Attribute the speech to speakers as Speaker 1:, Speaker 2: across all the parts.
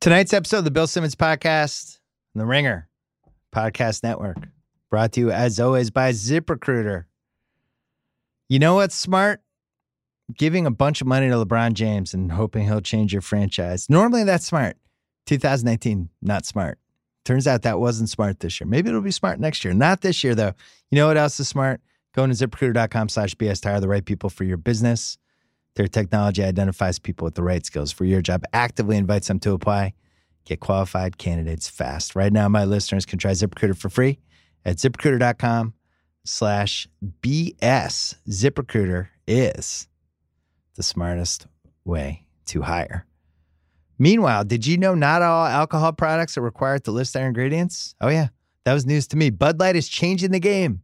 Speaker 1: Tonight's episode of the Bill Simmons Podcast, and The Ringer Podcast Network, brought to you as always by ZipRecruiter. You know what's smart? Giving a bunch of money to LeBron James and hoping he'll change your franchise. Normally that's smart. 2019, not smart. Turns out that wasn't smart this year. Maybe it'll be smart next year. Not this year, though. You know what else is smart? Going to ziprecruiter.com slash BS to hire the right people for your business. Their technology identifies people with the right skills for your job, actively invites them to apply. Get qualified candidates fast. Right now, my listeners can try ZipRecruiter for free at ziprecruiter.com slash BS. ZipRecruiter is the smartest way to hire. Meanwhile, did you know not all alcohol products are required to list their ingredients? Oh, yeah. That was news to me. Bud Light is changing the game.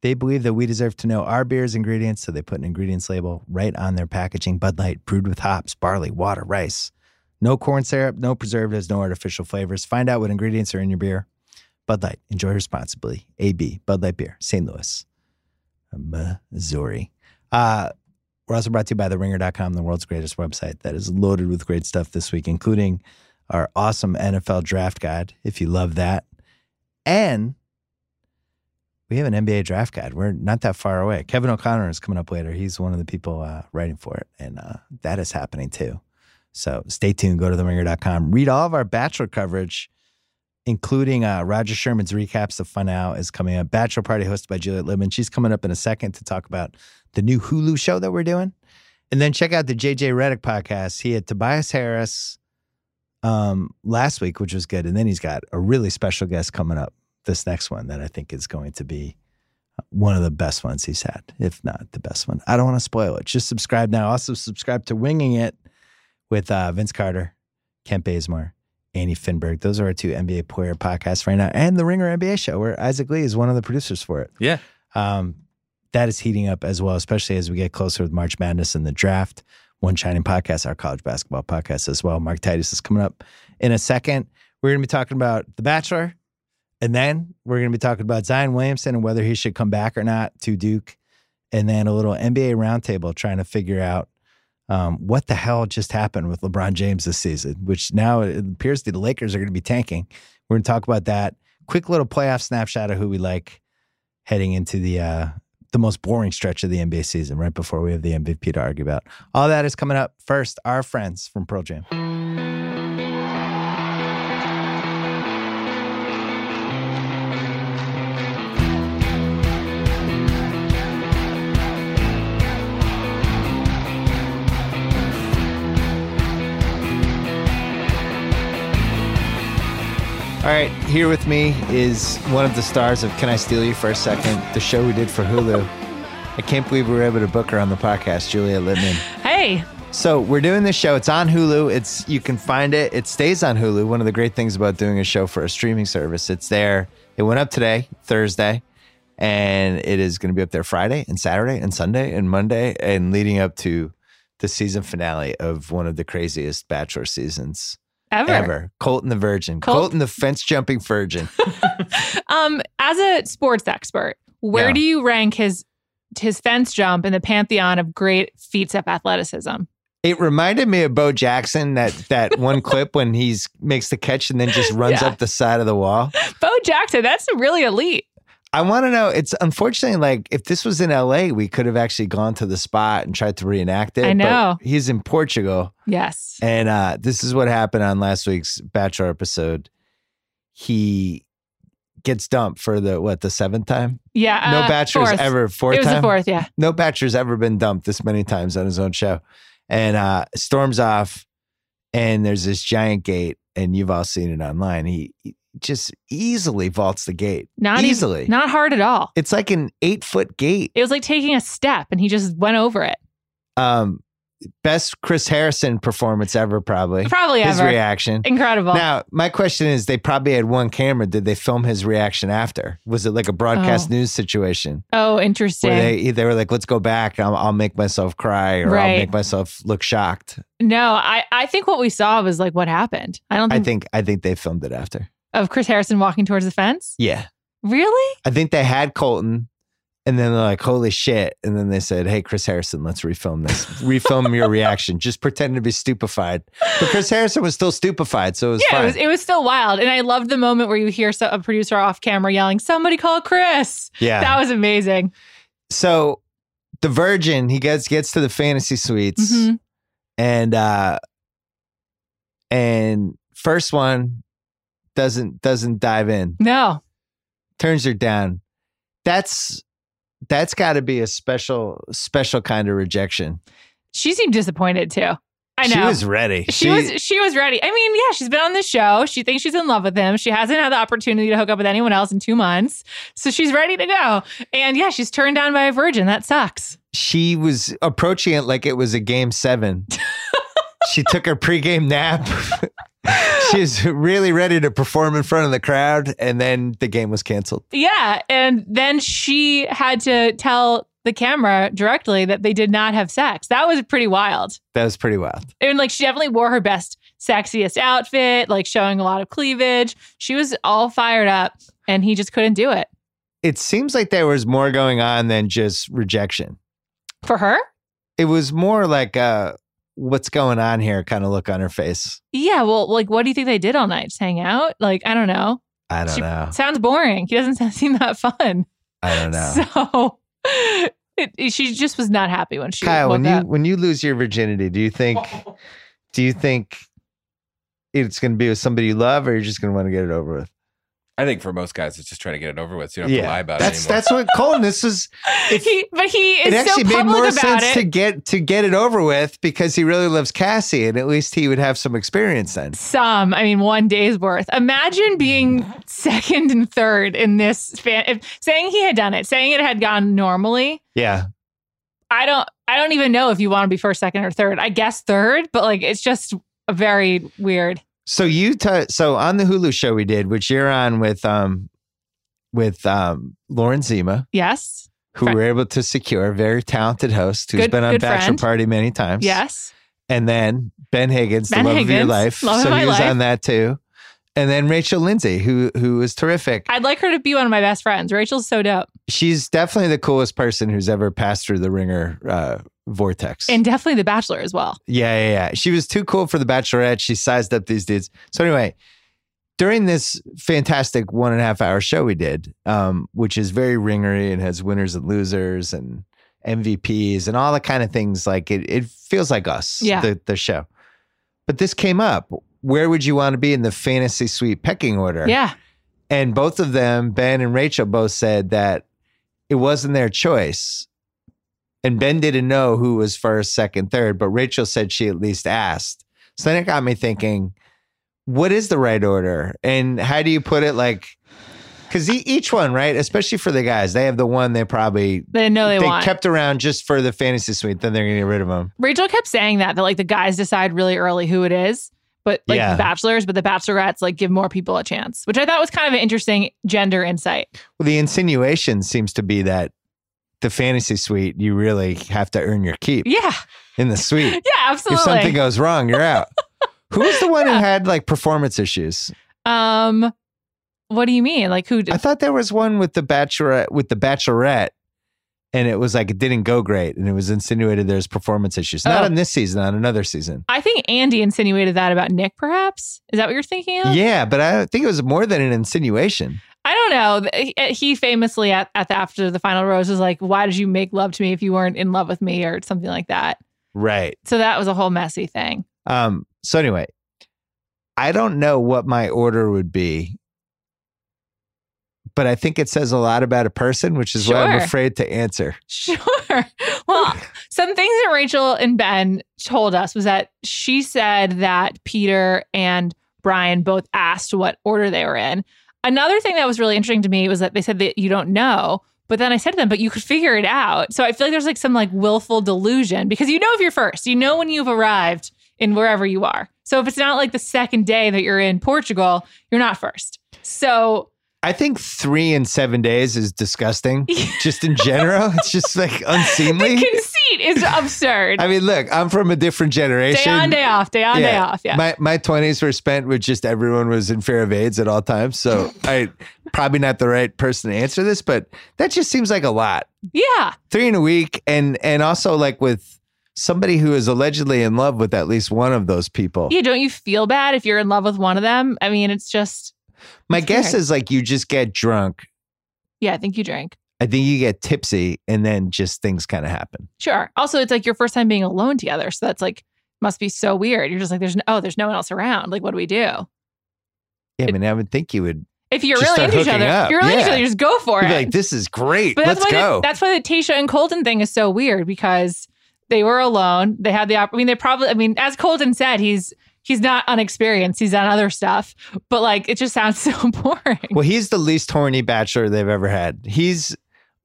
Speaker 1: They believe that we deserve to know our beer's ingredients, so they put an ingredients label right on their packaging. Bud Light, brewed with hops, barley, water, rice. No corn syrup, no preservatives, no artificial flavors. Find out what ingredients are in your beer. Bud Light, enjoy responsibly. AB, Bud Light Beer, St. Louis, Missouri. Uh, we're also brought to you by TheRinger.com, the world's greatest website that is loaded with great stuff this week, including our awesome NFL draft guide, if you love that. And we have an NBA draft guide. We're not that far away. Kevin O'Connor is coming up later. He's one of the people uh, writing for it, and uh, that is happening too. So stay tuned. Go to theringer.com. Read all of our Bachelor coverage, including uh, Roger Sherman's recaps. The fun now is coming up. Bachelor party hosted by Juliet Libman. She's coming up in a second to talk about the new Hulu show that we're doing. And then check out the JJ Reddick podcast. He had Tobias Harris um, last week, which was good. And then he's got a really special guest coming up this next one that I think is going to be uh, one of the best ones he's had, if not the best one. I don't want to spoil it. Just subscribe now. Also, subscribe to Winging It with uh, Vince Carter, Kent Bazemore, Annie Finberg. Those are our two NBA player podcasts right now, and the Ringer NBA show, where Isaac Lee is one of the producers for it.
Speaker 2: Yeah.
Speaker 1: Um, that is heating up as well, especially as we get closer with March Madness and the draft. One Shining Podcast, our college basketball podcast as well. Mark Titus is coming up in a second. We're going to be talking about The Bachelor, and then we're going to be talking about Zion Williamson and whether he should come back or not to Duke. And then a little NBA roundtable trying to figure out um, what the hell just happened with LeBron James this season, which now it appears that the Lakers are going to be tanking. We're going to talk about that. Quick little playoff snapshot of who we like heading into the uh, the most boring stretch of the NBA season, right before we have the MVP to argue about. All that is coming up first. Our friends from Pearl Jam. All right, here with me is one of the stars of Can I Steal You for a Second, the show we did for Hulu. I can't believe we were able to book her on the podcast, Julia Lidman.
Speaker 3: Hey,
Speaker 1: So we're doing this show. It's on Hulu. It's you can find it. It stays on Hulu. One of the great things about doing a show for a streaming service, it's there. It went up today, Thursday, and it is going to be up there Friday and Saturday and Sunday and Monday and leading up to the season finale of one of the craziest Bachelor seasons
Speaker 3: ever.
Speaker 1: ever. Colton the Virgin.
Speaker 3: Colt-
Speaker 1: Colton the fence jumping virgin.
Speaker 3: Um, as a sports expert, where
Speaker 1: Yeah.
Speaker 3: do you rank his his fence jump in the pantheon of great feats of athleticism?
Speaker 1: It reminded me of Bo Jackson that that one clip when he's makes the catch and then just runs
Speaker 3: Yeah.
Speaker 1: up the side of the wall.
Speaker 3: Bo Jackson, that's really elite.
Speaker 1: I want to know. It's unfortunately like if this was in L.A., we could have actually gone to the spot and tried to reenact it.
Speaker 3: I
Speaker 1: but
Speaker 3: know.
Speaker 1: he's in Portugal,
Speaker 3: Yes.
Speaker 1: and uh, this is what happened on last week's Bachelor episode. He gets dumped for the what the seventh time.
Speaker 3: Yeah.
Speaker 1: no
Speaker 3: uh,
Speaker 1: bachelor's
Speaker 3: fourth.
Speaker 1: ever fourth
Speaker 3: it was
Speaker 1: time
Speaker 3: the fourth, yeah.
Speaker 1: no bachelor's ever been dumped this many times on his own show. And uh, storms off, and there's this giant gate, and you've all seen it online. He, he just easily vaults the gate.
Speaker 3: Not even-
Speaker 1: easily.
Speaker 3: not hard at all.
Speaker 1: it's like an eight foot gate.
Speaker 3: It was like taking a step and he just went over it.
Speaker 1: Um, best Chris Harrison performance ever, probably.
Speaker 3: Probably
Speaker 1: his
Speaker 3: ever.
Speaker 1: reaction.
Speaker 3: Incredible.
Speaker 1: Now, my question is they probably had one camera. Did they film his reaction after? Was it like a broadcast
Speaker 3: Oh.
Speaker 1: news situation?
Speaker 3: oh, interesting.
Speaker 1: Where they, they were like, let's go back. I'll, I'll make myself cry or I'll
Speaker 3: Right.
Speaker 1: make myself look shocked.
Speaker 3: no, I, I think what we saw was like what happened. I don't
Speaker 1: I
Speaker 3: think,
Speaker 1: think I think they filmed it after.
Speaker 3: of Chris Harrison walking towards the fence.
Speaker 1: Yeah.
Speaker 3: Really?
Speaker 1: I think they had Colton And then they're like, holy shit. And then they said, hey, Chris Harrison, let's refilm this. refilm your reaction. Just pretend to be stupefied. But Chris Harrison was still stupefied. So it was
Speaker 3: yeah,
Speaker 1: fine.
Speaker 3: it was, it was still wild. And I loved the moment where you hear so, a producer off camera yelling, Somebody call Chris.
Speaker 1: yeah.
Speaker 3: That was amazing.
Speaker 1: so the virgin, he gets gets to the fantasy suites.
Speaker 3: hmm
Speaker 1: and uh and first one doesn't doesn't dive in
Speaker 3: No,
Speaker 1: turns her down that's that's got to be a special special kind of rejection
Speaker 3: she seemed disappointed too. I know.
Speaker 1: she was ready
Speaker 3: she, was she was ready. I mean, yeah, she's been on this show. She thinks she's in love with him. She hasn't had the opportunity to hook up with anyone else in two months, so she's ready to go. And yeah, she's turned down by a virgin. That sucks.
Speaker 1: she was approaching it like it was a game seven she took her pregame nap she's really ready to perform in front of the crowd and then the game was canceled
Speaker 3: Yeah, and then she had to tell the camera directly that they did not have sex. That was pretty wild.
Speaker 1: that was pretty wild
Speaker 3: And like, she definitely wore her best, sexiest outfit, like showing a lot of cleavage. She was all fired up, and he just couldn't do it
Speaker 1: it seems like there was more going on than just rejection
Speaker 3: for her.
Speaker 1: it was more like a what's going on here kind of look on her face.
Speaker 3: Yeah, well, like, what do you think they did all night? Just hang out? Like, I don't know.
Speaker 1: I don't
Speaker 3: She-
Speaker 1: know.
Speaker 3: Sounds boring. He doesn't sound- seem that fun.
Speaker 1: I don't know.
Speaker 3: So it, it- she just was not happy when she
Speaker 1: Kyle,
Speaker 3: woke
Speaker 1: when
Speaker 3: up.
Speaker 1: you when you lose your virginity, do you think do you think it's going to be with somebody you love, or you're just going to want to get it over with?
Speaker 2: I think for most guys, it's just trying to get it over with. So you don't have
Speaker 1: Yeah.
Speaker 2: to lie about
Speaker 1: That's
Speaker 2: it anymore.
Speaker 1: that's what Colin. This is if-
Speaker 3: he, but he
Speaker 1: it
Speaker 3: is so
Speaker 1: actually made
Speaker 3: public
Speaker 1: more
Speaker 3: about
Speaker 1: sense
Speaker 3: it.
Speaker 1: to get to get it over with because he really loves Cassie, and at least he would have some experience then.
Speaker 3: Some, I mean, one day's worth. Imagine being second and third in this fan. If, saying he had done it, saying it had gone normally.
Speaker 1: Yeah,
Speaker 3: I don't. I don't even know if you want to be first, second, or third. I guess third, but like it's just a very weird.
Speaker 1: So you t- so on the Hulu show we did, which you're on with um with um Lauren Zima,
Speaker 3: Yes.
Speaker 1: who
Speaker 3: Fri-
Speaker 1: we're able to secure, very talented host who's
Speaker 3: Good-
Speaker 1: been on
Speaker 3: good
Speaker 1: Bachelor
Speaker 3: friend.
Speaker 1: Party many times.
Speaker 3: Yes.
Speaker 1: And then Ben Higgins,
Speaker 3: Ben
Speaker 1: the love of your
Speaker 3: Higgins,
Speaker 1: life.
Speaker 3: love of
Speaker 1: so
Speaker 3: my
Speaker 1: he was
Speaker 3: life.
Speaker 1: on that too. And then Rachel Lindsay, who who is terrific.
Speaker 3: I'd like her to be one of my best friends. Rachel's so dope,
Speaker 1: She's definitely the coolest person who's ever passed through the ringer uh, vortex.
Speaker 3: and definitely The Bachelor as well.
Speaker 1: Yeah, yeah, yeah. She was too cool for the Bachelorette. She sized up these dudes. So anyway, during this fantastic one and a half hour show we did, um, which is very ringery and has winners and losers and MVPs and all the kind of things. Like it, it feels like us.
Speaker 3: Yeah.
Speaker 1: The the show. But this came up. Where would you want to be in the fantasy suite pecking order?
Speaker 3: Yeah.
Speaker 1: And both of them, Ben and Rachel, both said that it wasn't their choice. And Ben didn't know who was first, second, third, but Rachel said she at least asked. So then it got me thinking, what is the right order? And how do you put it like, because each one, right? Especially for the guys, they have the one they probably.
Speaker 3: They know they,
Speaker 1: they
Speaker 3: want.
Speaker 1: kept around just for the fantasy suite, then they're gonna get rid of them.
Speaker 3: Rachel kept saying that that like the guys decide really early who it is, but like
Speaker 1: Yeah.
Speaker 3: the bachelors, but the bachelorettes like give more people a chance, which I thought was kind of an interesting gender insight.
Speaker 1: Well, the insinuation seems to be that the fantasy suite, you really have to earn your keep
Speaker 3: Yeah,
Speaker 1: in the suite.
Speaker 3: yeah, absolutely.
Speaker 1: If something goes wrong, you're out. Who's the one who had like performance issues?
Speaker 3: um, what do you mean? Like who? d-
Speaker 1: uh, I thought there was one with the bachelorette with the bachelorette, and it was like it didn't go great, and it was insinuated there's performance issues. Not
Speaker 3: Oh.
Speaker 1: on this season, on another season.
Speaker 3: I think Andy insinuated that about Nick. Perhaps is that what you're thinking
Speaker 1: Yeah,
Speaker 3: of?
Speaker 1: but I think it was more than an insinuation.
Speaker 3: I don't know. Th- he- eh, He famously at, at the after the final rose was like, "Why did you make love to me if you weren't in love with me?" or something like that.
Speaker 1: Right.
Speaker 3: So that was a whole messy thing.
Speaker 1: Um, so anyway, I don't know what my order would be, but I think it says a lot about a person, which is why I'm
Speaker 3: Sure.
Speaker 1: afraid to answer.
Speaker 3: Sure. Well, some things that Rachel and Ben told us was that she said that Peter and Brian both asked what order they were in. Another thing that was really interesting to me was that they said that you don't know, but then I said to them, but you could figure it out. So I feel like there's like some like willful delusion because you know if you're first, you know when you've arrived in wherever you are. So if it's not like the second day that you're in Portugal, you're not first. So
Speaker 1: I think three and seven days is disgusting. just in general, it's just like
Speaker 3: the
Speaker 1: unseemly.
Speaker 3: conceit feet is absurd.
Speaker 1: I mean, look, I'm from a different generation.
Speaker 3: day on, day off, day on, day off. Yeah.
Speaker 1: My my twenties were spent with just everyone was in fear of AIDS at all times. So I probably not the right person to answer this, but that just seems like a lot.
Speaker 3: yeah.
Speaker 1: Three in a week and and also like with somebody who is allegedly in love with at least one of those people.
Speaker 3: Yeah. Don't you feel bad if you're in love with one of them? I mean, it's just,
Speaker 1: My
Speaker 3: it's
Speaker 1: guess
Speaker 3: weird.
Speaker 1: is like you just get drunk.
Speaker 3: yeah, I think you drank.
Speaker 1: I think you get tipsy and then just things kind of happen.
Speaker 3: Sure. Also, it's like your first time being alone together. So that's like, must be so weird. You're just like, there's no, oh, there's no one else around. Like, what do we do?
Speaker 1: Yeah, I mean, I would think you would
Speaker 3: If you're
Speaker 1: Just
Speaker 3: really
Speaker 1: start
Speaker 3: into each
Speaker 1: hooking
Speaker 3: other,
Speaker 1: up.
Speaker 3: you're really into
Speaker 1: Yeah.
Speaker 3: each other, you just go for
Speaker 1: you'd
Speaker 3: it.
Speaker 1: be like, this is great.
Speaker 3: But that's
Speaker 1: Let's
Speaker 3: why
Speaker 1: go.
Speaker 3: The, that's why the Tasha and Colton thing is so weird because they were alone. They had the op- I mean, they probably. I mean, as Colton said, he's he's not unexperienced. He's on other stuff. But like, it just sounds so boring.
Speaker 1: Well, he's the least horny bachelor they've ever had. He's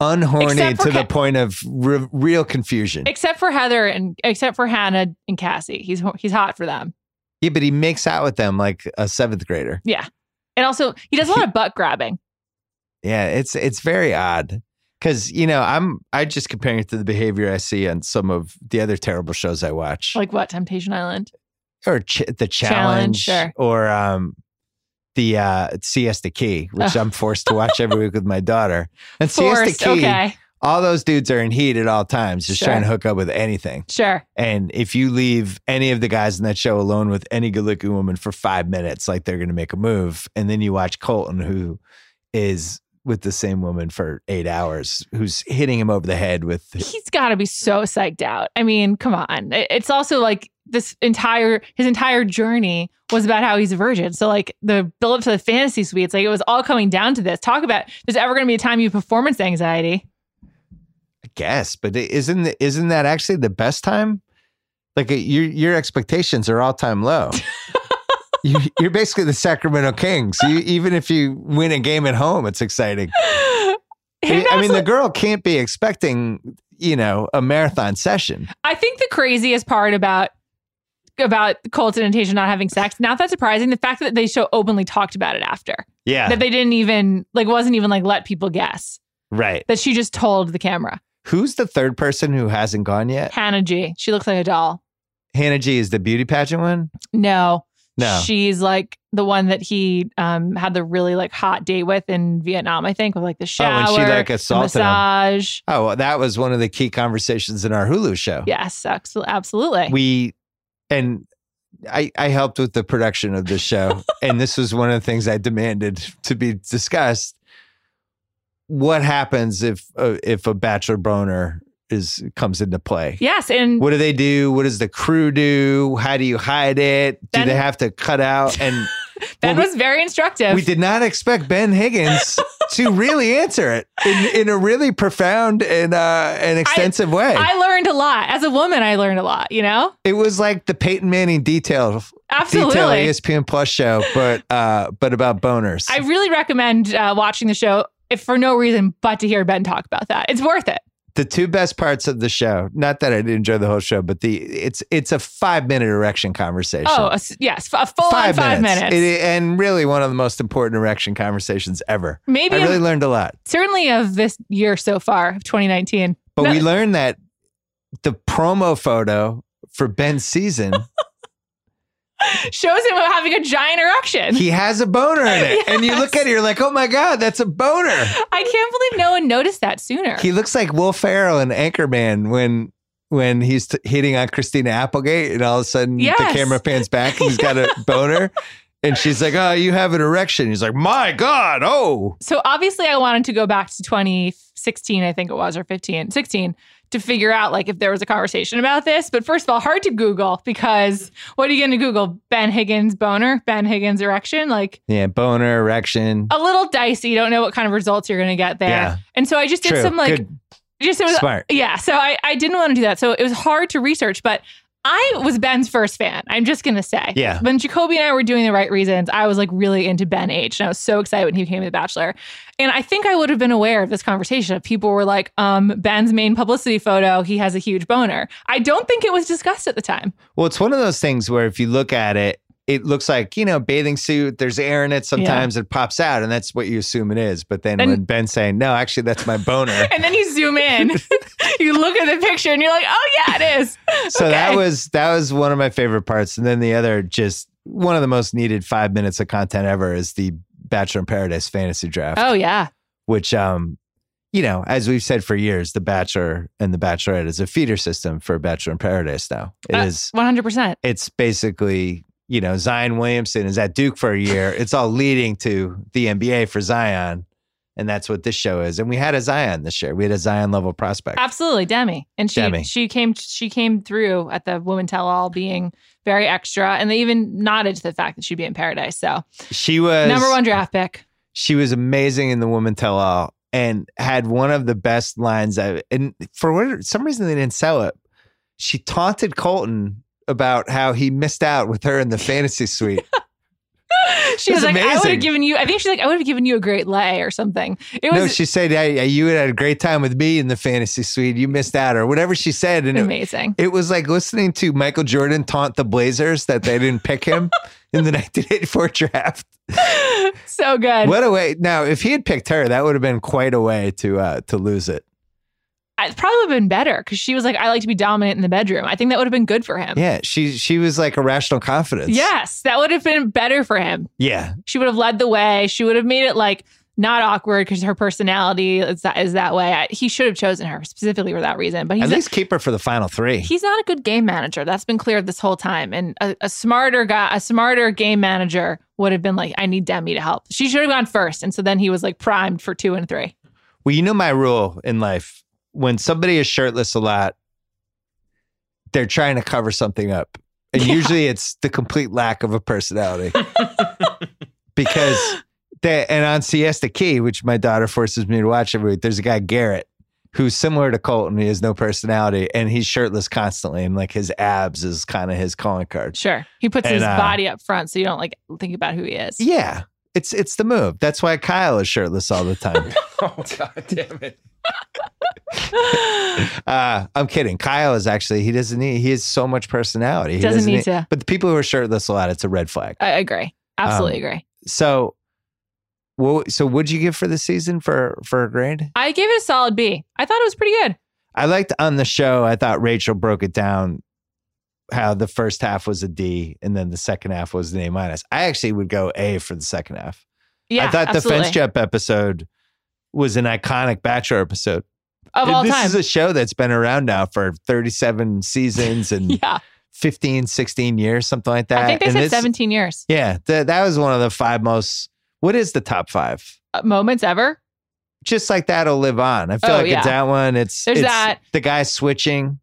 Speaker 1: unhorny
Speaker 3: Except for
Speaker 1: to the
Speaker 3: Ca-
Speaker 1: point of re- real confusion.
Speaker 3: Except for Heather and except for Hannah and Cassie, he's ho- he's hot for them.
Speaker 1: yeah, but he makes out with them like a seventh grader.
Speaker 3: And also, he does a lot of butt grabbing.
Speaker 1: Yeah, it's it's very odd because you know I'm I just comparing it to the behavior I see on some of the other terrible shows I watch,
Speaker 3: Like what? Temptation Island.
Speaker 1: or ch- the
Speaker 3: Challenge,
Speaker 1: challenge,
Speaker 3: sure.
Speaker 1: or um. The uh, Siesta Key, which I'm forced to watch every week with my daughter, and
Speaker 3: Forced.
Speaker 1: Siesta Key,
Speaker 3: Okay.
Speaker 1: all those dudes are in heat at all times, just
Speaker 3: Sure.
Speaker 1: trying to hook up with anything.
Speaker 3: Sure.
Speaker 1: And if you leave any of the guys in that show alone with any good looking woman for five minutes, like they're going to make a move. And then you watch Colton, who is with the same woman for eight hours, who's hitting him over the head with.
Speaker 3: he's got to be so psyched out. I mean, come on. It- It's also like this entire his entire journey was about how he's a virgin. So like the build up to the fantasy suites, like it was all coming down to this. Talk about there's ever going to be a time you have performance anxiety.
Speaker 1: I guess, but isn't isn't that actually the best time? Like uh, your your expectations are all time low. you, you're basically the Sacramento Kings. You, even if you win a game at home, it's exciting. I mean, I mean, the girl can't be expecting you know a marathon session.
Speaker 3: I think the craziest part about about Colton and Tasha not having sex, not that surprising, the fact that they so openly talked about it after.
Speaker 1: Yeah,
Speaker 3: That they didn't even like wasn't even like let people guess.
Speaker 1: right.
Speaker 3: That she just told the camera.
Speaker 1: Who's the third person who hasn't gone yet?
Speaker 3: Hannah G. She looks like a doll.
Speaker 1: Hannah G is the beauty pageant one?
Speaker 3: No.
Speaker 1: No.
Speaker 3: She's like the one that he um had the really like hot date with in Vietnam, I think, with like the
Speaker 1: oh,
Speaker 3: shower,
Speaker 1: and she like
Speaker 3: the
Speaker 1: assaulted him.
Speaker 3: massage.
Speaker 1: Oh, well, that was one of the key conversations in our Hulu show.
Speaker 3: Yes, abso- absolutely.
Speaker 1: We and I I helped with the production of this show. and this was one of the things I demanded to be discussed. What happens if uh, if a bachelor boner is comes into play?
Speaker 3: yes, and
Speaker 1: What do they do? What does the crew do? How do you hide it? Do
Speaker 3: Ben-
Speaker 1: they have to cut out and
Speaker 3: Ben
Speaker 1: well, we-
Speaker 3: was very instructive.
Speaker 1: We did not expect Ben Higgins to really answer it in, in a really profound and uh, and extensive way.
Speaker 3: I learned a lot. As a woman, I learned a lot, you know?
Speaker 1: it was like the Peyton Manning detail E detail
Speaker 3: Absolutely.
Speaker 1: ESPN Plus show, but uh, but about boners.
Speaker 3: I really recommend uh, watching the show if for no reason but to hear Ben talk about that. It's worth it.
Speaker 1: the two best parts of the show. Not that I didn't enjoy the whole show, but the it's it's a five minute erection conversation.
Speaker 3: Oh, a s- yes, f- a full on five minutes.
Speaker 1: It- and really one of the most important erection conversations ever.
Speaker 3: Maybe
Speaker 1: I really
Speaker 3: of-
Speaker 1: learned a lot.
Speaker 3: certainly of this year so far, of 2019.
Speaker 1: But
Speaker 3: No.
Speaker 1: we learned that the promo photo for Ben's season,
Speaker 3: Shows him having a giant erection.
Speaker 1: he has a boner in it. And you look at it, you're like, oh my God, that's a boner.
Speaker 3: I can't believe no one noticed that sooner.
Speaker 1: He looks like Will Ferrell in Anchorman when when he's t- hitting on Christina Applegate and all of a sudden the
Speaker 3: Yes.
Speaker 1: camera pans back and he's got a boner. And she's like, oh, you have an erection. He's like, my God, oh.
Speaker 3: so obviously I wanted to go back to 2016, I think it was, or 15, 16, to figure out like if there was a conversation about this. But first of all, hard to Google because what are you going to Google? Ben Higgins boner, Ben Higgins erection, like
Speaker 1: Yeah, boner, erection.
Speaker 3: a little dicey. You don't know what kind of results you're going to get there.
Speaker 1: Yeah.
Speaker 3: And so I just did
Speaker 1: True.
Speaker 3: some like,
Speaker 1: Good.
Speaker 3: just it was
Speaker 1: Smart.
Speaker 3: Yeah, so I, I didn't want to do that. So it was hard to research, but I was Ben's first fan. I'm just gonna say.
Speaker 1: Yeah.
Speaker 3: When Jacoby and I were doing the right reasons, I was like really into Ben H. And I was so excited when he became The Bachelor. And I think I would have been aware of this conversation if people were like, um, Ben's main publicity photo, he has a huge boner. I don't think it was discussed at the time.
Speaker 1: Well, it's one of those things where if you look at it, it looks like, you know, bathing suit, there's air in it sometimes it pops out, and that's what you assume it is. But then
Speaker 3: And-
Speaker 1: when Ben's saying, No, actually that's my boner.
Speaker 3: And then you zoom in you look at the picture and you're like, oh yeah, it is.
Speaker 1: So that
Speaker 3: Okay.
Speaker 1: was that was one of my favorite parts, and then the other just one of the most needed five minutes of content ever is the Bachelor in Paradise fantasy draft,
Speaker 3: Oh yeah.
Speaker 1: which um, you know, as we've said for years, the Bachelor and the Bachelorette is a feeder system for Bachelor in Paradise. Now it is.
Speaker 3: Uh, 100%.
Speaker 1: it's basically you know Zion Williamson is at Duke for a year. It's all leading to the NBA for Zion, and that's what this show is. And we had a Zion this year. We had a Zion level prospect.
Speaker 3: Absolutely, Demi. And she
Speaker 1: Demi.
Speaker 3: she came she came through at the Woman Tell All being very extra and they even nodded to the fact that she'd be in paradise. So,
Speaker 1: She was
Speaker 3: number 1 draft pick.
Speaker 1: She was amazing in the Woman Tell All, and had one of the best lines. I and for what, some reason they didn't sell it. She taunted Colton about how he missed out with her in the fantasy suite.
Speaker 3: She
Speaker 1: That's
Speaker 3: was like, I would
Speaker 1: amazing.
Speaker 3: have given you I think she's like I would have given you a great lay or something. It was
Speaker 1: no, she said, hey, "You had a great time with me in the fantasy suite. You missed out," or whatever she said, and it,
Speaker 3: amazing.
Speaker 1: It was like listening to Michael Jordan taunt the Blazers that they didn't pick him in the 1984 draft.
Speaker 3: so good.
Speaker 1: What a way! Now, if he had picked her, that would have been quite a way to uh, to lose it.
Speaker 3: It's probably would have been better because she was like, I like to be dominant in the bedroom. I think that would have been good for him.
Speaker 1: Yeah, she she was like irrational confidence.
Speaker 3: Yes, that would have been better for him.
Speaker 1: yeah.
Speaker 3: She would have led the way. She would have made it like not awkward because her personality is that is that way. I, he should have chosen her specifically for that reason. But he's
Speaker 1: At
Speaker 3: a-
Speaker 1: least keep her for the final three.
Speaker 3: he's not a good game manager. That's been clear this whole time. And a, a smarter guy, a smarter game manager would have been like, I need Demi to help. She should have gone first, and so then he was like primed for two and three.
Speaker 1: Well, you know my rule in life: when somebody is shirtless a lot, they're trying to cover something up, and
Speaker 3: Yeah.
Speaker 1: usually it's the complete lack of a personality. because they, and on Siesta Key, which my daughter forces me to watch every week, there's a guy Garrett who's similar to Colton. He has no personality, and he's shirtless constantly, and like his abs is kind of his calling card.
Speaker 3: Sure, he puts
Speaker 1: And,
Speaker 3: his
Speaker 1: uh,
Speaker 3: body up front so you don't like think about who he is.
Speaker 1: Yeah, it's it's the move. That's why Kyle is shirtless all the time.
Speaker 2: Oh god damn it.
Speaker 1: Uh, I'm kidding. Kyle is actually he doesn't need he has so much personality. He
Speaker 3: Doesn't need to.
Speaker 1: But the people who are shirtless a lot, it's a red flag.
Speaker 3: I agree.
Speaker 1: Um,
Speaker 3: Absolutely agree.
Speaker 1: So, well, so would you give for the season for for a grade?
Speaker 3: I gave it a solid B. I thought it was pretty good.
Speaker 1: I liked on the show. I thought Rachel broke it down how the first half was a D and then the second half was an A minus. I actually would go A for the second half.
Speaker 3: Yeah,
Speaker 1: I thought
Speaker 3: absolutely.
Speaker 1: the fence jump episode was an iconic Bachelor episode.
Speaker 3: of all
Speaker 1: this
Speaker 3: time.
Speaker 1: is a show that's been around now for 37 seasons and
Speaker 3: yeah,
Speaker 1: 15, 16 years, something like that.
Speaker 3: I think they
Speaker 1: And
Speaker 3: said
Speaker 1: Uh, this-
Speaker 3: 17 years
Speaker 1: Yeah, th- that was one of the five most. What is the top five?
Speaker 3: Uh, moments ever.
Speaker 1: Just like that'll live on. I feel
Speaker 3: Oh,
Speaker 1: like
Speaker 3: yeah.
Speaker 1: it's that one. It's,
Speaker 3: There's
Speaker 1: it's
Speaker 3: that.
Speaker 1: the guy switching,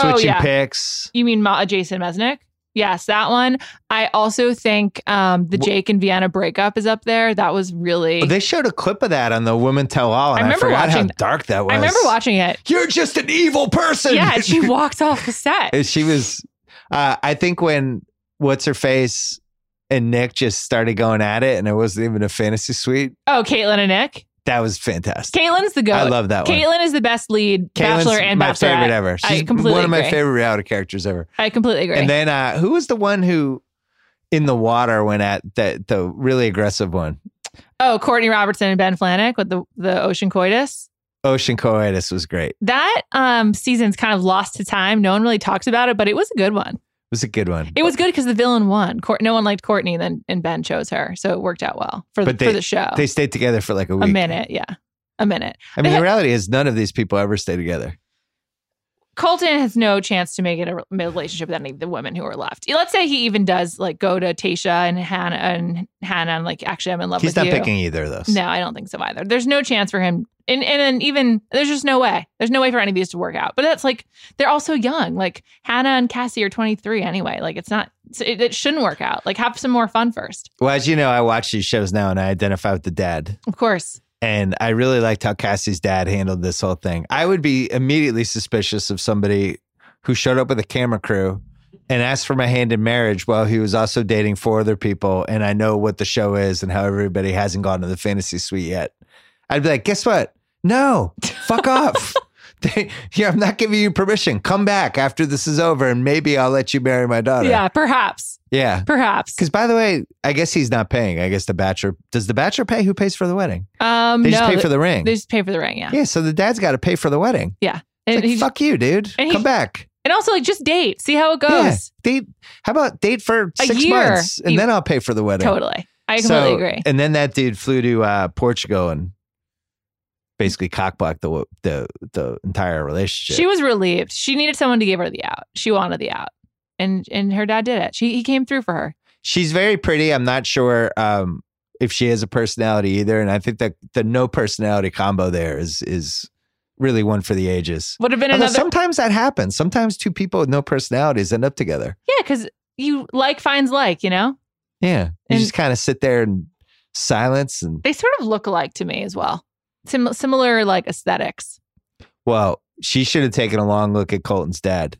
Speaker 3: Oh,
Speaker 1: switching
Speaker 3: yeah.
Speaker 1: picks.
Speaker 3: You mean Ma- uh, Jason Mesnick? Yes, that one. I also think um, the
Speaker 1: Wh-
Speaker 3: Jake and Vienna breakup is up there. That was really.
Speaker 1: Oh, they showed a clip of that on the Women Tell All, and I,
Speaker 3: remember
Speaker 1: forgot how
Speaker 3: watching-
Speaker 1: dark that was.
Speaker 3: I remember watching it.
Speaker 1: You're just an evil person.
Speaker 3: Yeah, and she walked off the set.
Speaker 1: And she was. Uh, I think when what's her face and Nick just started going at it, and it wasn't even a fantasy suite.
Speaker 3: Oh, Caitlin and Nick.
Speaker 1: That was fantastic.
Speaker 3: Caitlin's the goat.
Speaker 1: I love that one.
Speaker 3: Caitlin is the best lead
Speaker 1: Caitlin's
Speaker 3: bachelor and
Speaker 1: my
Speaker 3: bachelorette.
Speaker 1: favorite ever.
Speaker 3: I
Speaker 1: She's
Speaker 3: completely
Speaker 1: one of my
Speaker 3: agree.
Speaker 1: favorite reality characters ever.
Speaker 3: I completely agree.
Speaker 1: And then uh, who was the one who in the water went at that the really aggressive one?
Speaker 3: oh, Courtney Robertson and Ben Flanick with the the ocean coitus.
Speaker 1: Ocean Coitus was great. It
Speaker 3: that um season's kind of lost to time. No one really talks about it, but it was a good one.
Speaker 1: was a good one.
Speaker 3: It was good because the villain won. Court, no one liked Courtney, and then and Ben chose her, so it worked out well for the,
Speaker 1: But they-
Speaker 3: for the show.
Speaker 1: They stayed together for like a
Speaker 3: Oh. a
Speaker 1: week.
Speaker 3: minute, yeah, a minute.
Speaker 1: I mean,
Speaker 3: They
Speaker 1: the
Speaker 3: had-
Speaker 1: reality is none of these people ever stay together.
Speaker 3: Colton has no chance to make it a re- relationship with any of the women who are left. Let's say he even does like go to Tasha and Hannah and Hannah and like actually I'm in love
Speaker 1: He's
Speaker 3: with
Speaker 1: not
Speaker 3: you.
Speaker 1: picking either of those.
Speaker 3: No, I don't think so either. There's no chance for him. And and then even there's just no way. There's no way for any of these to work out. But that's like they're all so young. Like Hannah and Cassie are 23 anyway. Like it's not. so It, it shouldn't work out. Like have some more fun first.
Speaker 1: Well, as you know, I watch these shows now and I identify with the dad.
Speaker 3: Of course.
Speaker 1: And I really liked how Cassie's dad handled this whole thing. I would be immediately suspicious of somebody who showed up with a camera crew and asked for my hand in marriage while he was also dating four other people. And I know what the show is and how everybody hasn't gone to the fantasy suite yet. I'd be like, guess what? No, fuck off. They, yeah, I'm not giving you permission. Come back after this is over and maybe I'll let you marry my daughter.
Speaker 3: Yeah. Perhaps.
Speaker 1: Yeah.
Speaker 3: Perhaps.
Speaker 1: Because by the way, I guess he's not paying. I guess the bachelor does the bachelor pay? Who pays for the wedding?
Speaker 3: Um.
Speaker 1: They
Speaker 3: no.
Speaker 1: just pay for the
Speaker 3: they,
Speaker 1: ring.
Speaker 3: just pay for the ring. Yeah.
Speaker 1: Yeah, so the dad's got to pay for the wedding.
Speaker 3: Yeah.
Speaker 1: It's
Speaker 3: And,
Speaker 1: like,
Speaker 3: he-
Speaker 1: fuck you, dude.
Speaker 3: and
Speaker 1: Come
Speaker 3: he-
Speaker 1: back.
Speaker 3: and also, like, just date, see how it
Speaker 1: Yeah.
Speaker 3: goes.
Speaker 1: Date. How about date for
Speaker 3: A
Speaker 1: six
Speaker 3: year,
Speaker 1: months and
Speaker 3: even.
Speaker 1: then I'll pay for the wedding.
Speaker 3: Totally. I completely agree.
Speaker 1: And then that dude flew to uh, Portugal and basically cockblocked the the the entire relationship.
Speaker 3: She was relieved. She needed someone to give her the out. She wanted the out. And and her dad did it. She he came through for her.
Speaker 1: She's very pretty. I'm not sure um, if she has a personality either, and I think that the no personality combo there is is really one for the ages.
Speaker 3: Would have been
Speaker 1: Although
Speaker 3: another
Speaker 1: sometimes that happens. Sometimes two people with no personalities end up together.
Speaker 3: Yeah, because you like finds like, you know?
Speaker 1: Yeah, you
Speaker 3: And-
Speaker 1: just kind of sit there in silence and
Speaker 3: They sort of look alike to me as well. Sim- similar like aesthetics.
Speaker 1: well, she should have taken a long look at Colton's dad.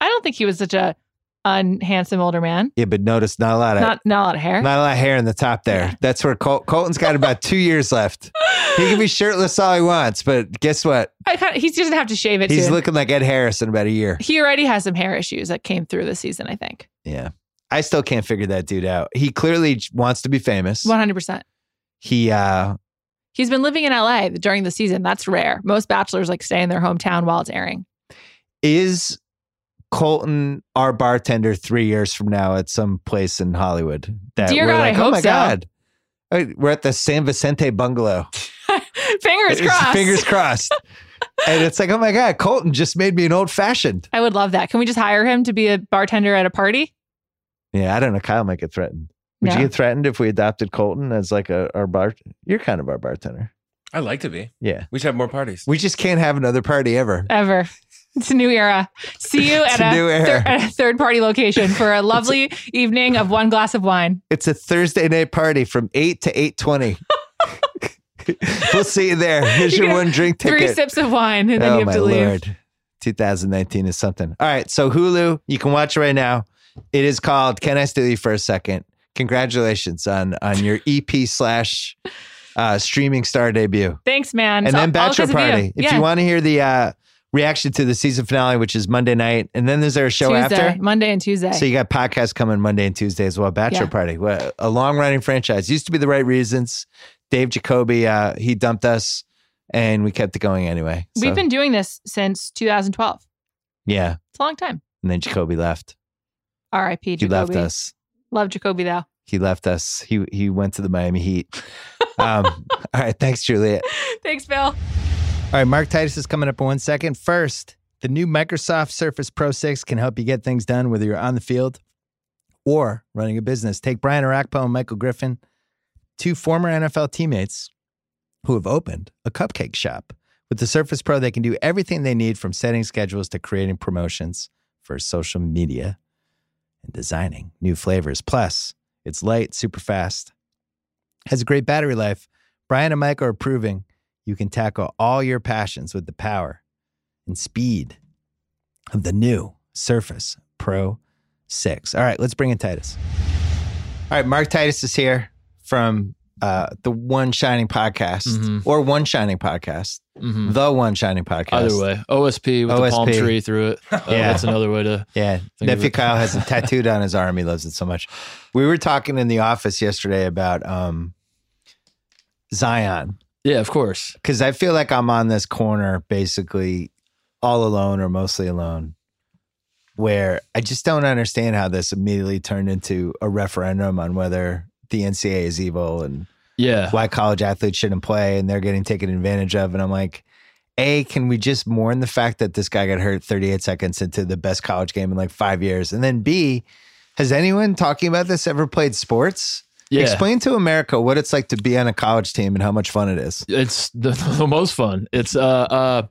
Speaker 3: I don't think he was such a unhandsome older man.
Speaker 1: Yeah, but notice not a lot of
Speaker 3: Not not a lot of hair.
Speaker 1: Not a lot of hair in the top there.
Speaker 3: Yeah.
Speaker 1: That's where Col- Colton's got about two years left. He can be shirtless all he wants, but guess what?
Speaker 3: I kind of, he doesn't have to shave it
Speaker 1: He's
Speaker 3: soon.
Speaker 1: looking like Ed Harris in about a year.
Speaker 3: he already has some hair issues that came through the season, I think.
Speaker 1: Yeah. I still can't figure that dude out. He clearly j- wants to be famous.
Speaker 3: One hundred percent.
Speaker 1: He uh
Speaker 3: He's been living in LA during the season. That's rare. Most bachelors like stay in their hometown while it's airing.
Speaker 1: is Colton our bartender 3 years from now at some place in Hollywood. That
Speaker 3: Dear
Speaker 1: we're
Speaker 3: God, I
Speaker 1: like, "Oh
Speaker 3: hope
Speaker 1: my
Speaker 3: so."
Speaker 1: god. Uh, We're at the San Vicente bungalow. It's-
Speaker 3: Fingers crossed.
Speaker 1: Fingers crossed. and it's like, "Oh my god, Colton just made me an old fashioned."
Speaker 3: I would love that. Can we just hire him to be a bartender at a party?
Speaker 1: Yeah, I don't know. Kyle might get threatened. Would
Speaker 3: No.
Speaker 1: you get threatened if we adopted Colton as like a our bar? You're kind of our bartender.
Speaker 2: I'd like to be.
Speaker 1: Yeah.
Speaker 2: We should have more parties.
Speaker 1: We just can't have another party ever.
Speaker 3: Ever. It's a new era. See you
Speaker 1: It's
Speaker 3: at
Speaker 1: a
Speaker 3: a,
Speaker 1: new
Speaker 3: thir-
Speaker 1: era.
Speaker 3: at a third party location for a lovely evening of one glass of wine.
Speaker 1: It's a Thursday night party from eight to eight twenty. we'll see you there. Here's
Speaker 3: You
Speaker 1: your
Speaker 3: get
Speaker 1: one drink ticket.
Speaker 3: Three sips of wine, and
Speaker 1: oh
Speaker 3: then you have
Speaker 1: my
Speaker 3: to leave.
Speaker 1: lord. 2019 is something. All right. So Hulu, you can watch it right now. It is called Can I Steal You for a Second? Congratulations on on your EP slash uh, streaming star debut.
Speaker 3: Thanks, man.
Speaker 1: and
Speaker 3: It's
Speaker 1: then
Speaker 3: all- all
Speaker 1: Bachelor
Speaker 3: 'cause of
Speaker 1: Party. If
Speaker 3: yeah.
Speaker 1: you want to hear the uh, reaction to the season finale, which is Monday night, and then there's our show
Speaker 3: Tuesday,
Speaker 1: after.
Speaker 3: Monday and Tuesday.
Speaker 1: So you got podcasts coming Monday and Tuesday as well. Bachelor
Speaker 3: Yeah.
Speaker 1: Party, What- a long running franchise. Used to be the right reasons. Dave Jacoby, uh, he dumped us, and we kept it going anyway. So,
Speaker 3: We've been doing this since 2012.
Speaker 1: yeah.
Speaker 3: It's a long time.
Speaker 1: And then Jacoby left.
Speaker 3: R.I.P.
Speaker 1: He
Speaker 3: Jacoby.
Speaker 1: left us.
Speaker 3: Love Jacoby though.
Speaker 1: He left us. He he went to the Miami Heat. Um, all right, thanks, Juliet.
Speaker 3: Thanks, Bill.
Speaker 1: All right, Mark Titus is coming up in one second. First, the new Microsoft Surface Pro 6 can help you get things done, whether you're on the field or running a business. Take Brian Arakpo and Michael Griffin, two former NFL teammates who have opened a cupcake shop. With the Surface Pro, they can do everything they need from setting schedules to creating promotions for social media and designing new flavors. Plus, it's light, super fast, has a great battery life. Brian and Michael are proving you can tackle all your passions with the power and speed of the new Surface Pro 6. All right, let's bring in Titus. All right, Mark Titus is here from uh, the One Shining Podcast
Speaker 4: Mhm.
Speaker 1: or One Shining Podcast,
Speaker 4: hmm
Speaker 1: the One Shining Podcast.
Speaker 4: Either way, OSP with the palm
Speaker 1: OSP.
Speaker 4: tree through it. Uh,
Speaker 1: Yeah.
Speaker 4: That's another way to.
Speaker 1: Yeah,
Speaker 4: Think of
Speaker 1: nephew
Speaker 4: it.
Speaker 1: Kyle has a tattooed on his arm. He loves it so much. We were talking in the office yesterday about um, Zion.
Speaker 4: Yeah, of course.
Speaker 1: because I feel like I'm on this corner basically all alone or mostly alone where I just don't understand how this immediately turned into a referendum on whether the NCAA is evil and
Speaker 4: Yeah.
Speaker 1: why college athletes shouldn't play and they're getting taken advantage of. And I'm like, A, can we just mourn the fact that this guy got hurt 38 seconds into the best college game in like five years? And then B, has anyone talking about this ever played sports?
Speaker 4: Yeah.
Speaker 1: Explain to America what it's like to be on a college team and how much fun it is.
Speaker 4: It's the, the most fun. It's uh uh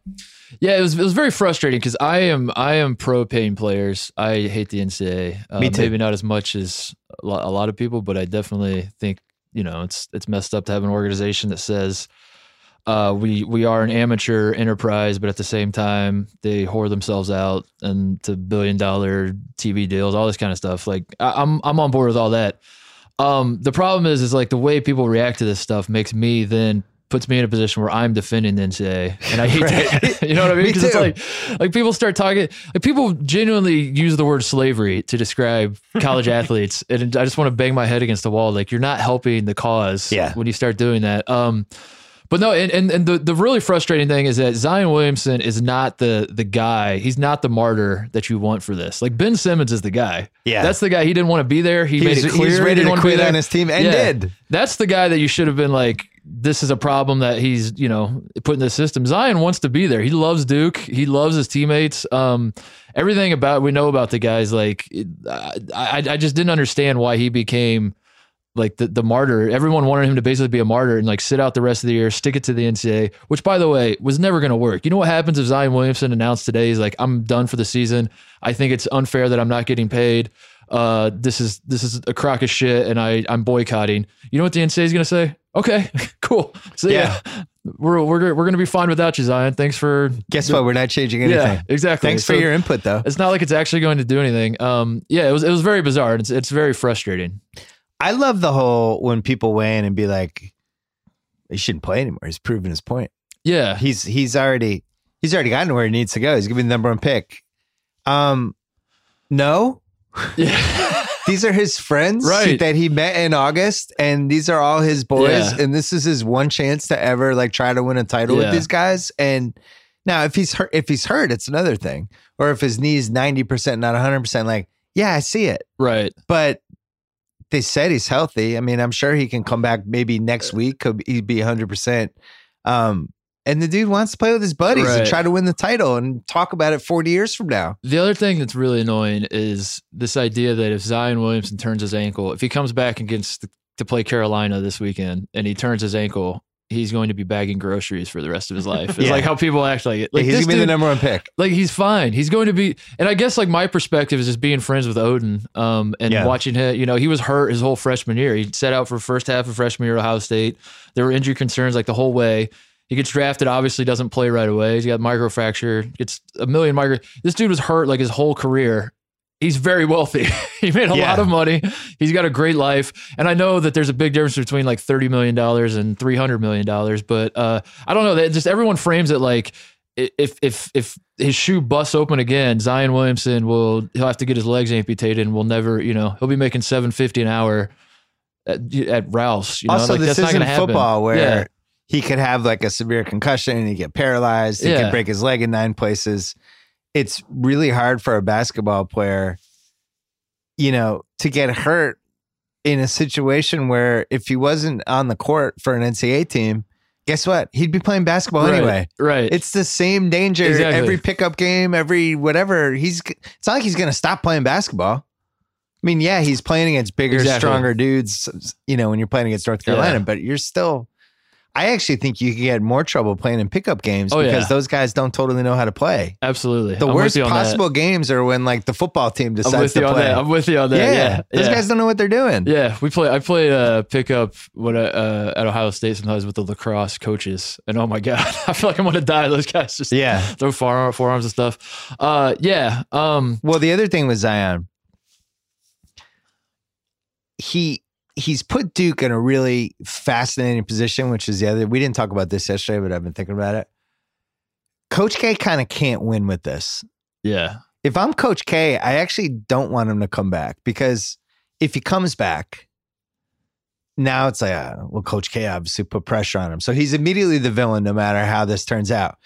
Speaker 4: yeah, it was it was very frustrating because I am I am pro paying players. I hate the NCAA. Uh,
Speaker 1: Me too.
Speaker 4: Maybe not as much as a lot, a lot of people, but I definitely think you know it's it's messed up to have an organization that says uh, we we are an amateur enterprise, but at the same time they whore themselves out and to billion dollar TV deals, all this kind of stuff. Like I, I'm I'm on board with all that. Um, the problem is is like the way people react to this stuff makes me then puts me in a position where I'm defending the NCAA, and I hate
Speaker 1: Right.
Speaker 4: that. you know what I mean?
Speaker 1: Me
Speaker 4: 'Cause it's
Speaker 1: too.
Speaker 4: like like people start talking like people genuinely use the word slavery to describe college athletes and i just want to bang my head against the wall like you're not helping the cause
Speaker 1: Yeah.
Speaker 4: when you start doing that um But no, and, and, and the, the really frustrating thing is that Zion Williamson is not the the guy. He's not the martyr that you want for this. Like Ben Simmons is the guy.
Speaker 1: Yeah.
Speaker 4: That's the guy. He didn't want to be there. He, made
Speaker 1: he's,
Speaker 4: it clear
Speaker 1: he's
Speaker 4: he
Speaker 1: ready
Speaker 4: didn't
Speaker 1: to
Speaker 4: want be
Speaker 1: quit
Speaker 4: there.
Speaker 1: on his team and
Speaker 4: Yeah.
Speaker 1: did.
Speaker 4: That's the guy that you should have been like, this is a problem that he's, you know, put in the system. Zion wants to be there. He loves Duke. He loves his teammates. Um, everything about we know about the guys, like, it- I, I, I just didn't understand why he became like the, the martyr. Everyone wanted him to basically be a martyr and like sit out the rest of the year, stick it to the NCAA, which by the way was never going to work. You know what happens if Zion Williamson announced today he's like, I'm done for the season. I think it's unfair that I'm not getting paid. Uh, this is this is a crock of shit, and I I'm boycotting. You know what the NCAA is going to say? Okay, cool. So yeah, we're we're we're going to be fine without you, Zion. Thanks for
Speaker 1: Guess what? We're not changing anything.
Speaker 4: yeah, exactly.
Speaker 1: Thanks for
Speaker 4: So
Speaker 1: your input, though.
Speaker 4: It's not like it's actually going to do anything. Um, yeah, it was it was very bizarre. It's it's very frustrating.
Speaker 1: I love the whole when people weigh in and be like, he shouldn't play anymore. He's proven his point.
Speaker 4: Yeah,
Speaker 1: He's he's already he's already gotten where he needs to go. He's giving the number one pick. Um, no,
Speaker 4: yeah.
Speaker 1: these are his friends
Speaker 4: Right.
Speaker 1: that he met in August, and these are all his boys,
Speaker 4: Yeah.
Speaker 1: and this is his one chance to ever like try to win a title
Speaker 4: Yeah.
Speaker 1: with these guys. And now, if he's hurt, if he's hurt, it's another thing. Or if his knee's ninety percent, not hundred percent, like yeah, I see it.
Speaker 4: Right.
Speaker 1: but they said he's healthy. I mean, I'm sure he can come back maybe next week. Could he be 100? percent um, And the dude wants to play with his buddies
Speaker 4: Right.
Speaker 1: and try to win the title and talk about it 40 years from now.
Speaker 4: The other thing that's really annoying is this idea that if Zion Williamson turns his ankle, if he comes back against to play Carolina this weekend and he turns his ankle, he's going to be bagging groceries for the rest of his life. It's
Speaker 1: Yeah.
Speaker 4: like how people act like it. Like
Speaker 1: he's
Speaker 4: this
Speaker 1: gonna be the
Speaker 4: dude-
Speaker 1: number one pick.
Speaker 4: like he's fine. He's going to be, and I guess like my perspective is just being friends with Odin, um, and
Speaker 1: Yeah.
Speaker 4: watching him. You know, he was hurt his whole freshman year. He sat out for first half of freshman year at Ohio State. There were injury concerns like the whole way. He gets drafted, obviously doesn't play right away. He's got microfracture, gets a million micro. This dude was hurt like his whole career. He's very wealthy. he made a
Speaker 1: Yeah.
Speaker 4: lot of money. He's got a great life. And I know that there's a big difference between like $30 million and $300 million, but uh, I don't know. That just everyone frames it like i- if if if his shoe busts open again, Zion Williamson will he'll have to get his legs amputated and will never, you know, he'll be making seven fifty an hour at, at Rouse. You know,
Speaker 1: also,
Speaker 4: like,
Speaker 1: this
Speaker 4: that's not
Speaker 1: isn't
Speaker 4: gonna happen.
Speaker 1: football where
Speaker 4: Yeah.
Speaker 1: he could have like a severe concussion and he get paralyzed. He
Speaker 4: Yeah.
Speaker 1: could break his leg in nine places. It's really hard for a basketball player, you know, to get hurt in a situation where if he wasn't on the court for an NCAA team, guess what? He'd be playing basketball
Speaker 4: Right.
Speaker 1: anyway.
Speaker 4: right?
Speaker 1: It's the same danger
Speaker 4: Exactly.
Speaker 1: every pickup game, every whatever. He's it's not like he's going to stop playing basketball. I mean, yeah, he's playing against bigger,
Speaker 4: Exactly.
Speaker 1: stronger dudes, you know, when you're playing against North Carolina, but you're still I actually think you could get more trouble playing in pickup games
Speaker 4: Oh,
Speaker 1: because
Speaker 4: yeah.
Speaker 1: those guys don't totally know how to play.
Speaker 4: absolutely
Speaker 1: The
Speaker 4: I'm with
Speaker 1: worst
Speaker 4: you on that.
Speaker 1: possible games are when like the football team
Speaker 4: I'm
Speaker 1: decides
Speaker 4: with
Speaker 1: to
Speaker 4: you on
Speaker 1: play.
Speaker 4: that. I'm with you on that.
Speaker 1: yeah,
Speaker 4: Yeah,
Speaker 1: those
Speaker 4: yeah.
Speaker 1: guys don't know what they're doing.
Speaker 4: Yeah, we play. I play uh, pickup when I, uh, at Ohio State sometimes with the lacrosse coaches, and oh my god, I feel like I'm gonna die. Those guys just
Speaker 1: yeah.
Speaker 4: throw forearm, forearms and stuff. Uh, yeah, um,
Speaker 1: Well, the other thing um, with Zion, he he's put Duke in a really fascinating position, which is the other. We didn't talk about this yesterday, but I've been thinking about it. Coach K kind of can't win with this.
Speaker 4: yeah,
Speaker 1: If I'm Coach K, I actually don't want him to come back because if he comes back, now it's like, uh, well, Coach K obviously put pressure on him. So he's immediately the villain no matter how this turns out.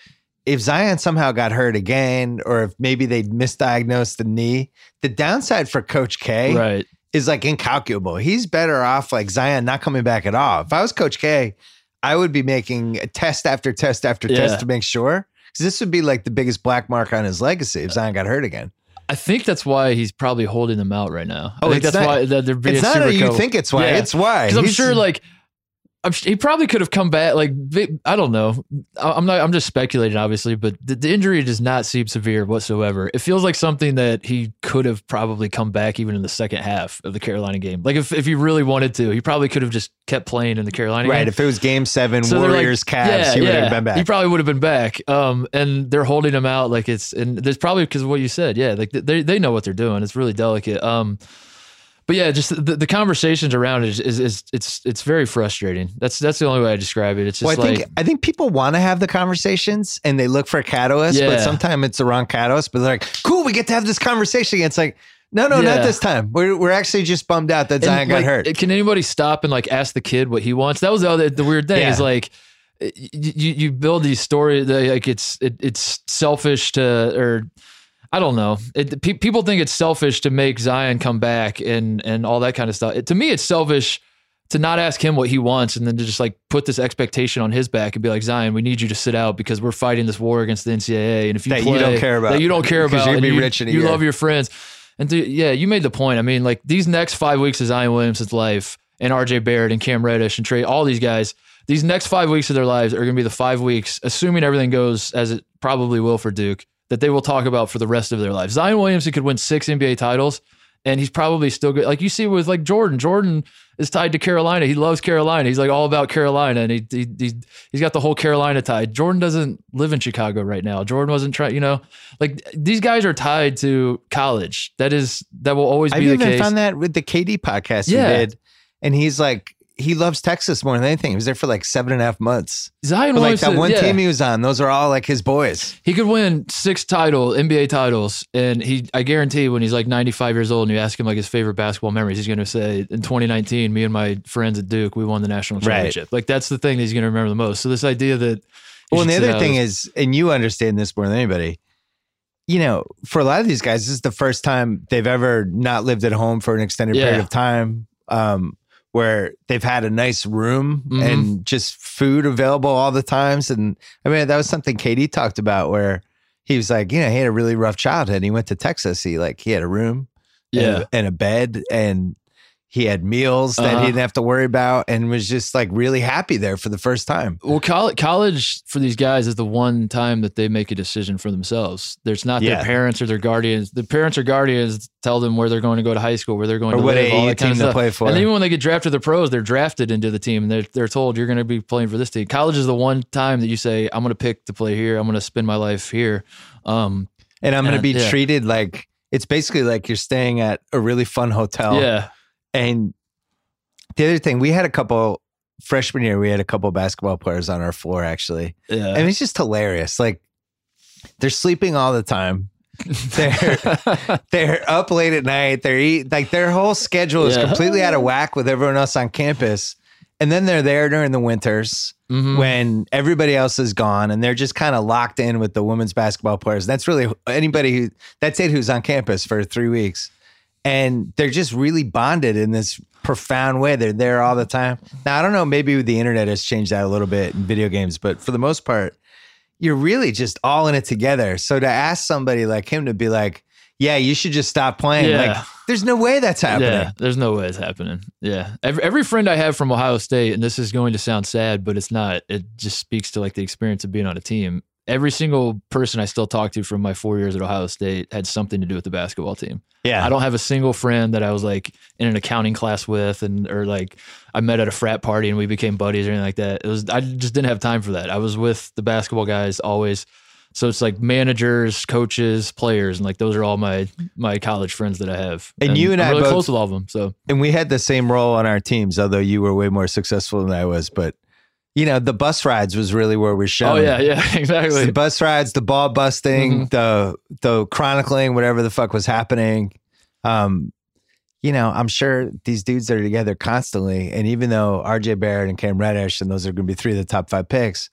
Speaker 1: If Zion somehow got hurt again, or if maybe they misdiagnosed the knee, the downside for Coach K
Speaker 4: right.
Speaker 1: is like incalculable. He's better off like Zion not coming back at all. If I was Coach K, I would be making test after test after
Speaker 4: Yeah.
Speaker 1: test to make sure. Because this would be like the biggest black mark on his legacy
Speaker 4: Uh,
Speaker 1: if Zion got hurt again.
Speaker 4: I think that's why he's probably holding them out right now.
Speaker 1: Oh,
Speaker 4: I think
Speaker 1: it's
Speaker 4: that's
Speaker 1: not-
Speaker 4: why that they're being
Speaker 1: It's
Speaker 4: a
Speaker 1: not
Speaker 4: super
Speaker 1: that you think it's why.
Speaker 4: Yeah.
Speaker 1: It's why.
Speaker 4: because I'm
Speaker 1: He's-
Speaker 4: sure like. I'm, su- he probably could have come back. Like vi- I don't know. I- I'm not. I'm just speculating, obviously. But the, the injury does not seem severe whatsoever. It feels like something that he could have probably come back even in the second half of the Carolina game. Like if, if he really wanted to, he probably could have just kept playing in the Carolina
Speaker 1: right.
Speaker 4: game.
Speaker 1: If it was Game Seven,
Speaker 4: So they're like,
Speaker 1: Warriors, Cavs, he would have been
Speaker 4: He
Speaker 1: back.
Speaker 4: probably would have been back. Um, and they're holding him out like it's and there's probably because of what you said. Yeah, like they they know what they're doing. It's really delicate. Um, but yeah, just the, the conversations around it is, is, is it's it's very frustrating. That's that's the only way I describe it. It's
Speaker 1: well, I
Speaker 4: just
Speaker 1: think
Speaker 4: like
Speaker 1: I think people want to have the conversations and they look for a catalyst, but
Speaker 4: Yeah.
Speaker 1: sometimes it's the wrong catalyst. But they're like, "Cool, we get to have this conversation." It's like, no, no,
Speaker 4: Yeah.
Speaker 1: not this time. We're we're actually just bummed out that
Speaker 4: and,
Speaker 1: Zion got
Speaker 4: like,
Speaker 1: hurt.
Speaker 4: Can anybody stop and like ask the kid what he wants? That was the other the weird thing is
Speaker 1: Yeah.
Speaker 4: like y- y- you you build these stories like it's it, it's selfish to or I don't know. It, pe- people think it's selfish to make Zion come back and and all that kind of stuff. It- to me, it's selfish to not ask him what he wants and then to just like put this expectation on his back and be like, Zion, we need you to sit out because we're fighting this war against the NCAA. And if you
Speaker 5: That
Speaker 4: play,
Speaker 5: you don't care about.
Speaker 4: that you don't care
Speaker 5: Because
Speaker 4: about,
Speaker 5: you're
Speaker 4: and
Speaker 5: gonna be
Speaker 4: you,
Speaker 5: rich in a
Speaker 4: you
Speaker 5: year.
Speaker 4: love your friends. And dude, yeah, you made the point. I mean, like these next five weeks of Zion Williamson's life and RJ Barrett and Cam Reddish and Trey, all these guys, these next five weeks of their lives are going to be the five weeks, assuming everything goes as it probably will for Duke, that they will talk about for the rest of their lives. Zion Williamson could win six NBA titles, and he's probably still good. Like you see with like Jordan, Jordan is tied to Carolina. He loves Carolina. He's like all about Carolina, and he, he, he he's got the whole Carolina tied. Jordan doesn't live in Chicago right now. Jordan wasn't trying, you know, like these guys are tied to college. That is that will always
Speaker 1: I've
Speaker 4: be the
Speaker 1: even
Speaker 4: case.
Speaker 1: found that with the KD podcast
Speaker 4: Yeah.
Speaker 1: we did, and he's like, he loves Texas more than anything. He was there for like seven and a half months.
Speaker 4: Zion
Speaker 1: But like
Speaker 4: Williamson,
Speaker 1: that one
Speaker 4: yeah.
Speaker 1: team he was on, those are all like his boys.
Speaker 4: He could win six title NBA titles, and he I guarantee when he's like 95 years old, and you ask him like his favorite basketball memories, he's going to say in 2019, me and my friends at Duke, we won the national
Speaker 1: Right.
Speaker 4: championship. Like that's the thing that he's going to remember the most. So this idea that
Speaker 1: Well, and the other thing is, and you understand this more than anybody, you know, for a lot of these guys, this is the first time they've ever not lived at home for an extended period
Speaker 4: Yeah.
Speaker 1: of time. Um, where they've had a nice room
Speaker 4: Mhm.
Speaker 1: and just food available all the times. And I mean, that was something Katie talked about where he was like, you know, he had a really rough childhood. He went to Texas. He like, he had a room.
Speaker 4: yeah,
Speaker 1: and, a, and a bed and he had meals that
Speaker 4: Uh-huh.
Speaker 1: he didn't have to worry about and was just like really happy there for the first time.
Speaker 4: Well, college, college for these guys is the one time that they make a decision for themselves. There's not
Speaker 1: Yeah.
Speaker 4: their parents or their guardians. The parents or guardians tell them where they're going to go to high school, where they're going
Speaker 1: Or
Speaker 4: to
Speaker 1: what
Speaker 4: live, all
Speaker 1: AAU
Speaker 4: that kind
Speaker 1: team
Speaker 4: of
Speaker 1: to
Speaker 4: stuff.
Speaker 1: play for.
Speaker 4: And even when they get drafted to the pros, they're drafted into the team. And they're, they're told you're going to be playing for this team. College is the one time that you say, I'm going to pick to play here. I'm going to spend my life here. Um,
Speaker 1: and I'm going to
Speaker 4: and,
Speaker 1: be
Speaker 4: yeah.
Speaker 1: treated like it's basically like you're staying at a really fun hotel.
Speaker 4: Yeah.
Speaker 1: And the other thing, we had a couple freshman year, we had a couple basketball players on our floor actually.
Speaker 4: Yeah.
Speaker 1: And it's just hilarious. Like they're sleeping all the time. They're they're up late at night. They're eat like their whole schedule is
Speaker 4: Yeah.
Speaker 1: completely out of whack with everyone else on campus. And then they're there during the winters
Speaker 4: Mhm.
Speaker 1: when everybody else is gone and they're just kind of locked in with the women's basketball players. That's really anybody who that's it who's on campus for three weeks. And they're just really bonded in this profound way. They're there all the time. Now, I don't know, maybe the internet has changed that a little bit in video games, but for the most part, you're really just all in it together. So to ask somebody like him to be like, yeah, you should just stop playing.
Speaker 4: Yeah.
Speaker 1: Like, there's no way that's happening.
Speaker 4: Yeah, there's no way it's happening. Yeah, every, every friend I have from Ohio State, and this is going to sound sad, but it's not. It just speaks to like the experience of being on a team. Every single person I still talk to from my four years at Ohio State had something to do with the basketball team.
Speaker 1: Yeah.
Speaker 4: I don't have a single friend that I was like in an accounting class with, and or like I met at a frat party and we became buddies or anything like that. It was I just didn't have time for that. I was with the basketball guys always. So it's like managers, coaches, players, and like those are all my my college friends that I have.
Speaker 1: And you and
Speaker 4: I'm
Speaker 1: I
Speaker 4: really
Speaker 1: both-
Speaker 4: close with all of them. So
Speaker 1: and we had the same role on our teams, although you were way more successful than I was. But you know, the bus rides was really where we shone.
Speaker 4: Oh yeah, yeah,
Speaker 1: It's the
Speaker 4: exactly. Mm-hmm.
Speaker 1: bus rides, the ball busting, the the chronicling, whatever the fuck was happening. Um, you know, I'm sure these dudes are together constantly. And even though RJ Barrett and Cam Reddish, and those are going to be three of the top five picks,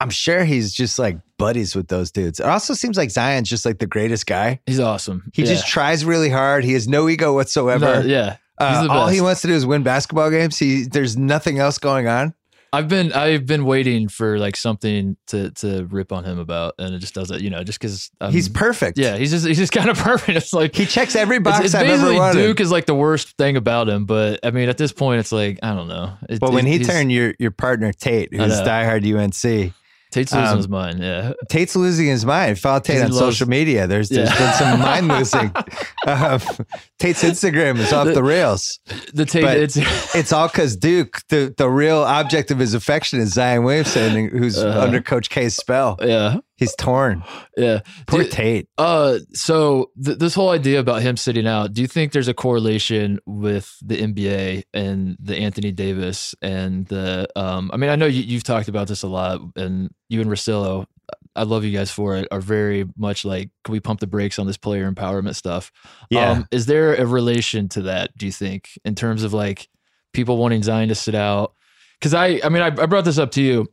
Speaker 1: I'm sure he's just like buddies with those dudes. It also seems like Zion's just like the greatest guy.
Speaker 4: He's awesome.
Speaker 1: He
Speaker 4: Yeah.
Speaker 1: just tries really hard. He has no ego whatsoever.
Speaker 4: No, yeah.
Speaker 1: Uh,
Speaker 4: He's the
Speaker 1: all he
Speaker 4: best.
Speaker 1: wants to do is win basketball games. He there's nothing else going on.
Speaker 4: I've been I've been waiting for like something to to rip on him about, and it just doesn't. You know, just because
Speaker 1: he's perfect.
Speaker 4: Um, Yeah, he's just he's just kind of perfect. It's like
Speaker 1: he checks every box
Speaker 4: it's, it's
Speaker 1: I've ever
Speaker 4: basically
Speaker 1: wanted.
Speaker 4: Duke is like the worst thing about him. But I mean, at this point, it's like I don't know. It-
Speaker 1: but when
Speaker 4: it-
Speaker 1: he
Speaker 4: he's-
Speaker 1: turned your your partner Tate,
Speaker 4: I
Speaker 1: who's
Speaker 4: know.
Speaker 1: diehard UNC,
Speaker 4: Tate's losing
Speaker 1: um,
Speaker 4: his mind. Yeah,
Speaker 1: Tate's losing his mind. Follow Tate
Speaker 4: He
Speaker 1: on
Speaker 4: loves-
Speaker 1: social media. There's there's
Speaker 4: Yeah.
Speaker 1: been some mind losing. Um, Tate's Instagram is off the rails.
Speaker 4: the Tate.
Speaker 1: but-
Speaker 4: It's
Speaker 1: It's all because Duke, the the real object of his affection is Zion Williamson, who's
Speaker 4: Uh-huh.
Speaker 1: under Coach K's spell.
Speaker 4: yeah,
Speaker 1: He's torn.
Speaker 4: yeah.
Speaker 1: Poor
Speaker 4: Dude,
Speaker 1: Tate.
Speaker 4: Uh, so th- this whole idea about him sitting out, do you think there's a correlation with the NBA and the Anthony Davis and the um? I mean, I know you, you've talked about this a lot, and you and Rosillo, I love you guys for it, are very much like, can we pump the brakes on this player empowerment stuff? Um, is there a relation to that, do you think, in terms of like people wanting Zion to sit out? Because I, I mean, I, I brought this up to you.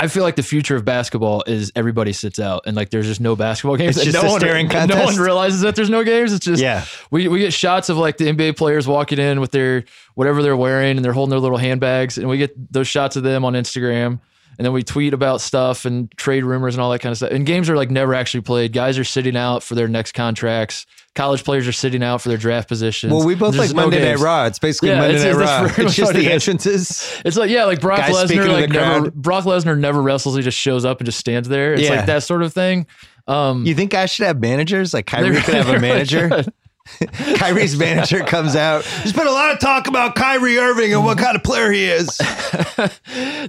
Speaker 4: I feel like the future of basketball is everybody sits out and like there's just no basketball games.
Speaker 1: It's
Speaker 4: and
Speaker 1: just
Speaker 4: no
Speaker 1: a
Speaker 4: one,
Speaker 1: staring
Speaker 4: and No one
Speaker 1: contest.
Speaker 4: realizes that there's no games. It's just
Speaker 1: yeah.
Speaker 4: we, we get shots of like the NBA players walking in with their whatever they're wearing and they're holding their little handbags and we get those shots of them on Instagram and then we tweet about stuff and trade rumors and all that kind of stuff. And games are like never actually played. Guys are sitting out for their next contracts. College players are sitting out for their draft positions.
Speaker 5: Well, we both
Speaker 4: There's
Speaker 5: like
Speaker 4: no
Speaker 5: Monday
Speaker 4: games.
Speaker 5: Night Raw. It's basically
Speaker 4: Yeah,
Speaker 5: Monday
Speaker 4: it's-
Speaker 5: Night
Speaker 4: it's-
Speaker 5: Raw.
Speaker 4: that's pretty
Speaker 5: It's just
Speaker 4: much what
Speaker 5: the
Speaker 4: it is.
Speaker 5: entrances.
Speaker 4: It's like yeah, like Brock
Speaker 5: Guys speaking
Speaker 4: Lesnar
Speaker 5: to
Speaker 4: like
Speaker 5: the
Speaker 4: never
Speaker 5: crowd.
Speaker 4: Brock Lesnar never wrestles. He just shows up and just stands there. It's
Speaker 1: Yeah.
Speaker 4: like that sort of thing. Um,
Speaker 1: You think I should have managers? Like Kyrie
Speaker 4: They're-
Speaker 1: could have
Speaker 4: they're
Speaker 1: a
Speaker 4: like-
Speaker 1: manager. Kyrie's manager comes out. There's been a lot of talk about Kyrie Irving and what kind of player he is.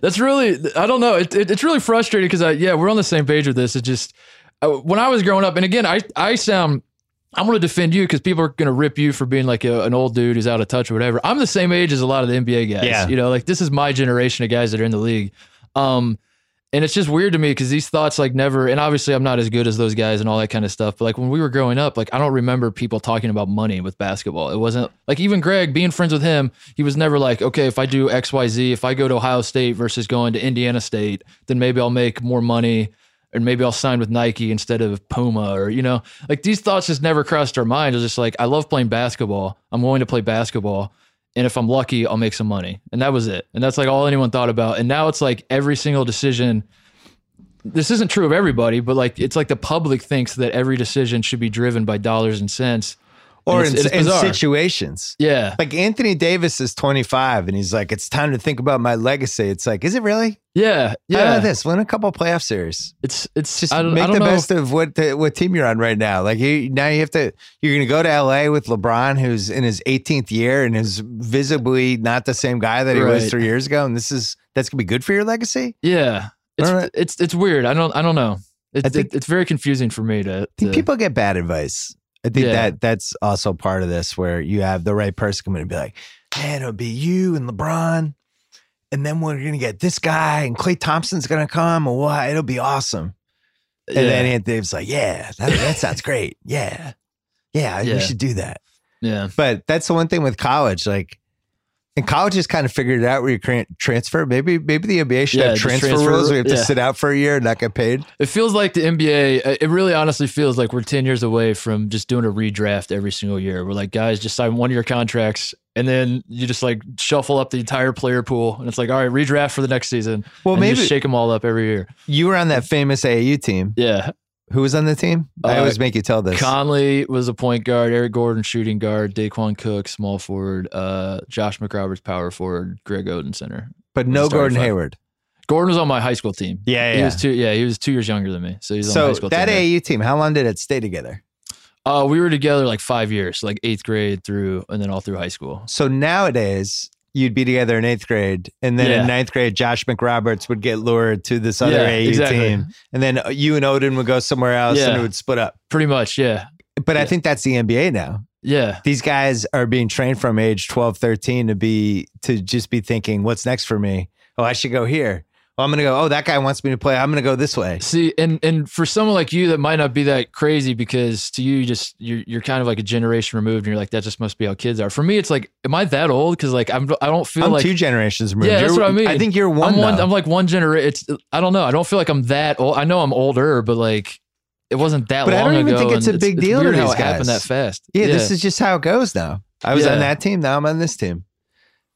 Speaker 4: That's really, I don't know. It, it, it's really frustrating because, I, yeah, we're on the same page with this. It just, uh, when I was growing up, and again, I, I sound, I'm going to defend you because people are going to rip you for being like a, an old dude who's out of touch or whatever. I'm the same age as a lot of the NBA guys.
Speaker 1: Yeah.
Speaker 4: You know, like this is my generation of guys that are in the league. Um, and it's just weird to me because these thoughts like never, and obviously I'm not as good as those guys and all that kind of stuff. But like when we were growing up, like I don't remember people talking about money with basketball. It wasn't like even Greg being friends with him, he was never like, okay, if I do X, Y, Z, if I go to Ohio State versus going to Indiana State, then maybe I'll make more money and maybe I'll sign with Nike instead of Puma or, you know, like these thoughts just never crossed our mind. It was just like, I love playing basketball. I'm willing to play basketball. And if I'm lucky, I'll make some money. And that was it. And that's like all anyone thought about. And now it's like every single decision this isn't true of everybody, but like it's like the public thinks that every decision should be driven by dollars and cents. And
Speaker 1: Or
Speaker 4: it's-
Speaker 1: in,
Speaker 4: it's
Speaker 1: in
Speaker 4: bizarre.
Speaker 1: situations.
Speaker 4: Yeah.
Speaker 1: Like Anthony Davis is 25 and he's like, it's time to think about my legacy. It's like, is it really?
Speaker 4: Yeah.
Speaker 1: How about
Speaker 4: Yeah.
Speaker 1: this? Win a couple playoff series.
Speaker 4: It's it's
Speaker 1: Just
Speaker 4: I don't, I
Speaker 1: make
Speaker 4: don't
Speaker 1: the
Speaker 4: know.
Speaker 1: best of what the, what team you're on right now. Like you, now you have to. You're going to go to LA with LeBron, who's in his 18th year and is visibly not the same guy that he was
Speaker 4: Right.
Speaker 1: three years ago. And this is that's going to be good for your legacy.
Speaker 4: Yeah. It's,
Speaker 1: Alright.
Speaker 4: it's it's weird. I don't I don't know. It's
Speaker 1: I think-
Speaker 4: it's very confusing for me to,
Speaker 1: I think
Speaker 4: to-
Speaker 1: people get bad advice. I think
Speaker 4: Yeah.
Speaker 1: that that's also part of this where you have the right person come in and be like, man, it'll be you and LeBron. And then we're going to get this guy and Clay Thompson's going to come and why it'll be awesome. And
Speaker 4: yeah.
Speaker 1: then Anthony Davis like, yeah, that, that sounds great. Yeah. Yeah,
Speaker 4: Yeah.
Speaker 1: we should do that.
Speaker 4: yeah.
Speaker 1: But that's the one thing with college. Like, and college has kind of figured it out where you can transfer. Maybe maybe the NBA should
Speaker 4: Yeah,
Speaker 1: have
Speaker 4: just
Speaker 1: transfer,
Speaker 4: transfer,
Speaker 1: rules. We have to
Speaker 4: yeah.
Speaker 1: sit out for a year and not get paid.
Speaker 4: It feels like the NBA. uh, It really, honestly feels like we're ten years away from just doing a redraft every single year. We're like, guys, just sign one of your contracts, and then you just like shuffle up the entire player pool, and it's like, all right, redraft for the next season.
Speaker 1: Well,
Speaker 4: and you
Speaker 1: maybe
Speaker 4: just shake them all up every year.
Speaker 1: you were on that famous AAU team.
Speaker 4: Yeah,
Speaker 1: Who was on the team? I
Speaker 4: Uh,
Speaker 1: always make you tell this.
Speaker 4: Conley was a point guard. Eric Gordon shooting guard. Daquan Cook small forward. Uh, Josh McRoberts power forward. Greg Oden center.
Speaker 1: but no
Speaker 4: starting
Speaker 1: Gordon
Speaker 4: five.
Speaker 1: Hayward.
Speaker 4: Gordon was on my high school team.
Speaker 1: Yeah,
Speaker 4: He was two. Yeah, he was two years younger than me, so he's on my
Speaker 1: so
Speaker 4: high school
Speaker 1: that
Speaker 4: team. yeah.
Speaker 1: AAU team, how long did it stay together?
Speaker 4: Uh, we were together like five years, like eighth grade through, and then all through high school.
Speaker 1: So nowadays, you'd be together in eighth grade, and then
Speaker 4: Yeah.
Speaker 1: in ninth grade, Josh McRoberts would get lured to this other AAU team, and then uh, you and Odin would go somewhere else, and
Speaker 4: Yeah.
Speaker 1: it would split up.
Speaker 4: Pretty much, yeah,
Speaker 1: But I
Speaker 4: Yeah.
Speaker 1: think that's the NBA now.
Speaker 4: yeah,
Speaker 1: These guys are being trained from age 12, 13 to be to just be thinking, what's next for me? Oh, I should go here. Oh, I'm gonna go. Oh, that guy wants me to play. I'm gonna go this way.
Speaker 4: See, and and for someone like you, that might not be that crazy because to you, you just you're you're kind of like a generation removed, and you're like that just must be how kids are. For me, it's like, am I that old? Because like I'm I don't feel
Speaker 1: I'm
Speaker 4: like
Speaker 1: two generations removed.
Speaker 4: Yeah, that's
Speaker 1: You're-
Speaker 4: what I mean.
Speaker 1: I think you're one.
Speaker 4: I'm one.
Speaker 1: though.
Speaker 4: I'm like one generation. It's I don't know. I don't feel like I'm that old. I know I'm older, but like it wasn't that
Speaker 1: But I
Speaker 4: long
Speaker 1: don't even
Speaker 4: ago,
Speaker 1: think it's
Speaker 4: and
Speaker 1: a big deal to
Speaker 4: weird how
Speaker 1: these
Speaker 4: it happened
Speaker 1: guys.
Speaker 4: that fast.
Speaker 1: yeah, this is just how it goes now. I was on
Speaker 4: Yeah.
Speaker 1: that team, now I'm on this team.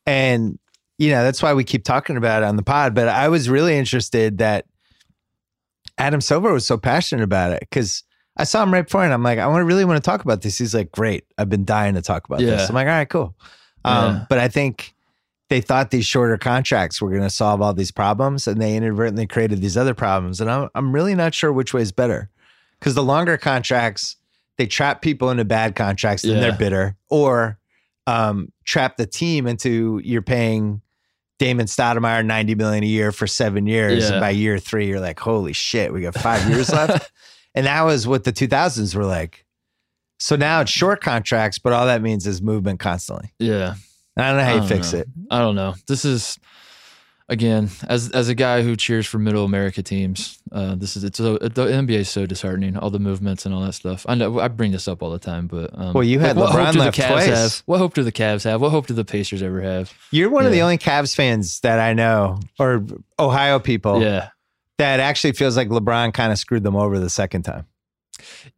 Speaker 1: And, you know, that's why we keep talking about it on the pod. But I was really interested that Adam Silver was so passionate about it because I saw him right before and I'm like, I want to really want to talk about this. He's like, great. I've been dying to talk about
Speaker 4: Yeah.
Speaker 1: this. I'm like, all right, cool. Um,
Speaker 4: Yeah.
Speaker 1: But I think they thought these shorter contracts were going to solve all these problems and they inadvertently created these other problems. And I'm, I'm really not sure which way is better because the longer contracts, they trap people into bad contracts and they're
Speaker 4: Yeah.
Speaker 1: bitter or um, trap the team into you're paying Damon Stoudemire 90 million a year for seven years.
Speaker 4: Yeah.
Speaker 1: And by year three, you're like, holy shit, we got five years left. And that was what the 2000s were like. So now it's short contracts, but all that means is movement constantly.
Speaker 4: yeah.
Speaker 1: And I don't know how
Speaker 4: I
Speaker 1: you
Speaker 4: don't
Speaker 1: fix
Speaker 4: know.
Speaker 1: it.
Speaker 4: I don't know. This is again as as a guy who cheers for Middle America teams. Uh, this is it's so, the NBA is so disheartening. All the movements and all that stuff. I know I bring this up all the time, but um,
Speaker 1: Well, you had
Speaker 4: what
Speaker 1: LeBron
Speaker 4: hope do
Speaker 1: left
Speaker 4: the Cavs
Speaker 1: twice.
Speaker 4: have? What hope do the Cavs have? What hope do the Pacers ever have?
Speaker 1: You're one of the
Speaker 4: Yeah.
Speaker 1: only Cavs fans that I know, or Ohio people,
Speaker 4: Yeah,
Speaker 1: that actually feels like LeBron kind of screwed them over the second time.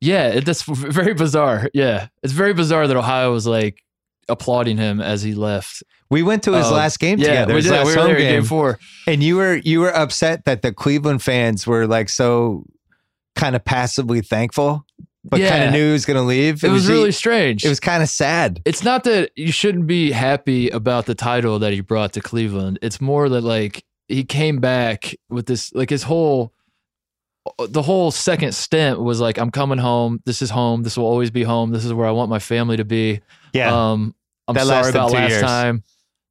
Speaker 4: Yeah, it, that's v- very bizarre. Yeah, it's very bizarre that Ohio was like applauding him as he left.
Speaker 1: We went to his
Speaker 4: Oh,
Speaker 1: last game
Speaker 4: Yeah,
Speaker 1: together.
Speaker 4: we
Speaker 1: his
Speaker 4: did.
Speaker 1: last
Speaker 4: We were
Speaker 1: home
Speaker 4: there at
Speaker 1: game.
Speaker 4: game four.
Speaker 1: And you were you were upset that the Cleveland fans were like so kind of passively thankful, but
Speaker 4: Yeah.
Speaker 1: kind of knew he was going to leave.
Speaker 4: It, was, really
Speaker 1: e-
Speaker 4: strange.
Speaker 1: it was kind of sad.
Speaker 4: It's not that you shouldn't be happy about the title that he brought to Cleveland. It's more that like he came back with this like his whole the whole second stint was like I'm coming home. This is home. This will always be home. This is where I want my family to be.
Speaker 1: Uh,
Speaker 4: Um, I'm
Speaker 1: That
Speaker 4: sorry
Speaker 1: lasted
Speaker 4: about
Speaker 1: two
Speaker 4: last
Speaker 1: years.
Speaker 4: time.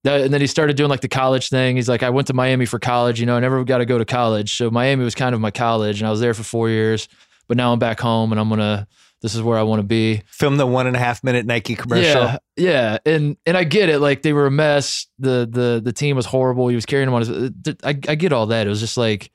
Speaker 4: That, and then he started doing like the college thing. He's like, I went to Miami for college. You know, I never got to go to college. So Miami was kind of my college, and I was there for four years. But now I'm back home, and I'm gonna. This is where I want to be.
Speaker 1: Film the one and a half minute Nike commercial.
Speaker 4: Yeah, Oh. yeah, and and I get it. Like they were a mess. The the the team was horrible. He was carrying them on his. uh, I I get all that. It was just like,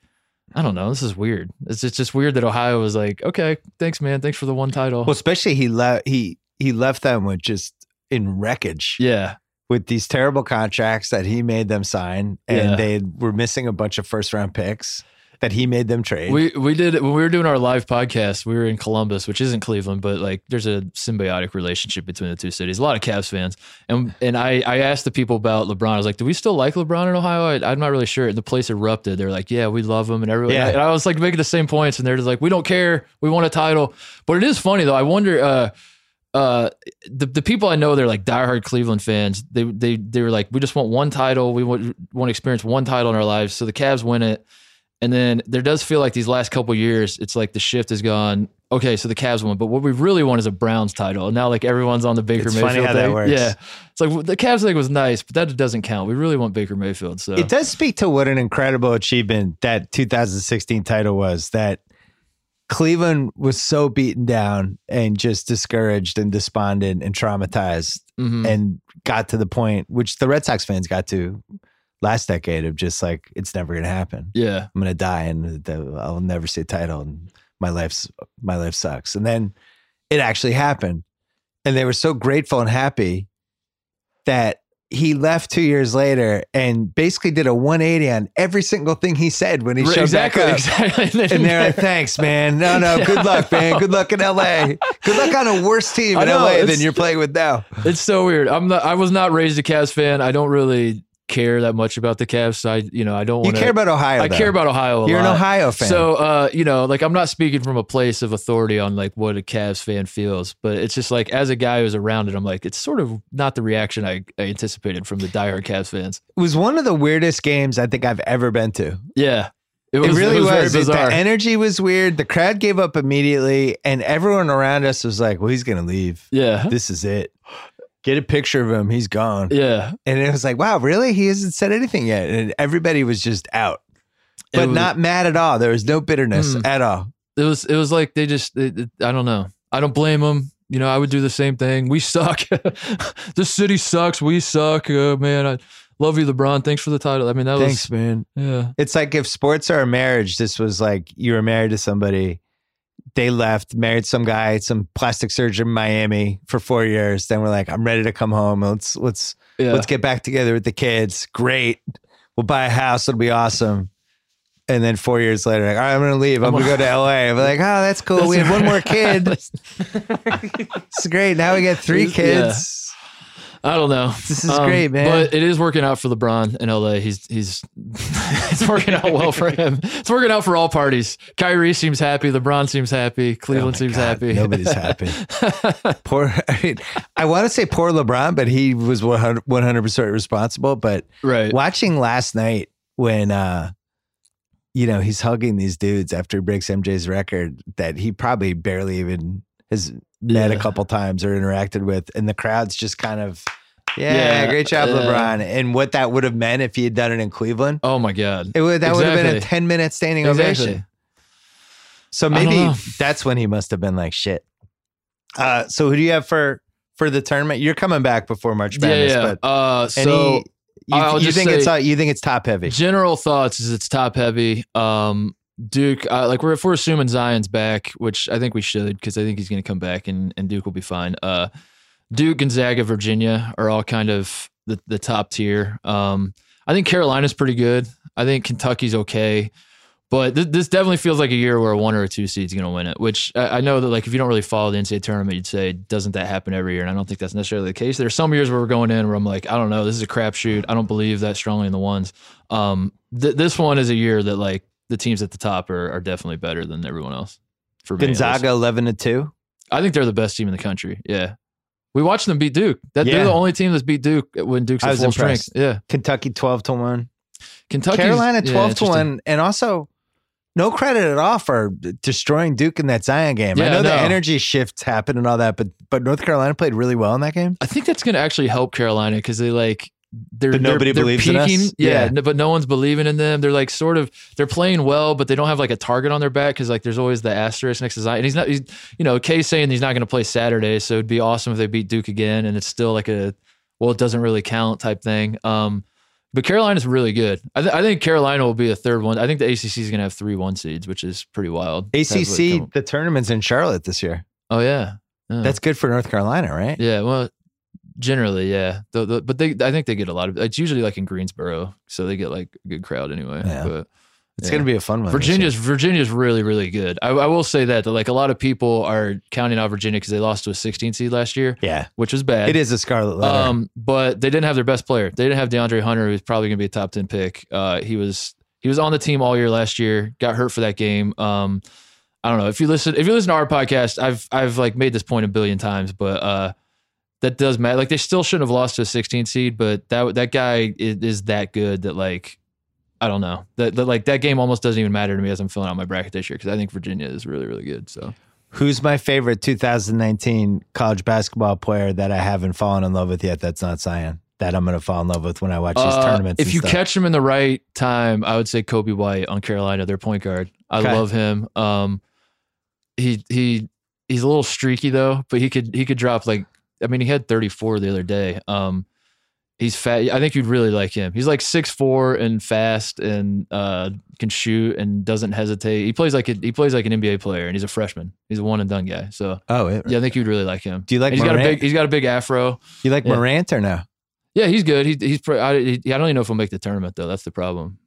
Speaker 4: I don't know. This is weird. It's just, just weird that Ohio was like, okay, thanks, man. Thanks for the one title.
Speaker 1: Well, especially he left he he left them with just in wreckage
Speaker 4: yeah,
Speaker 1: with these terrible contracts that he made them sign, and
Speaker 4: Yeah.
Speaker 1: they were missing a bunch of first round picks that he made them trade.
Speaker 4: we we did when we were doing our live podcast. We were in Columbus, which isn't Cleveland, but like there's a symbiotic relationship between the two cities. A lot of Cavs fans, and and I I asked the people about LeBron. I was like, do we still like LeBron in Ohio? I, I'm not really sure. The place erupted. They're like, yeah, we love him, and everyone.
Speaker 1: Yeah.
Speaker 4: And I was like making the same points, and they're just like, we don't care. We want a title. But it is funny though. I wonder. uh uh the, the people I know they're like diehard Cleveland fans. They they they were like, we just want one title. We want want to experience one title in our lives. So the Cavs win it, and then there does feel like these last couple years, it's like the shift has gone. Okay, so the Cavs won, but what we really want is a Browns title. And now like everyone's on the Baker
Speaker 1: It's funny
Speaker 4: Mayfield
Speaker 1: how that
Speaker 4: thing.
Speaker 1: works.
Speaker 4: Yeah, it's like well, the Cavs thing was nice, but that doesn't count. We really want Baker Mayfield. So
Speaker 1: It does speak to what an incredible achievement that 2016 title was. That Cleveland was so beaten down and just discouraged and despondent and traumatized,
Speaker 4: Mhm.
Speaker 1: and got to the point which the Red Sox fans got to last decade of just like it's never going to happen.
Speaker 4: yeah,
Speaker 1: I'm going to die and the- I'll never see a title and my life's my life sucks. And then it actually happened, and they were so grateful and happy that he left two years later and basically did a 180 on every single thing he said when he showed
Speaker 4: exactly,
Speaker 1: back up.
Speaker 4: exactly.
Speaker 1: And they're like, "Thanks, man. No, no. Good luck, man. Good luck in L.A. Good luck on a worse team
Speaker 4: I
Speaker 1: in
Speaker 4: know,
Speaker 1: L.A. than
Speaker 4: it's-
Speaker 1: you're playing with now."
Speaker 4: It's so weird. I'm not. I was not raised a Cavs fan. I don't really care that much about the Cavs. So I, you know, I don't.
Speaker 1: You
Speaker 4: wanna,
Speaker 1: care about Ohio.
Speaker 4: I
Speaker 1: though.
Speaker 4: care about Ohio. A
Speaker 1: uh, You're an
Speaker 4: lot.
Speaker 1: Ohio fan.
Speaker 4: So, uh, you know, like I'm not speaking from a place of authority on like what a Cavs fan feels, but it's just like as a guy who's around it, I'm like, it's sort of not the reaction I, I anticipated from the diehard Cavs fans.
Speaker 1: it was one of the weirdest games I think I've ever been to.
Speaker 4: Yeah,
Speaker 1: It, really was.
Speaker 4: very
Speaker 1: It-
Speaker 4: bizarre.
Speaker 1: the energy was weird. The crowd gave up immediately, and everyone around us was like, "Well, he's gonna leave.
Speaker 4: yeah,
Speaker 1: This is it. Get a picture of him. He's gone."
Speaker 4: yeah,
Speaker 1: And it was like, "Wow, really? He hasn't said anything yet." And everybody was just out,
Speaker 4: It
Speaker 1: but
Speaker 4: was-
Speaker 1: not mad at all. There was no bitterness
Speaker 4: Mm.
Speaker 1: at all.
Speaker 4: It was. It was like they just. It, it- I don't know. I don't blame them. You know, I would do the same thing. We suck. the city sucks. We suck. Uh, man, I love you, LeBron. Thanks for the title. I mean, that
Speaker 1: Thanks, man.
Speaker 4: was. Yeah.
Speaker 1: It's like if sports are a marriage, this was like you were married to somebody, they left, married some guy, some plastic surgeon in Miami for four years. Then we're like, I'm ready to come home. Let's let's
Speaker 4: Yeah.
Speaker 1: let's get back together with the kids. Great. We'll buy a house. It'll be awesome. And then four years later, like, all right, I'm gonna leave. I'm gonna go to LA. I'm like, oh, that's cool. we have one more kid. It's great. Now we got three
Speaker 4: Yeah.
Speaker 1: kids.
Speaker 4: I don't know.
Speaker 1: This is great, man.
Speaker 4: Um, But it is working out for LeBron in LA. He's he's it's working out well for him. It's working out for all parties. Kyrie seems happy. LeBron seems happy. Cleveland
Speaker 1: Oh my
Speaker 4: seems
Speaker 1: God,
Speaker 4: happy.
Speaker 1: Nobody's happy. poor. I, mean, I want to say poor LeBron, but he was 100 percent responsible. But
Speaker 4: right.
Speaker 1: watching last night when uh you know he's hugging these dudes after he breaks MJ's record that he probably barely even has met a
Speaker 4: Yeah.
Speaker 1: couple times or interacted with, and the crowd's just kind of. Yeah,
Speaker 4: Yeah,
Speaker 1: great job,
Speaker 4: yeah.
Speaker 1: LeBron. And what that would have meant if he had done it in Cleveland,
Speaker 4: Oh my God.
Speaker 1: it would that would have been a
Speaker 4: Exactly.
Speaker 1: ten minute standing ovation.
Speaker 4: Exactly.
Speaker 1: So
Speaker 4: don't
Speaker 1: maybe
Speaker 4: know.
Speaker 1: that's when he must have been like shit. Uh, so who do you have for for the tournament? You're coming back before March
Speaker 4: Yeah,
Speaker 1: Madness,
Speaker 4: yeah.
Speaker 1: but
Speaker 4: Uh,
Speaker 1: any
Speaker 4: so
Speaker 1: you,
Speaker 4: I'll
Speaker 1: you
Speaker 4: just
Speaker 1: think
Speaker 4: say-
Speaker 1: it's all, you think it's top heavy?
Speaker 4: General thoughts is it's top heavy. Um, Duke, uh, like we're if we're assuming Zion's back, which I think we should because I think he's going to come back and and Duke will be fine. Uh, Duke, Gonzaga, Virginia are all kind of the the top tier. Um, I think Carolina's pretty good. I think Kentucky's okay, But th- this definitely feels like a year where a one or a two seed's going to win it, which I-, I know that like if you don't really follow the NCAA tournament, you'd say doesn't that happen every year? And I don't think that's necessarily the case. There are some years where we're going in where I'm like, I don't know, this is a crapshoot. I don't believe that strongly in the ones. Um, th- this one is a year that like the teams at the top are, are definitely better than everyone else. For me, at least.
Speaker 1: Gonzaga eleven to two.
Speaker 4: I think they're the best team in the country. Yeah. We watched them beat Duke. That they're
Speaker 1: Yeah.
Speaker 4: the only team that's beat Duke when Duke's
Speaker 1: I
Speaker 4: at
Speaker 1: was
Speaker 4: full
Speaker 1: impressed.
Speaker 4: strength. Yeah.
Speaker 1: Kentucky twelve to one.
Speaker 4: Kentucky
Speaker 1: Carolina twelve to one, and also no credit at all for d- destroying Duke in that Zion game. I
Speaker 4: Yeah,
Speaker 1: know the
Speaker 4: no.
Speaker 1: energy shifts happened and all that, but but North Carolina played really well in that game.
Speaker 4: I think that's going to actually help Carolina because they like they're
Speaker 1: But
Speaker 4: they're-
Speaker 1: nobody
Speaker 4: they're
Speaker 1: believes in us?
Speaker 4: peaking. Yeah,
Speaker 1: Yeah.
Speaker 4: no- but no one's believing in them. They're like sort of they're playing well, but they don't have like a target on their back because like there's always the asterisk next to Zion. And he's not, he's, you know, Kay's saying he's not going to play Saturday, so it'd be awesome if they beat Duke again, and it's still like a well, it doesn't really count type thing. Um, but Carolina's really good. I, th- I think Carolina will be the third one. I think the ACC is going to have three one seeds, which is pretty wild. That's what it come-
Speaker 1: ACC the tournament's in Charlotte this year.
Speaker 4: Oh yeah. Yeah.
Speaker 1: That's good for North Carolina, right?
Speaker 4: Yeah, well, generally, yeah. The, the, but they, I think they get a lot of. It's usually like in Greensboro, so they get like a good crowd anyway.
Speaker 1: Yeah.
Speaker 4: But
Speaker 1: It's
Speaker 4: Yeah.
Speaker 1: gonna be a fun one. this year.
Speaker 4: Virginia's Virginia's really really good. I, I will say that that like a lot of people are counting out Virginia because they lost to a 16 seed last year,
Speaker 1: yeah,
Speaker 4: which was bad.
Speaker 1: it is a scarlet letter.
Speaker 4: Um, but they didn't have their best player. They didn't have DeAndre Hunter, who's probably going to be a top ten pick. Uh, he was he was on the team all year last year. Got hurt for that game. Um, I don't know if you listen if you listen to our podcast. I've I've like made this point a billion times, but uh, that does matter. Like they still shouldn't have lost to a 16 seed, but that that guy is, is that good that like. I don't know. That, that like that game almost doesn't even matter to me as I'm filling out my bracket this year because I think Virginia is really really good. So
Speaker 1: Who's my favorite 2019 college basketball player that I haven't fallen in love with yet? That's not Zion. That I'm gonna fall in love with when I watch these
Speaker 4: Uh,
Speaker 1: tournaments.
Speaker 4: If
Speaker 1: and
Speaker 4: you
Speaker 1: stuff.
Speaker 4: catch him in the right time, I would say Kobe White on Carolina, their point guard. I
Speaker 1: Okay.
Speaker 4: love him. Um, he he he's a little streaky though, but he could he could drop like I mean he had 34 the other day. Um, he's fat. I think you'd really like him. He's like six four and fast and uh can shoot and doesn't hesitate. He plays like a, he plays like an NBA player and he's a freshman. He's a one and done guy. So
Speaker 1: oh, it,
Speaker 4: yeah, I think you'd really like him.
Speaker 1: do you like
Speaker 4: And he's got a
Speaker 1: Morant?
Speaker 4: big he's got a big afro.
Speaker 1: you like
Speaker 4: yeah.
Speaker 1: Morant or no?
Speaker 4: Yeah, he's good. He, he's. Pro- I, he, I don't even know if he'll make the tournament though. That's the problem.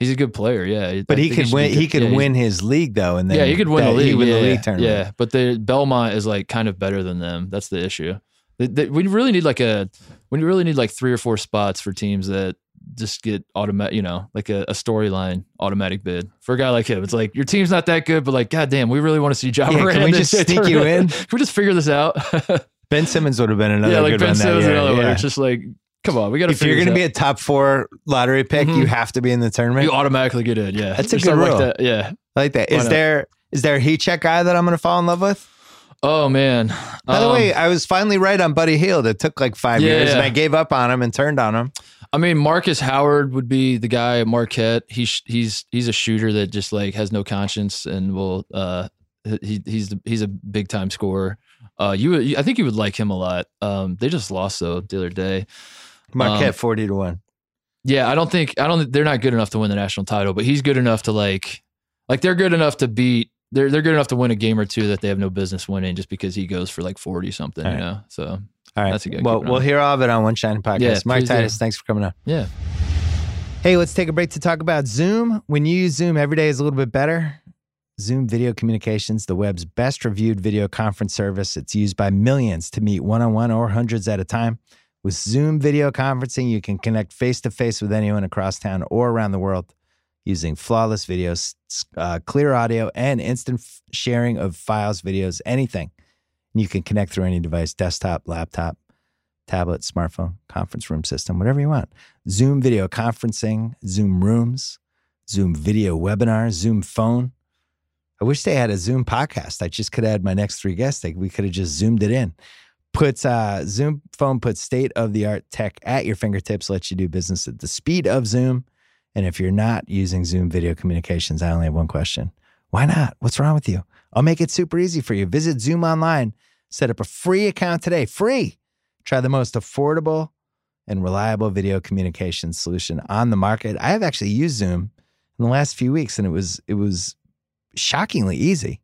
Speaker 4: He's a good player. Yeah,
Speaker 1: But
Speaker 4: I
Speaker 1: he
Speaker 4: think
Speaker 1: could
Speaker 4: should be
Speaker 1: win.
Speaker 4: good-
Speaker 1: He could
Speaker 4: yeah, he's-
Speaker 1: win his league though, and then
Speaker 4: Yeah, he could win the
Speaker 1: that-
Speaker 4: league.
Speaker 1: He win
Speaker 4: yeah,
Speaker 1: the
Speaker 4: yeah,
Speaker 1: league tournament.
Speaker 4: Yeah, but the Belmont is like kind of better than them. That's the issue. They- they- we really need like a. We really need like three or four spots for teams that just get automatic. You know, like a, a storyline automatic bid for a guy like him. It's like your team's not that good, but like, goddamn, we really want to see John.
Speaker 1: Yeah, can we just sneak you in?
Speaker 4: Can we just figure this out?
Speaker 1: Ben Simmons would have been another.
Speaker 4: yeah, like
Speaker 1: good
Speaker 4: Ben
Speaker 1: one that
Speaker 4: Simmons,
Speaker 1: year.
Speaker 4: another one.
Speaker 1: Yeah.
Speaker 4: It's just like, come on, we got to.
Speaker 1: If you're going to be a top four lottery pick,
Speaker 4: Mhm.
Speaker 1: you have to be in the tournament.
Speaker 4: You automatically get in. Yeah,
Speaker 1: That's a
Speaker 4: Or
Speaker 1: good
Speaker 4: something
Speaker 1: rule.
Speaker 4: Like that. Yeah.
Speaker 1: I like that.
Speaker 4: Why
Speaker 1: Is
Speaker 4: not?
Speaker 1: there is there a heat check guy that I'm going to fall in love with?
Speaker 4: Oh man.
Speaker 1: By the
Speaker 4: Um,
Speaker 1: way, I was finally right on Buddy Hield. It took like five
Speaker 4: Yeah.
Speaker 1: years, and I gave up on him and turned on him.
Speaker 4: I mean Marcus Howard would be the guy at Marquette. He's he's he's a shooter that just like has no conscience and will. Uh, he he's he's a big time scorer. Uh, you would- I think you would like him a lot. Um, they just lost though the other day.
Speaker 1: Marquette
Speaker 4: Um,
Speaker 1: forty to one.
Speaker 4: Yeah, I don't think I don't. They're not good enough to win the national title, but he's good enough to like, like they're good enough to beat. They're they're good enough to win a game or two that they have no business winning just because he goes for like forty something.
Speaker 1: All
Speaker 4: You
Speaker 1: right.
Speaker 4: know, so
Speaker 1: All right.
Speaker 4: that's a good-
Speaker 1: Well,
Speaker 4: keep it
Speaker 1: we'll
Speaker 4: on.
Speaker 1: hear all of it on One Shining Podcast.
Speaker 4: Yeah,
Speaker 1: Mark
Speaker 4: please do.
Speaker 1: Titus, thanks for coming on.
Speaker 4: yeah.
Speaker 1: Hey, let's take a break to talk about Zoom. When you use Zoom, every day is a little bit better. Zoom Video Communications, the web's best reviewed video conference service. It's used by millions to meet one on one or hundreds at a time. With Zoom video conferencing, you can connect face to face with anyone across town or around the world using flawless videos, uh, clear audio, and instant f- sharing of files, videos, anything. And you can connect through any device desktop, laptop, tablet, smartphone, conference room system, whatever you want. Zoom video conferencing, Zoom rooms, Zoom video webinars, Zoom phone. I wish they had a Zoom podcast. I just could have had my next three guests. Like we could have just zoomed it in. Puts uh, Zoom phone puts state of the art tech at your fingertips, lets you do business at the speed of Zoom. And if you're not using Zoom video communications, I only have one question. Why not? What's wrong with you? I'll make it super easy for you. Visit Zoom online, set up a free account today. Free. Try the most affordable and reliable video communication solution on the market. I have actually used Zoom in the last few weeks and it was it was shockingly easy.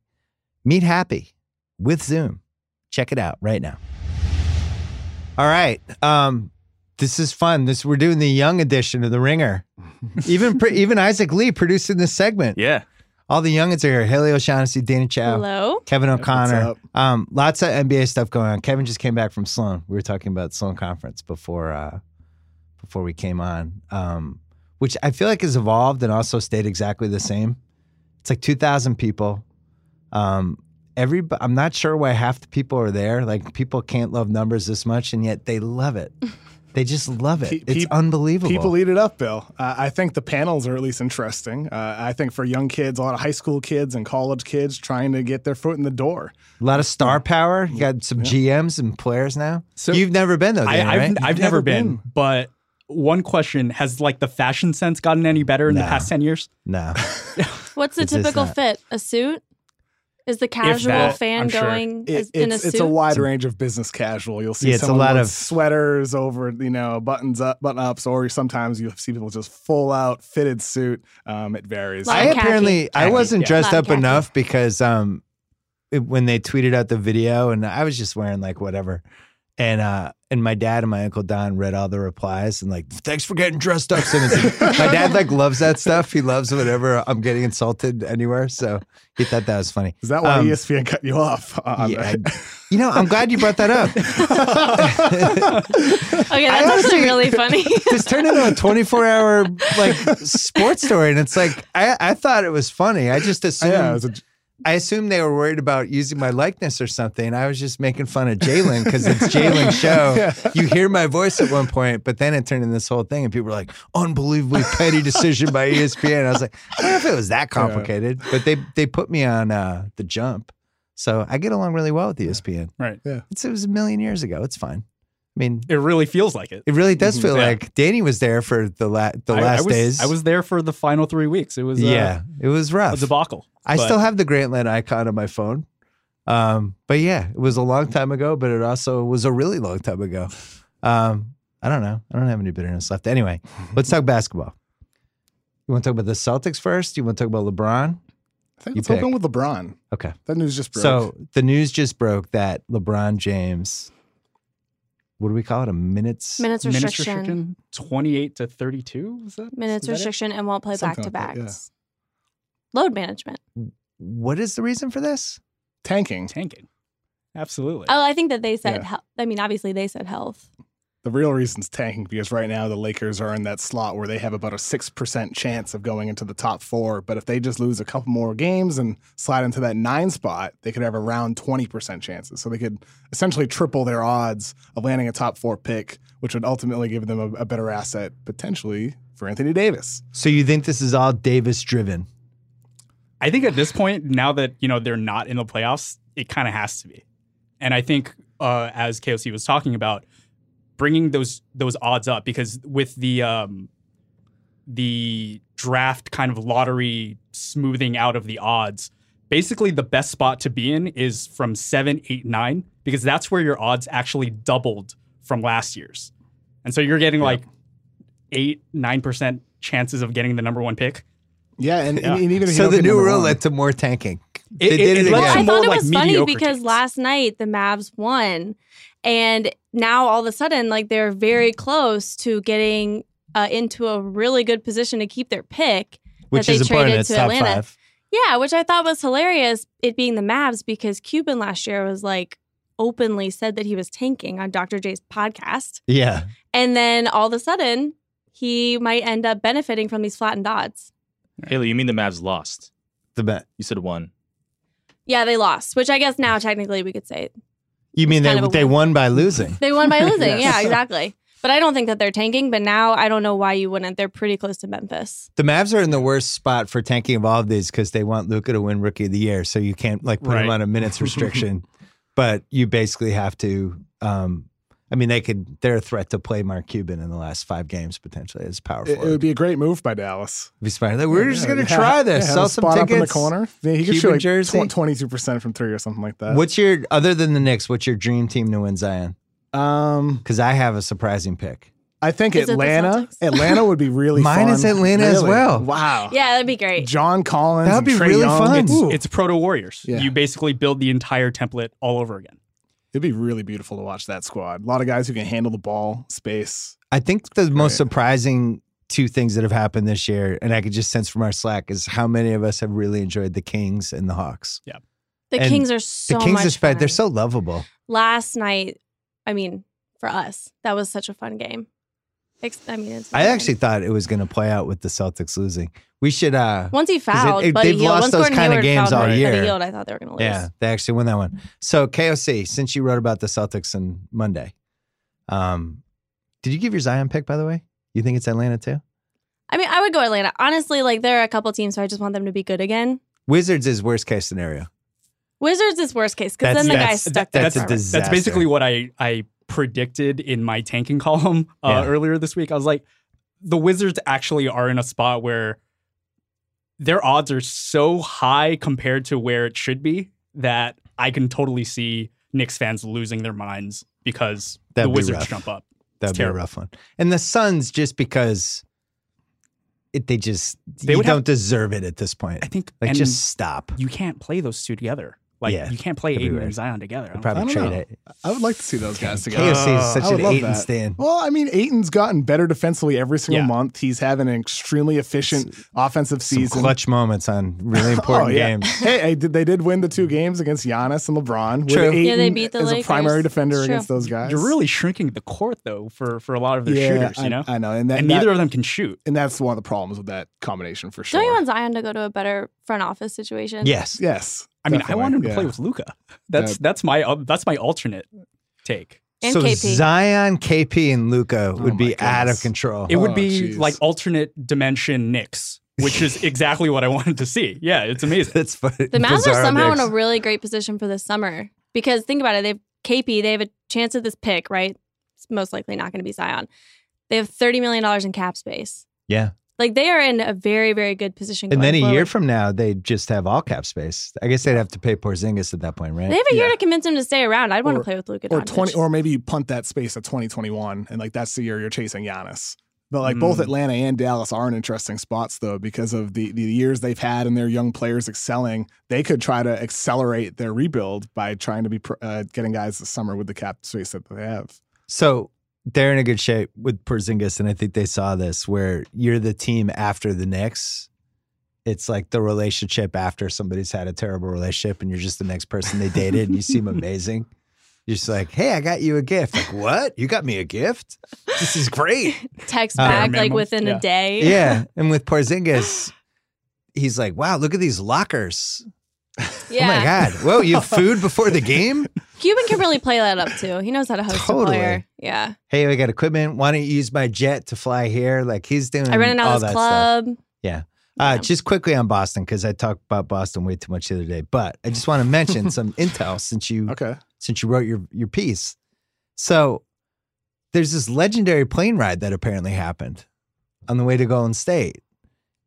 Speaker 1: Meet happy with Zoom. Check it out right now. All right. Um this is fun. This we're doing the young edition of the ringer. even pr- even Isaac Lee producing this segment.
Speaker 5: Yeah.
Speaker 1: All the youngins are here. Haley O'Shaughnessy, Dana Chow,
Speaker 3: Hello.
Speaker 1: Kevin O'Connor.
Speaker 6: up?
Speaker 1: Um, lots of NBA stuff going on. Kevin just came back from Sloan. We were talking about Sloan Conference before uh, before we came on, um, which I feel like has evolved and also stayed exactly the same. It's like two thousand people. Um, every I'm not sure why half the people are there. Like people can't love numbers this much, and yet they love it. They just love it.
Speaker 6: Pe-
Speaker 1: it's
Speaker 6: peop-
Speaker 1: unbelievable.
Speaker 6: People eat it up, Bill. Uh, I think the panels are at least interesting. Uh, I think for young kids, a lot of high school kids and college kids trying to get their foot in the door.
Speaker 1: A lot of star power. You got some GMs and players now.
Speaker 5: So-
Speaker 1: You've never been though, Danny,
Speaker 7: I, I've,
Speaker 1: right?
Speaker 6: You've
Speaker 7: I've never,
Speaker 6: never
Speaker 7: been,
Speaker 6: been.
Speaker 7: but one question has like the fashion sense gotten any better in
Speaker 1: No.
Speaker 7: the past 10 years?
Speaker 1: no.
Speaker 8: What's the
Speaker 1: It's just
Speaker 8: typical
Speaker 1: not-
Speaker 8: fit? A suit? Is the casual
Speaker 5: that,
Speaker 8: fan
Speaker 5: I'm sure.
Speaker 8: going
Speaker 6: It-
Speaker 8: as- in a
Speaker 6: it's,
Speaker 8: suit?
Speaker 6: it's a wide range of business casual. You'll see
Speaker 1: Yeah, it's a
Speaker 6: someone
Speaker 1: lot
Speaker 6: with
Speaker 1: of-
Speaker 6: sweaters over, you know, buttons up, button ups, or sometimes you see people just full out fitted suit. Um, it varies.
Speaker 8: Lot
Speaker 1: I
Speaker 8: of khaki.
Speaker 1: apparently I
Speaker 6: Khaki,
Speaker 1: wasn't
Speaker 6: yeah.
Speaker 1: dressed
Speaker 8: Lot of
Speaker 1: up
Speaker 8: khaki.
Speaker 1: enough because um it- when they tweeted out the video and I was just wearing like whatever. And uh and my dad and my uncle Don read all the replies and like thanks for getting dressed up Simmons. my dad like loves that stuff. He loves whenever I'm getting insulted anywhere. So he thought that was funny.
Speaker 6: Is that why E
Speaker 1: Um,
Speaker 6: ESPN cut you off? On
Speaker 1: yeah,
Speaker 6: that?
Speaker 1: You know, I'm glad you brought that up.
Speaker 8: Okay, that's
Speaker 1: honestly-
Speaker 8: actually really funny.
Speaker 1: this turned into a 24 hour like sports story and it's like I, I thought it was funny i just assumed
Speaker 6: yeah, it was a,
Speaker 1: i assumed they were worried about using my likeness or something i was just making fun of jalen because it's jalen's show you hear my voice at one point but then it turned into this whole thing and people were like unbelievably petty decision by E espn i was like i don't know if it was that complicated but they they put me on uh, the jump so i get along really well with E espn
Speaker 7: Right.
Speaker 6: Yeah.
Speaker 1: it's, it was a million years ago it's fine i mean
Speaker 7: It really feels like it.
Speaker 1: it really does feel
Speaker 7: Mm-hmm. Yeah.
Speaker 1: like Danny was there for the la- the
Speaker 7: I- I
Speaker 1: last
Speaker 7: was-
Speaker 1: days.
Speaker 7: I was there for the final three weeks. It was uh,
Speaker 1: yeah, it was
Speaker 7: a
Speaker 1: rough.
Speaker 7: debacle.
Speaker 1: I
Speaker 7: but-
Speaker 1: still have the Grantland icon on my phone. Um, but yeah, it was a long time ago, but it also was a really long time ago. Um, I don't know. I don't have any bitterness left. Anyway, let's talk basketball. You want to talk about the Celtics first? You want to talk about LeBron?
Speaker 6: I think
Speaker 1: You
Speaker 6: it's open
Speaker 1: pick.
Speaker 6: with LeBron.
Speaker 1: Okay.
Speaker 6: That news just broke.
Speaker 1: So the news just broke that LeBron James, what do we call it? A minutes?
Speaker 8: Minutes
Speaker 7: minutes restriction
Speaker 8: restriction.
Speaker 7: 28 to 32 was that
Speaker 8: Minutes
Speaker 7: Is that it?
Speaker 8: restriction and won't play back
Speaker 6: Something
Speaker 8: to
Speaker 6: like that, yeah.
Speaker 8: backs. Load management.
Speaker 1: What is the reason for this?
Speaker 6: tanking.
Speaker 7: tanking absolutely
Speaker 8: Oh, I think that they said.
Speaker 6: Yeah.
Speaker 8: hel- I mean, obviously they said health.
Speaker 6: The real reason's tanking because right now the Lakers are in that slot where they have about a six percent chance of going into the top four. But if they just lose a couple more games and slide into that nine spot, they could have around twenty percent chances. So they could essentially triple their odds of landing a top four pick, which would ultimately give them a, a better asset potentially for Anthony Davis.
Speaker 1: So you think this is all Davis driven?
Speaker 7: i think at this point now that you know they're not in the playoffs it kind of has to be and i think uh, as koc was talking about bringing those those odds up because with the um the draft kind of lottery smoothing out of the odds basically the best spot to be in is from 7 8 9 because that's where your odds actually doubled from last year's and so you're getting like 8 9% chances of getting the number 1 pick
Speaker 6: Yeah, and,
Speaker 7: Yeah.
Speaker 6: and even if you
Speaker 1: So
Speaker 6: don't
Speaker 1: the
Speaker 6: get
Speaker 1: new
Speaker 6: number
Speaker 1: rule
Speaker 6: one-
Speaker 1: led to more tanking.
Speaker 7: It-
Speaker 1: they
Speaker 7: it-
Speaker 1: did it,
Speaker 7: it
Speaker 8: Well,
Speaker 1: again.
Speaker 7: lets
Speaker 8: I
Speaker 7: Some
Speaker 8: thought
Speaker 7: more,
Speaker 8: it
Speaker 7: like,
Speaker 8: was funny
Speaker 7: mediocre
Speaker 8: because
Speaker 7: teams.
Speaker 8: last night the Mavs won, and now all of a sudden, like they're very close to getting uh, into a really good position to keep their pick.
Speaker 1: which
Speaker 8: they
Speaker 1: is important.
Speaker 8: traded
Speaker 1: It's
Speaker 8: to
Speaker 1: top
Speaker 8: Atlanta.
Speaker 1: five.
Speaker 8: Yeah, which I thought was hilarious. It being the Mavs because Cuban last year was like openly said that he was tanking on Dr. J's podcast,
Speaker 1: Yeah.
Speaker 8: and then all of a sudden he might end up benefiting from these flattened odds.
Speaker 5: Haley, you mean the Mavs lost?
Speaker 1: The bet.
Speaker 5: You said one.
Speaker 8: Yeah, they lost, which I guess now technically we could say
Speaker 1: You mean
Speaker 8: It's
Speaker 1: they
Speaker 8: kind of a
Speaker 1: they
Speaker 8: win.
Speaker 1: won by losing?
Speaker 8: They won by losing.
Speaker 6: Yes.
Speaker 8: Yeah, exactly. But I don't think that they're tanking. But now I don't know why you wouldn't. They're pretty close to Memphis.
Speaker 1: The Mavs are in the worst spot for tanking of all of these because they want Luca to win Rookie of the Year, so you can't like put him
Speaker 7: Right.
Speaker 1: on a minutes restriction. but you basically have to. Um, I mean, they could. They're a threat to play Mark Cuban in the last five games potentially as power
Speaker 6: It, it would
Speaker 1: forward.
Speaker 6: be a great move by Dallas.
Speaker 1: Be smart. Like, We're just
Speaker 6: Yeah,
Speaker 1: gonna
Speaker 6: yeah,
Speaker 1: try this.
Speaker 6: yeah, have
Speaker 1: Sell
Speaker 6: a
Speaker 1: some
Speaker 6: spot
Speaker 1: tickets.
Speaker 6: up in the corner. Yeah, he could
Speaker 1: Cuban
Speaker 6: shoot like
Speaker 1: jersey.
Speaker 6: twenty-two percent from three or something like that.
Speaker 1: What's your other than the Knicks? What's your dream team to win Zion?
Speaker 6: Um,
Speaker 1: Because I have a surprising pick.
Speaker 6: I think
Speaker 8: Is it the
Speaker 6: Atlanta.
Speaker 8: Celtics?
Speaker 6: Atlanta would be really
Speaker 1: Mine
Speaker 6: fun.
Speaker 1: is Atlanta as
Speaker 6: Really?
Speaker 1: well.
Speaker 6: Wow.
Speaker 8: Yeah, that'd be great.
Speaker 6: John Collins.
Speaker 1: That would
Speaker 6: and
Speaker 1: be
Speaker 6: Trae
Speaker 1: really
Speaker 6: Young.
Speaker 1: fun.
Speaker 6: It's,
Speaker 1: Ooh.
Speaker 6: it's,
Speaker 7: It's proto warriors.
Speaker 6: Yeah.
Speaker 7: You basically build the entire template all over again.
Speaker 6: it'd be really beautiful to watch that squad. A lot of guys who can handle the ball, space.
Speaker 1: I think the most
Speaker 6: great.
Speaker 1: surprising two things that have happened this year, and I could just sense from our Slack is how many of us have really enjoyed the Kings and the Hawks.
Speaker 8: The
Speaker 1: And
Speaker 8: Kings are so
Speaker 1: the Kings,
Speaker 8: much
Speaker 1: despite
Speaker 8: fun.
Speaker 1: they're so lovable.
Speaker 8: Last night, I mean, for us, that was such a fun game. Ex- I mean, it's
Speaker 1: I actually thought it was going to play out with the Celtics losing. We should. uh
Speaker 8: once he
Speaker 1: 'Cause it-
Speaker 8: fouled,
Speaker 1: it-
Speaker 8: but he
Speaker 1: they've
Speaker 8: healed.
Speaker 1: lost
Speaker 8: once
Speaker 1: those
Speaker 8: Gordon
Speaker 1: kinda
Speaker 8: Hayward
Speaker 1: games
Speaker 8: fouled
Speaker 1: all
Speaker 8: but
Speaker 1: year.
Speaker 8: He healed, I thought they were going to lose.
Speaker 1: Yeah, they actually won that one. So KOC, since you wrote about the Celtics on Monday, um, did you give your Zion pick by the way? You think it's Atlanta too?
Speaker 8: I mean, I would go Atlanta. Honestly, like there are a couple teams, so I just want them to be good again.
Speaker 1: Wizards is worst case scenario.
Speaker 8: Wizards is worst case because
Speaker 1: That's-
Speaker 8: then the
Speaker 1: that's-
Speaker 8: guy's stuck there.
Speaker 1: that's a
Speaker 8: forever.
Speaker 1: disaster.
Speaker 7: That's basically what I I predicted in my tanking column uh,
Speaker 1: Yeah.
Speaker 7: earlier this week. I was like, the Wizards actually are in a spot where their odds are so high compared to where it should be that I can totally see Knicks fans losing their minds because
Speaker 1: That'd
Speaker 7: the
Speaker 1: be
Speaker 7: Wizards
Speaker 1: rough.
Speaker 7: jump up.
Speaker 1: That'd be
Speaker 7: terrible.
Speaker 1: a rough one. And the Suns, just because it, they just
Speaker 7: They
Speaker 1: you
Speaker 7: would
Speaker 1: don't
Speaker 7: have-
Speaker 1: deserve it at this point.
Speaker 7: I think
Speaker 1: Like
Speaker 7: and
Speaker 1: just stop.
Speaker 7: you can't play those two together. Like
Speaker 1: Yeah,
Speaker 7: you can't play
Speaker 1: that'd be
Speaker 7: Aiden
Speaker 1: weird.
Speaker 7: and Zion together. I
Speaker 1: They'd
Speaker 7: don't
Speaker 1: probably
Speaker 6: I
Speaker 1: trade
Speaker 6: don't know.
Speaker 1: it.
Speaker 6: I would like to see those guys together.
Speaker 1: KOC is
Speaker 7: Uh,
Speaker 1: such
Speaker 6: I
Speaker 1: an
Speaker 6: would love
Speaker 1: eight and
Speaker 6: that.
Speaker 1: stand.
Speaker 6: Well, I mean, Aiton's gotten better defensively every single
Speaker 7: Yeah.
Speaker 6: month. He's having an extremely efficient offensive
Speaker 1: Some
Speaker 6: season.
Speaker 1: clutch moments on really important
Speaker 6: Oh, yeah.
Speaker 1: games.
Speaker 6: hey, I did, they did win the two games against Giannis and LeBron.
Speaker 1: True.
Speaker 6: With Ayton
Speaker 8: Yeah, they beat the
Speaker 6: as
Speaker 8: Lakers.
Speaker 6: a primary defender
Speaker 8: It's true.
Speaker 6: against those guys.
Speaker 7: You're really shrinking the court though for for a lot of their
Speaker 6: yeah,
Speaker 7: shooters.
Speaker 6: I-
Speaker 7: You know,
Speaker 6: I, know, and, that,
Speaker 7: and
Speaker 6: that-
Speaker 7: neither of them can shoot.
Speaker 6: and that's one of the problems with that combination for sure.
Speaker 8: Don't you want Zion to go to a better front office situation?
Speaker 1: Yes.
Speaker 6: yes,
Speaker 7: I mean, I
Speaker 6: definitely,
Speaker 7: want him to
Speaker 6: yeah.
Speaker 7: play with Luca. That's that's my uh, that's my alternate take.
Speaker 8: And
Speaker 1: so
Speaker 8: KP.
Speaker 1: Zion, KP, and Luca would
Speaker 6: my
Speaker 1: be out of
Speaker 6: goodness.
Speaker 1: control.
Speaker 7: It would
Speaker 6: Oh,
Speaker 7: be
Speaker 6: geez.
Speaker 7: like alternate dimension Knicks, which is exactly what I wanted to see. Yeah, it's amazing.
Speaker 1: That's funny.
Speaker 8: The Mavs are
Speaker 1: Bizarro
Speaker 8: somehow in
Speaker 1: mix.
Speaker 8: a really great position for this summer because think about it. They've KP, they have a chance at this pick, right? It's most likely not going to be Zion. They have $30 million in cap space.
Speaker 1: Yeah.
Speaker 8: Like they are in a very, very good position.
Speaker 1: And
Speaker 8: going
Speaker 1: then a year
Speaker 8: forward.
Speaker 1: from now, they just have all cap space. I guess they'd have to pay Porzingis at that point, right?
Speaker 8: They have a year
Speaker 6: Yeah.
Speaker 8: to convince him to stay around. I'd want to
Speaker 6: Or-
Speaker 8: play with Luka
Speaker 6: or
Speaker 8: Doncic.
Speaker 6: twenty, or maybe you punt that space to twenty twenty one, and like that's the year you're chasing Giannis. But like both
Speaker 7: Mm.
Speaker 6: Atlanta and Dallas are in interesting spots though because of the the years they've had and their young players excelling. They could try to accelerate their rebuild by trying to be pr- uh, getting guys this summer with the cap space that they have.
Speaker 1: So they're in a good shape with Porzingis, and I think they saw this where you're the team after the Knicks. It's like the relationship after somebody's had a terrible relationship, and you're just the next person they dated, and you seem amazing. You're just like, hey, I got you a gift. Like, what? You got me a gift? This is great.
Speaker 8: text
Speaker 1: Uh,
Speaker 8: back like
Speaker 7: minimum.
Speaker 8: within
Speaker 7: Yeah.
Speaker 8: a day.
Speaker 1: Yeah. And with Porzingis, he's like, wow, look at these lockers.
Speaker 8: yeah.
Speaker 1: Oh my God. Whoa, you have food before the game?
Speaker 8: Cuban can really play that up too. He knows how to host a
Speaker 1: Totally.
Speaker 8: player. Yeah.
Speaker 1: hey, I got equipment. Why don't you use my jet to fly here? Like he's doing
Speaker 8: I rented
Speaker 1: Mm, all
Speaker 8: out
Speaker 1: that stuff.
Speaker 8: his club.
Speaker 1: Yeah. Uh,
Speaker 8: Yeah.
Speaker 1: Just quickly on Boston, because I talked about Boston way too much the other day. But I just want to mention some intel since
Speaker 7: Mm.
Speaker 1: you
Speaker 6: Okay,
Speaker 1: since you wrote your your piece. So there's this legendary plane ride that apparently happened on the way to Golden State.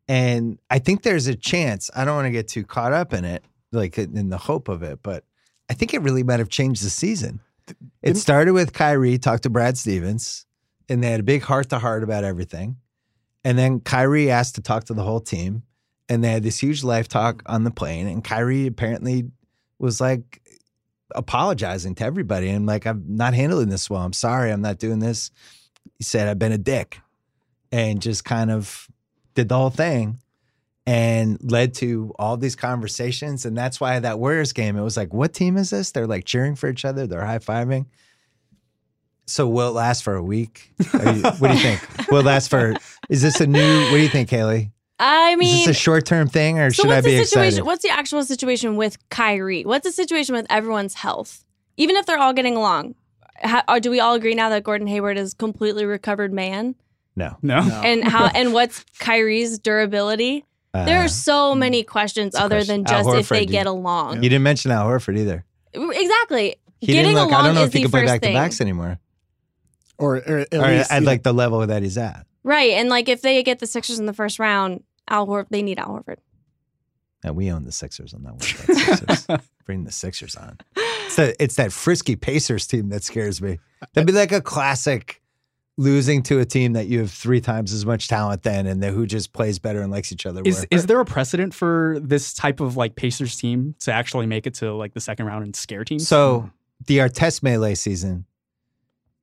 Speaker 1: And I think there's a chance, I don't want to get too caught up in it, like in the hope of it, but I think it really might have changed the season. It
Speaker 6: Didn't-
Speaker 1: started with Kyrie talked to Brad Stevens, and they had a big heart to heart about everything. And then Kyrie asked to talk to the whole team, and they had this huge life talk on the plane. And Kyrie apparently was like, apologizing to everybody and like I'm not handling this well. I'm sorry, I'm not doing this. He said I've been a dick and just kind of did the whole thing and led to all these conversations and that's why that Warriors game it was like what team is this? They're like cheering for each other, they're high-fiving. So will it last for a week? Are you- what do you think? Will it last for is this a new what do you think, Haley?
Speaker 8: I mean,
Speaker 1: is this a short-term thing or
Speaker 8: so
Speaker 1: should
Speaker 8: what's
Speaker 1: I be
Speaker 8: the situation?
Speaker 1: excited?
Speaker 8: What's the actual situation with Kyrie? What's the situation with everyone's health? Even if they're all getting along, how, or do we all agree now that Gordon Hayward is completely recovered man?
Speaker 1: no.
Speaker 7: No,
Speaker 6: No.
Speaker 8: And how? and what's Kyrie's durability? There
Speaker 1: Uh,
Speaker 8: are so many questions
Speaker 1: it's a
Speaker 8: other
Speaker 1: question.
Speaker 8: than
Speaker 1: Al
Speaker 8: just if
Speaker 1: Horford,
Speaker 8: they
Speaker 1: Oh, dude.
Speaker 8: get along.
Speaker 1: you didn't mention Al Horford either.
Speaker 8: Exactly.
Speaker 1: He
Speaker 8: Getting
Speaker 1: didn't look. I
Speaker 8: along
Speaker 1: don't know
Speaker 8: is
Speaker 1: if he
Speaker 8: the
Speaker 1: could play
Speaker 8: first
Speaker 1: back to
Speaker 8: thing.
Speaker 1: backs anymore.
Speaker 6: or, or at
Speaker 1: or
Speaker 6: least
Speaker 1: at
Speaker 6: you
Speaker 1: like the level that he's at.
Speaker 8: Right. And like if they get the Sixers in the first round, Al Horford, they need Al Horford.
Speaker 1: And we own the Sixers on that one. That's Sixers. Bring the Sixers on. It's, the, it's that frisky Pacers team that scares me. That'd be like a classic losing to a team that you have three times as much talent than and then who just plays better and likes each other.
Speaker 7: is
Speaker 1: more.
Speaker 7: is there a precedent for this type of like Pacers team to actually make it to like the second round and scare teams?
Speaker 1: so the Artest melee season,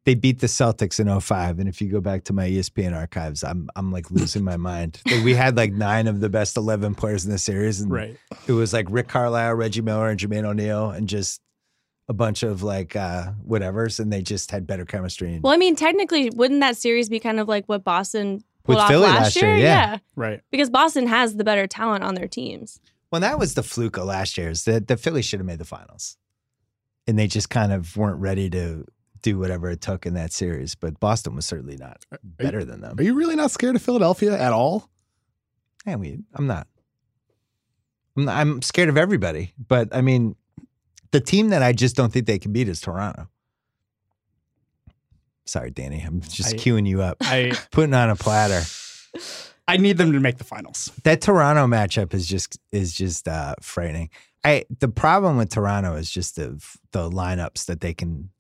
Speaker 1: they beat the Celtics in 05. And if you go back to my E ESPN archives, I'm I'm like losing my mind. Like, we had like nine of the best 11 players in the series. And
Speaker 7: Right.
Speaker 1: it was like Rick Carlisle, Reggie Miller, and Jermaine O'Neal, and just a bunch of like uh, whatevers. And they just had better chemistry. And
Speaker 8: Well, I mean, technically, wouldn't that series be kind of like what Boston pulled
Speaker 1: With
Speaker 8: off
Speaker 1: Philly
Speaker 8: last,
Speaker 1: last
Speaker 8: year?
Speaker 1: year, yeah.
Speaker 7: Right.
Speaker 8: because Boston has the better talent on their teams.
Speaker 1: Well, that was the fluke of last year's. The the Phillies should have made the finals, and they just kind of weren't ready to do whatever it took in that series. But Boston was certainly not better than them.
Speaker 6: Are you really not scared of Philadelphia at all?
Speaker 1: And we, I'm not. I'm, not- I'm scared of everybody, but I mean, the team that I just don't think they can beat is Toronto. Sorry, Danny. I'm just
Speaker 7: I-
Speaker 1: queuing you up,
Speaker 7: I
Speaker 1: putting on a platter.
Speaker 7: I need them to make the finals.
Speaker 1: that Toronto matchup is just is just uh, frightening. I the problem with Toronto is just the the lineups that they can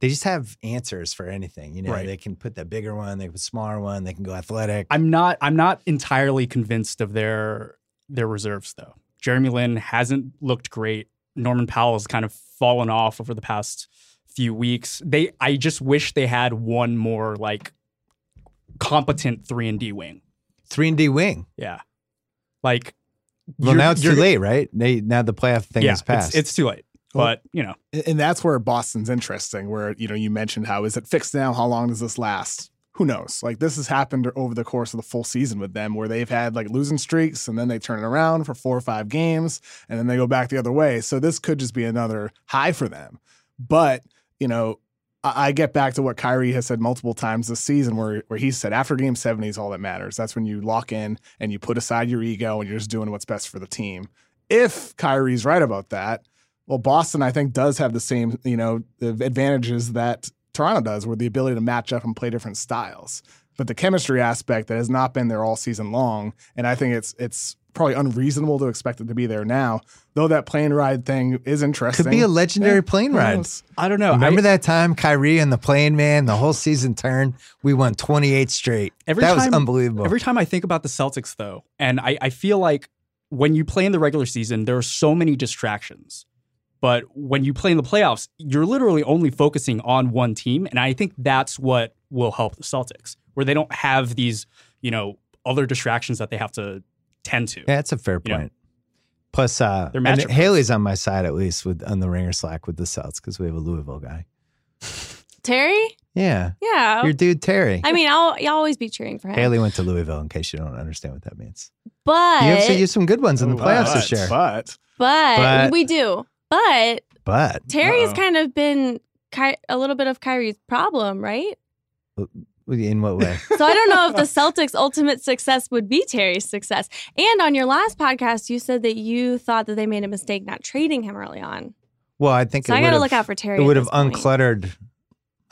Speaker 1: they just have answers for anything. You know,
Speaker 7: Right.
Speaker 1: they can put the bigger one, they can put smaller one, they can go athletic.
Speaker 7: I'm not I'm not entirely convinced of their their reserves though. Jeremy Lin hasn't looked great. Norman Powell's kind of fallen off over the past few weeks. They I just wish they had one more like competent 3 and D wing.
Speaker 1: Three and D wing.
Speaker 7: Yeah. Like
Speaker 1: Well,
Speaker 7: you're-
Speaker 1: now it's too
Speaker 7: you're-
Speaker 1: late, right? They, now the playoff thing
Speaker 7: yeah,
Speaker 1: is
Speaker 7: it's-
Speaker 1: passed.
Speaker 7: It's, too late. But, you know,
Speaker 6: And- And that's where Boston's interesting. Where you know you mentioned how is it fixed now? How long does this last? Who knows? Like this has happened over the course of the full season with them, where they've had like losing streaks and then they turn it around for four or five games and then they go back the other way. So this could just be another high for them. But you know, I, I get back to what Kyrie has said multiple times this season, where where he said after Game Seven is all that matters. That's when you lock in and you put aside your ego and you're just doing what's best for the team. If Kyrie's right about that, well, Boston, I think, does have the same, you know, advantages that Toronto does, with the ability to match up and play different styles. But the chemistry aspect that has not been there all season long, and I think it's it's probably unreasonable to expect it to be there now. Though that plane ride thing is interesting.
Speaker 1: could be a legendary
Speaker 6: Yeah,
Speaker 1: plane
Speaker 6: who
Speaker 1: ride.
Speaker 6: knows?
Speaker 7: I don't know.
Speaker 1: Remember
Speaker 7: I-
Speaker 1: that time Kyrie and the plane man, the whole season turned. We won 28 straight.
Speaker 7: Every
Speaker 1: that was
Speaker 7: time-
Speaker 1: unbelievable.
Speaker 7: Every time I think about the Celtics, though, and I, I feel like when you play in the regular season, there are so many distractions. But when you play in the playoffs, you're literally only focusing on one team. And I think that's what will help the Celtics, where they don't have these, you know, other distractions that they have to tend to.
Speaker 1: Yeah, that's a fair
Speaker 7: You know?
Speaker 1: point. Plus, uh,
Speaker 7: They're
Speaker 1: and
Speaker 7: matchup
Speaker 1: Haley's on my side at least with on the ringer slack with the Celts because we have a Louisville guy.
Speaker 8: Terry,
Speaker 1: Yeah,
Speaker 8: yeah.
Speaker 1: your dude Terry.
Speaker 8: I mean, I'll, I'll always be cheering for him.
Speaker 1: Haley went to Louisville. In case you don't understand what that means,
Speaker 8: but
Speaker 1: you have to use some good ones in the
Speaker 6: Oh, But-
Speaker 1: playoffs this year. But,
Speaker 6: But
Speaker 8: but,
Speaker 1: But-
Speaker 8: we do. But Terry's kind of been Ky- a little bit of Kyrie's problem, right?
Speaker 1: in what way?
Speaker 8: So I don't know if the Celtics' ultimate success would be Terry's success. And on your last podcast, you said that you thought that they made a mistake not trading him early on.
Speaker 1: Well, I think
Speaker 8: So
Speaker 1: it
Speaker 8: I got to
Speaker 1: would've-
Speaker 8: look out for Terry.
Speaker 1: It
Speaker 8: at
Speaker 1: would have
Speaker 8: this point.
Speaker 1: uncluttered,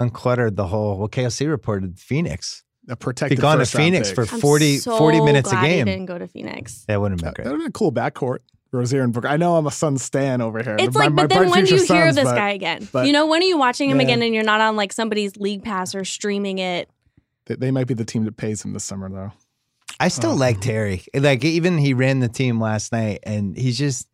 Speaker 1: uncluttered the whole. Well, KLC reported Phoenix.
Speaker 6: a
Speaker 1: If he'd
Speaker 6: protected
Speaker 1: gone to
Speaker 6: first round
Speaker 1: Phoenix
Speaker 6: pick.
Speaker 1: for
Speaker 8: I'm
Speaker 1: 40,
Speaker 8: so
Speaker 1: 40 minutes a
Speaker 8: glad he
Speaker 1: game,
Speaker 8: didn't go to Phoenix.
Speaker 1: that wouldn't have
Speaker 6: that
Speaker 1: been
Speaker 6: would
Speaker 1: great.
Speaker 6: have been a cool backcourt. Rozier and Booker. I know I'm a Sun stan over here.
Speaker 8: It's
Speaker 6: My-
Speaker 8: like,
Speaker 6: my
Speaker 8: but then
Speaker 6: bright
Speaker 8: when do
Speaker 6: future
Speaker 8: you hear of
Speaker 6: Suns,
Speaker 8: this
Speaker 6: but
Speaker 8: guy again?
Speaker 6: but-
Speaker 8: you know, when are you watching him
Speaker 6: Yeah.
Speaker 8: again and you're not on like somebody's league pass or streaming it?
Speaker 6: They, they might be the team that pays him this summer, though.
Speaker 1: I still
Speaker 6: Oh.
Speaker 1: like Terry. Like even he ran the team last night, and he's just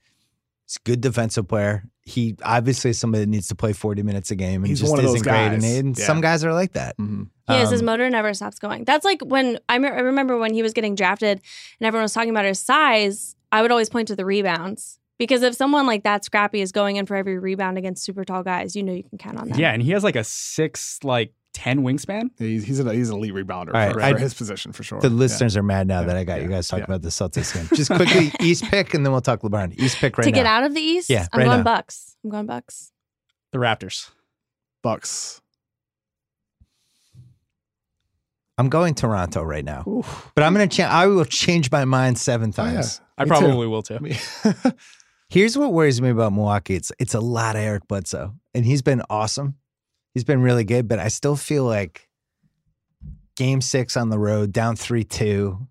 Speaker 1: he's a good defensive player. He obviously is somebody that needs to play forty minutes a game, and
Speaker 6: He's
Speaker 1: just
Speaker 6: one of those
Speaker 1: isn't great. And,
Speaker 6: guys.
Speaker 1: and
Speaker 6: Yeah.
Speaker 1: some guys are like that.
Speaker 6: Mm-hmm.
Speaker 8: Yes, his
Speaker 1: Um,
Speaker 8: motor never stops going. That's like when I, me- I remember when he was getting drafted and everyone was talking about his size. I would always point to the rebounds because if someone like that scrappy is going in for every rebound against super tall guys, you know you can count on them.
Speaker 7: Yeah. And he has like a six, like 10 wingspan.
Speaker 6: He's he's an, he's an elite rebounder
Speaker 1: All
Speaker 6: for,
Speaker 1: right, I-
Speaker 6: for his position for sure.
Speaker 1: the
Speaker 6: Yeah.
Speaker 1: listeners are mad now
Speaker 6: Yeah.
Speaker 1: that I got you
Speaker 6: Yeah.
Speaker 1: guys talking
Speaker 6: Yeah.
Speaker 1: about the Celtics game. Just quickly, East pick, and then we'll talk LeBron. East pick right
Speaker 8: to
Speaker 1: now.
Speaker 8: get out of the East,
Speaker 1: Yeah,
Speaker 8: I'm
Speaker 1: right
Speaker 8: going
Speaker 1: now.
Speaker 8: Bucks. I'm going Bucks.
Speaker 7: The Raptors.
Speaker 6: Bucks.
Speaker 1: I'm going Toronto right now, but I'm gonna change. I will change my mind seven
Speaker 6: Oh, yeah.
Speaker 1: times.
Speaker 7: I
Speaker 6: Me too.
Speaker 7: probably will too.
Speaker 6: Me-
Speaker 1: Here's what worries me about Milwaukee. It's it's a lot of Eric Bledsoe, and he's been awesome. He's been really good, but I still feel like game six on the road, down three two,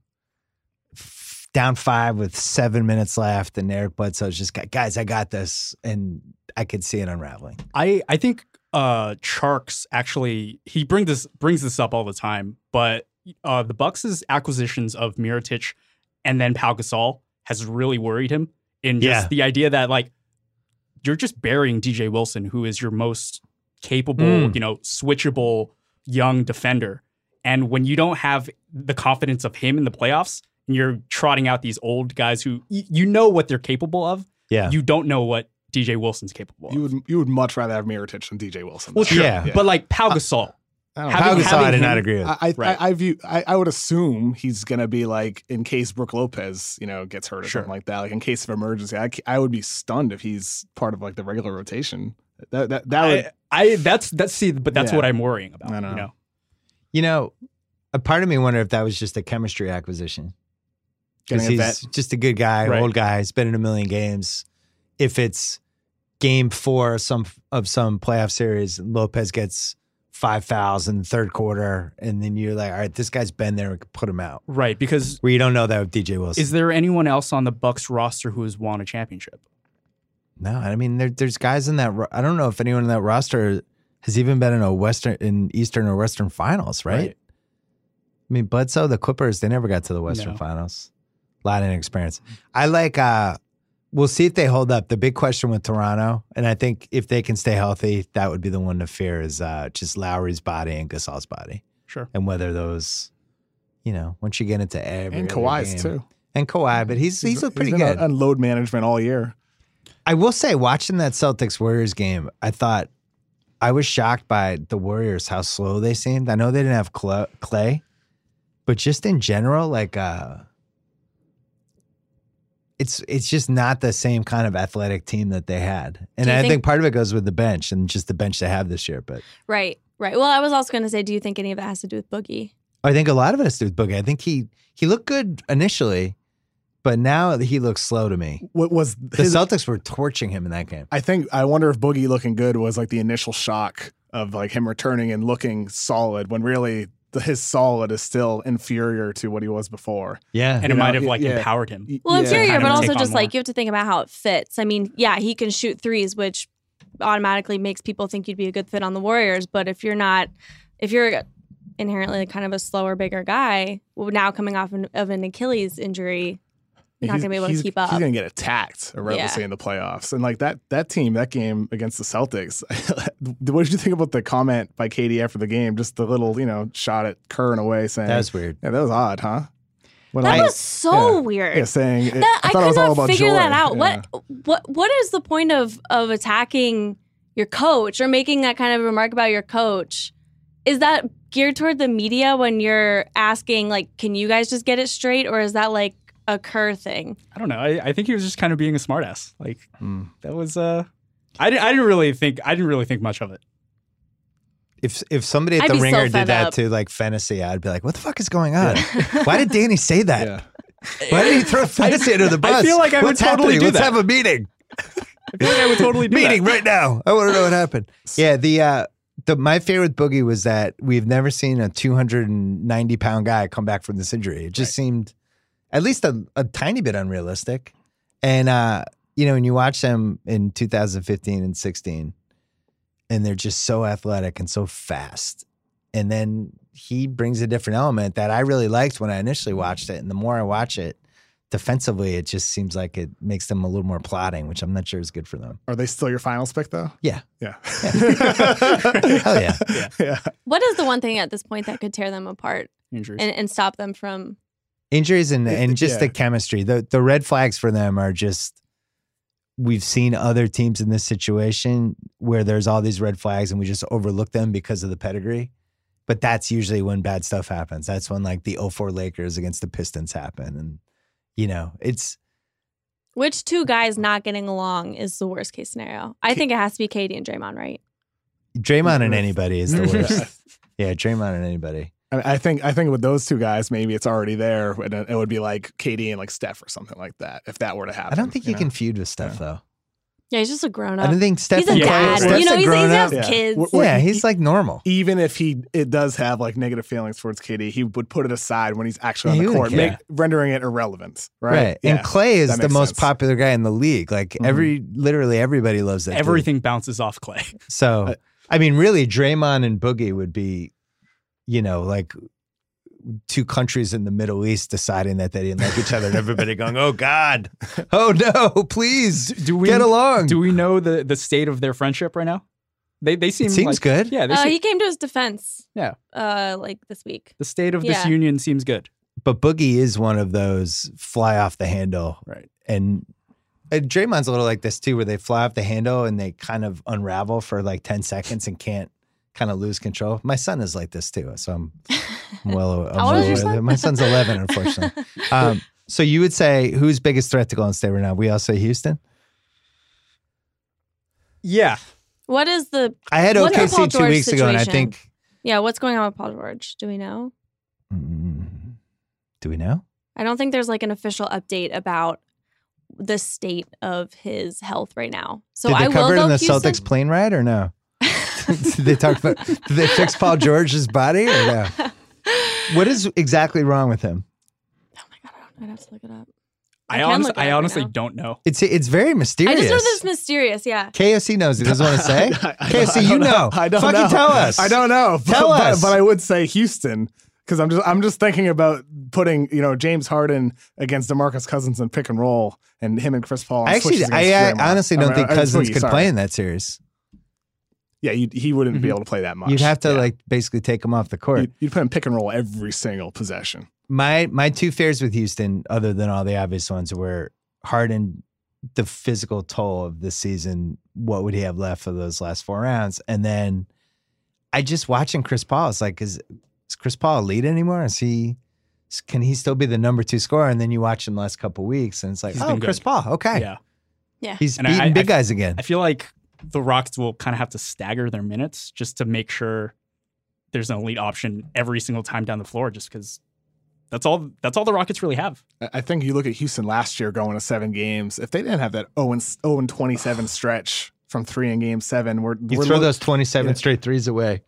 Speaker 1: down five with seven minutes left, and Eric Bledsoe's just got guys. I got this, and I could see it unraveling.
Speaker 7: I I think uh Charks actually he brings this brings this up all the time, but uh the Bucks' acquisitions of Miritich and then Pau Gasol has really worried him in just
Speaker 1: Yeah.
Speaker 7: the idea that like you're just burying DJ Wilson, who is your most capable,
Speaker 1: Mm.
Speaker 7: you know, switchable young defender. And when you don't have the confidence of him in the playoffs, and you're trotting out these old guys who y- you know what they're capable of,
Speaker 1: Yeah.
Speaker 7: you don't know what DJ Wilson's capable of.
Speaker 6: You would you would much rather have Miritich than DJ Wilson.
Speaker 7: well, sure,
Speaker 1: Yeah. Uh,
Speaker 7: but like Pau Gasol,
Speaker 6: I don't know.
Speaker 7: Having-
Speaker 1: Pau Gasol, I
Speaker 7: having
Speaker 1: did not
Speaker 7: him-
Speaker 1: agree with.
Speaker 6: I, I,
Speaker 7: Right.
Speaker 6: I, I view. I, I would assume he's gonna be like in case Brooke Lopez, you know, gets hurt or
Speaker 7: Sure.
Speaker 6: something like that. Like in case of emergency, I, c- I would be stunned if he's part of like the regular rotation. That that, that would.
Speaker 7: I, I that's that's see, but that's
Speaker 6: Yeah.
Speaker 7: what I'm worrying about.
Speaker 6: I know.
Speaker 7: You know,
Speaker 1: You know, a part of me wonder if that was just a chemistry acquisition. Because
Speaker 6: Getting a
Speaker 1: he's
Speaker 6: vet.
Speaker 1: just a good guy,
Speaker 7: Right.
Speaker 1: old guy. He's been in a million games. If it's game four of some of some playoff series, Lopez gets five fouls in the third quarter, and then you're like, all right, this guy's been there. We can put him out.
Speaker 7: right? Because
Speaker 1: Where you don't know that with DJ Wilson.
Speaker 7: is there anyone else on the Bucks roster who has won a championship?
Speaker 1: no, I mean, there, there's guys in that. ro- I don't know if anyone in that roster has even been in a Western, in Eastern or Western finals, right?
Speaker 7: Right.
Speaker 1: I mean, Bledsoe, the Clippers, they never got to the Western
Speaker 7: No.
Speaker 1: Finals. A lot of inexperience. I like. uh We'll see if they hold up. The big question with Toronto, and I think if they can stay healthy, that would be the one to fear is uh, just Lowry's body and Gasol's body,
Speaker 7: Sure.
Speaker 1: and whether those, you know, once you get into every
Speaker 6: and
Speaker 1: other
Speaker 6: Kawhi's
Speaker 1: game-
Speaker 6: too.
Speaker 1: and Kawhi, but he's he's, looked pretty
Speaker 6: been
Speaker 1: good.
Speaker 6: on- on load management all year.
Speaker 1: I will say, watching that Celtics Warriors game, I thought I was shocked by the Warriors how slow they seemed. I know they didn't have Cla- Clay, but just in general, like uh, it's it's just not the same kind of athletic team that they had. And
Speaker 8: Do you
Speaker 1: I think,
Speaker 8: think-
Speaker 1: part of it goes with the bench and just the bench they have this year. But
Speaker 8: Right, right. Well, I was also going to say, do you think any of that has to do with Boogie?
Speaker 1: I think a lot of it has to do with Boogie. I think he he looked good initially, but now he looks slow to me.
Speaker 6: What was
Speaker 1: The
Speaker 6: his
Speaker 1: Celtics were torching him in that game.
Speaker 6: I think I wonder if Boogie looking good was like the initial shock of like him returning and looking solid when really the, his solid is still inferior to what he was before.
Speaker 1: Yeah,
Speaker 7: And
Speaker 6: You
Speaker 7: it
Speaker 6: know,
Speaker 7: might have
Speaker 6: y-
Speaker 7: like
Speaker 6: yeah.
Speaker 7: empowered him.
Speaker 6: Y-
Speaker 8: Well,
Speaker 6: yeah.
Speaker 8: interior,
Speaker 7: Kind of
Speaker 8: but
Speaker 7: a
Speaker 8: also
Speaker 7: take on
Speaker 8: just like
Speaker 7: more.
Speaker 8: you have to think about how it fits. I mean, yeah, he can shoot threes, which automatically makes people think you'd be a good fit on the Warriors. But if you're not, if you're inherently kind of a slower, bigger guy, well, now coming off an, of an Achilles injury, not
Speaker 6: He's-
Speaker 8: gonna be able to
Speaker 6: he's-
Speaker 8: keep up.
Speaker 6: He's gonna get attacked relentlessly
Speaker 8: Yeah.
Speaker 6: in the playoffs, and like that that team, that game against the Celtics. what did you think about the comment by Katie after the game? Just the little you know shot at Kerr in a way saying,
Speaker 1: that was weird.
Speaker 6: "Yeah, that was odd, huh?" When
Speaker 8: that
Speaker 6: I-
Speaker 8: was so
Speaker 6: yeah.
Speaker 8: weird.
Speaker 6: yeah, saying it-
Speaker 8: That,
Speaker 6: I
Speaker 8: I,
Speaker 6: thought it
Speaker 8: could
Speaker 6: was all
Speaker 8: not
Speaker 6: about
Speaker 8: figure
Speaker 6: joy.
Speaker 8: that out.
Speaker 6: Yeah.
Speaker 8: What what what is the point of of attacking your coach or making that kind of remark about your coach? Is that geared toward the media when you're asking like, can you guys just get it straight, or is that like a Kerr thing?
Speaker 7: I don't know. I, I think he was just kind of being a smartass. Like
Speaker 6: Mm.
Speaker 7: that was. uh I didn't. I didn't really think. I didn't really think much of it.
Speaker 1: if if somebody at
Speaker 8: I'd
Speaker 1: the
Speaker 8: be so
Speaker 1: ringer did
Speaker 8: fed
Speaker 1: that
Speaker 8: up.
Speaker 1: to like fantasy, I'd be like, what the fuck is going on? Why did Danny say that?
Speaker 6: Yeah.
Speaker 1: Why did he throw fantasy under the bus?
Speaker 7: I feel like I would
Speaker 1: What's
Speaker 7: totally
Speaker 1: happening?
Speaker 7: do
Speaker 1: Let's
Speaker 7: that.
Speaker 1: have a meeting.
Speaker 7: I feel like I would totally do
Speaker 1: meeting
Speaker 7: that.
Speaker 1: right now. I want to know what happened. Yeah, the uh the my fear with Boogie was that we've never seen a 290 pound guy come back from this injury. It just seemed at least a, a tiny bit unrealistic. And uh, you know, when you watch them in 2015 and 16, and they're just so athletic and so fast. And then he brings a different element that I really liked when I initially watched it. And the more I watch it, defensively, it just seems like it makes them a little more plotting, which I'm not sure is good for them.
Speaker 6: Are they still your finals pick though?
Speaker 1: Yeah.
Speaker 6: Yeah.
Speaker 1: Hell yeah.
Speaker 6: yeah.
Speaker 8: What is the one thing at this point that could tear them apart
Speaker 7: Injuries.
Speaker 8: and, and stop them from?
Speaker 1: Injuries and,
Speaker 6: It-
Speaker 1: and just the
Speaker 6: yeah.
Speaker 1: chemistry. The the red flags for them are just we've seen other teams in this situation where there's all these red flags and we just overlook them because of the pedigree. But that's usually when bad stuff happens. That's when like the 04 Lakers against the Pistons happen. And you know, it's
Speaker 8: Which two guys not getting along is the worst case scenario? I think it has to be Katie and Draymond, right?
Speaker 1: Draymond and anybody is the worst. yeah, Draymond and anybody.
Speaker 6: I, mean, I think I think with those two guys, maybe it's already there, and it it would be like Katie and like Steph or something like that if that were to happen.
Speaker 1: I don't think you,
Speaker 6: know?
Speaker 1: can feud with stuff though.
Speaker 8: Yeah, he's just a grown
Speaker 1: I
Speaker 8: up.
Speaker 1: don't think Steph
Speaker 8: He's a
Speaker 1: and
Speaker 7: Yeah,
Speaker 1: Clay-
Speaker 8: dad.
Speaker 1: Steph's
Speaker 8: you know,
Speaker 1: a
Speaker 8: he's, he's
Speaker 1: grown
Speaker 8: has
Speaker 1: up.
Speaker 6: Yeah.
Speaker 8: kids.
Speaker 6: We're-
Speaker 1: Yeah, he's like normal.
Speaker 6: Even if he it does have like negative feelings towards Katie, he would put it aside when he's actually
Speaker 1: Yeah,
Speaker 6: on
Speaker 1: he
Speaker 6: the
Speaker 1: wouldn't
Speaker 6: court,
Speaker 1: care.
Speaker 6: make, rendering it irrelevant. Right.
Speaker 1: Right. And
Speaker 6: Yeah.
Speaker 1: Clay is
Speaker 6: That
Speaker 1: the
Speaker 6: makes
Speaker 1: most
Speaker 6: sense. Mm-hmm.
Speaker 1: popular guy in the league. Like every literally everybody loves that. dude.
Speaker 7: Everything bounces off Clay.
Speaker 1: So I mean, really, Draymond and Boogie would be, you know, like two countries in the Middle East deciding that they didn't like each other and everybody going, Oh God. Oh no, please
Speaker 7: Do we
Speaker 1: get along.
Speaker 7: do we know the the state of their friendship right now? They they seem
Speaker 1: It seems
Speaker 7: like,
Speaker 1: good.
Speaker 7: Yeah, they
Speaker 8: Uh,
Speaker 7: seem,
Speaker 8: he came to his defense.
Speaker 7: Yeah.
Speaker 8: Uh, like this week.
Speaker 7: the state of this
Speaker 8: yeah.
Speaker 7: union seems good.
Speaker 1: But Boogie is one of those fly off the handle.
Speaker 7: Right.
Speaker 1: And and Draymond's a little like this too, where they fly off the handle and they kind of unravel for like 10 seconds and can't kind of lose control. My son is like this too. So I'm, I'm well, I'm
Speaker 3: How
Speaker 1: well
Speaker 3: old is your
Speaker 1: aware
Speaker 3: son?
Speaker 1: that- My son's 11, unfortunately. um, so you would say who's biggest threat to Golden State right now? We all say Houston.
Speaker 7: Yeah,
Speaker 8: what is the
Speaker 1: I had
Speaker 8: What's the Paul
Speaker 1: OKC two
Speaker 8: George
Speaker 1: weeks ago, and I
Speaker 8: situation?
Speaker 1: think.
Speaker 8: yeah? What's going on with Paul George? Do we know?
Speaker 1: Mm, do we know?
Speaker 8: I don't think there's like an official update about the state of his health right now. So
Speaker 1: did they
Speaker 8: I
Speaker 1: cover
Speaker 8: will
Speaker 1: it
Speaker 8: go
Speaker 1: in the
Speaker 8: Houston.
Speaker 1: Celtics plane ride or no? did they talk about? Did they fix Paul George's body or no? What is exactly wrong with him?
Speaker 8: Oh my god, I don't know. I'd have to look it up.
Speaker 7: I,
Speaker 8: can
Speaker 7: honest,
Speaker 8: look it
Speaker 7: I
Speaker 8: up right
Speaker 7: honestly
Speaker 8: now.
Speaker 7: don't know.
Speaker 1: It's it's very
Speaker 8: I
Speaker 1: mysterious.
Speaker 8: just know this is mysterious. Yeah.
Speaker 1: KFC knows. He doesn't want to say.
Speaker 6: I- I-
Speaker 1: Okay,
Speaker 6: I
Speaker 1: so
Speaker 6: don't
Speaker 1: you know.
Speaker 6: I don't
Speaker 1: Fucking
Speaker 6: know.
Speaker 1: tell us.
Speaker 6: I don't know. But,
Speaker 1: Tell
Speaker 6: but-
Speaker 1: us.
Speaker 6: But I would say Houston because I'm just I'm just thinking about putting you know James Harden against DeMarcus Cousins in pick and roll, and him and Chris Paul. on
Speaker 1: I actually,
Speaker 6: switches
Speaker 1: I,
Speaker 6: against
Speaker 1: I
Speaker 6: Draymond.
Speaker 1: honestly
Speaker 6: I
Speaker 1: don't
Speaker 6: mean,
Speaker 1: think
Speaker 6: uh,
Speaker 1: Cousins
Speaker 6: Swiggy,
Speaker 1: could
Speaker 6: sorry.
Speaker 1: play in that series.
Speaker 6: Yeah, you, he wouldn't be able to play that much.
Speaker 1: You'd have to
Speaker 6: Yeah.
Speaker 1: like basically take him off the court.
Speaker 6: You'd, you'd put him pick and roll every single possession.
Speaker 1: my my two fears with Houston, other than all the obvious ones, were Harden, the physical toll of this season. What would he have left for those last four rounds? And then I just watching Chris Paul. It's like, is is Chris Paul a lead anymore? Is he? Can he still be the number two scorer? And then you watch him the last couple weeks, and it's like,
Speaker 7: He's
Speaker 1: oh,
Speaker 7: been good.
Speaker 1: Chris Paul, okay,
Speaker 7: Yeah,
Speaker 1: he's
Speaker 7: And I-
Speaker 1: beating
Speaker 7: I-
Speaker 1: big
Speaker 7: I-
Speaker 1: guys again.
Speaker 7: I feel like the Rockets will kind of have to stagger their minutes just to make sure there's an elite option every single time down the floor. Just because that's all that's all the Rockets really have.
Speaker 6: I I think you look at Houston last year going to seven games. If they didn't have that 0 and, 0 and 27 stretch from three in game seven, we're,
Speaker 1: you
Speaker 6: we're
Speaker 1: throw
Speaker 6: look-
Speaker 1: those twenty-seven
Speaker 6: yeah.
Speaker 1: straight threes away.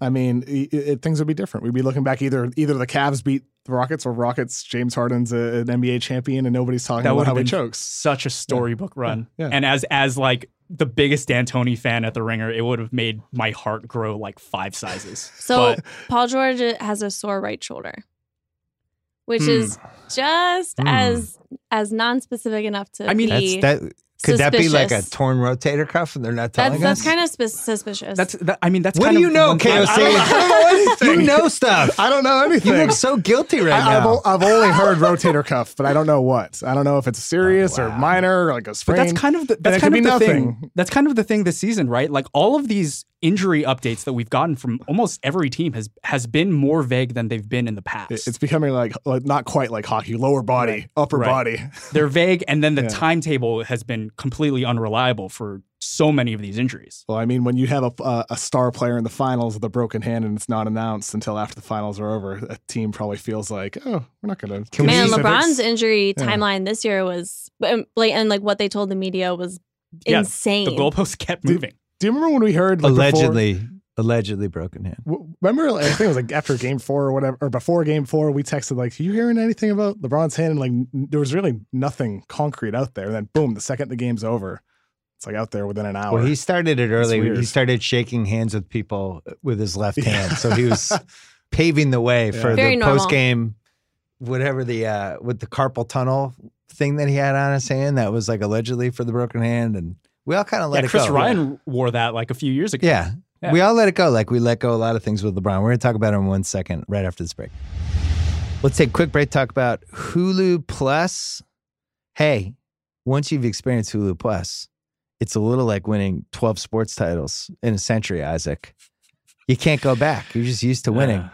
Speaker 6: I mean, i it, things would be different. We'd be looking back either either the Cavs beat the Rockets or Rockets. James Harden's a, an NBA champion, and nobody's talking about
Speaker 7: would
Speaker 6: how
Speaker 7: have
Speaker 6: he
Speaker 7: been
Speaker 6: chokes.
Speaker 7: Such a storybook run.
Speaker 6: yeah.
Speaker 7: And as as like the biggest D'Antoni fan at the Ringer, it would have made my heart grow like five sizes.
Speaker 8: So
Speaker 7: But-
Speaker 8: Paul George has a sore right shoulder, which
Speaker 7: Hmm.
Speaker 8: is just
Speaker 1: Hmm.
Speaker 8: as as non-specific enough to.
Speaker 7: I mean,
Speaker 1: That's
Speaker 8: be
Speaker 1: that. Could that be like a
Speaker 8: suspicious.
Speaker 1: torn rotator cuff, and they're not telling
Speaker 8: That's, that's
Speaker 1: us?
Speaker 8: kind of spe- suspicious.
Speaker 7: that's that, I mean that's
Speaker 1: what
Speaker 7: kind
Speaker 1: do you
Speaker 7: of
Speaker 1: know,
Speaker 7: one-
Speaker 1: KOC?
Speaker 7: I- I-
Speaker 1: I don't know anything. You know stuff.
Speaker 6: I don't know anything.
Speaker 1: You look so guilty right
Speaker 6: I, I've,
Speaker 1: now.
Speaker 6: o- I've only heard rotator cuff, but I don't know what. I don't know if it's serious
Speaker 1: wow.
Speaker 6: or minor or like a
Speaker 7: Oh, But
Speaker 6: sprain.
Speaker 7: that's kind of the, that's
Speaker 6: it could
Speaker 7: kind of
Speaker 6: be
Speaker 7: the
Speaker 6: nothing.
Speaker 7: thing. That's kind of the thing this season, right? Like all of these injury updates that we've gotten from almost every team has has been more vague than they've been in the past.
Speaker 6: It- it's becoming like, like not quite like hockey, lower body, upper
Speaker 7: Right.
Speaker 6: body.
Speaker 7: They're vague, and then the
Speaker 6: Yeah.
Speaker 7: timetable has been completely unreliable for so many of these injuries.
Speaker 6: Well, I mean, when you have a, a, a star player in the finals with a broken hand and it's not announced until after the finals are over, a team probably feels like, oh, we're not going to.
Speaker 1: Can we-
Speaker 8: Man,
Speaker 1: Specifics.
Speaker 8: LeBron's injury
Speaker 6: Yeah.
Speaker 8: timeline this year was um, like, and like what they told the media was
Speaker 7: Yeah,
Speaker 8: insane.
Speaker 7: The goalposts kept
Speaker 6: Dude,
Speaker 7: moving.
Speaker 6: Do you remember when we heard like, before-
Speaker 1: allegedly, allegedly broken hand.
Speaker 6: w- remember, like, I think it was like after game four or whatever, or before game four, we texted like, "You hearing anything about LeBron's hand?" And like, n- there was really nothing concrete out there. And then, boom, the second the game's over, it's like out there within an hour.
Speaker 1: Well, he started it early.
Speaker 6: weird.
Speaker 1: He started shaking hands with people with his left hand, so he was paving the way
Speaker 6: Yeah.
Speaker 1: for
Speaker 8: Very
Speaker 1: the
Speaker 8: normal.
Speaker 1: post game, whatever the uh, with the carpal tunnel thing that he had on his hand that was like allegedly for the broken hand, and we all kind of let
Speaker 7: yeah,
Speaker 1: it
Speaker 7: Chris
Speaker 1: go.
Speaker 7: Ryan wore that like a few years ago.
Speaker 1: Yeah.
Speaker 7: Yeah.
Speaker 1: We all let it go. Like we let go a lot of things with LeBron. We're going to talk about it in one second, right after this break. Let's take a quick break, talk about Hulu Plus. Hey, once you've experienced Hulu Plus, it's a little like winning 12 sports titles in a century, Isaac. You can't go back. You're just used to winning.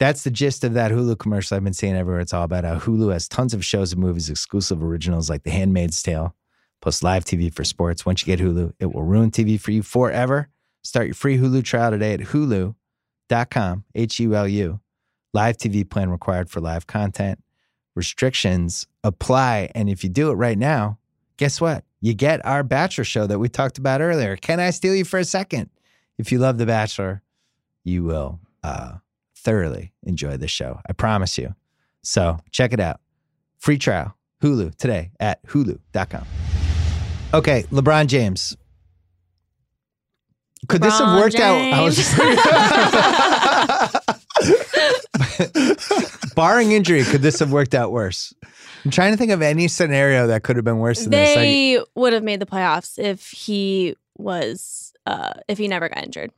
Speaker 1: That's the gist of that Hulu commercial I've been seeing everywhere. It's all about how Hulu has tons of shows and movies, exclusive originals like The Handmaid's Tale, plus live TV for sports. Once you get Hulu, it will ruin TV for you forever. Start your free Hulu trial today at hulu.com, H U L U. Live TV plan required for live content. Restrictions apply. And if you do it right now, guess what? You get our Bachelor show that we talked about earlier. Can I steal you for a second? If you love The Bachelor, you will uh, thoroughly enjoy the show. I promise you. So check it out. Free trial, Hulu today at hulu.com. Okay, LeBron James. Could this have
Speaker 8: LeBron
Speaker 1: worked out? I was
Speaker 8: James.
Speaker 1: barring injury, could this have worked out worse? I'm trying to think of any scenario that could have been worse than this. I-
Speaker 8: they would have made the playoffs if he was uh, if he never got injured.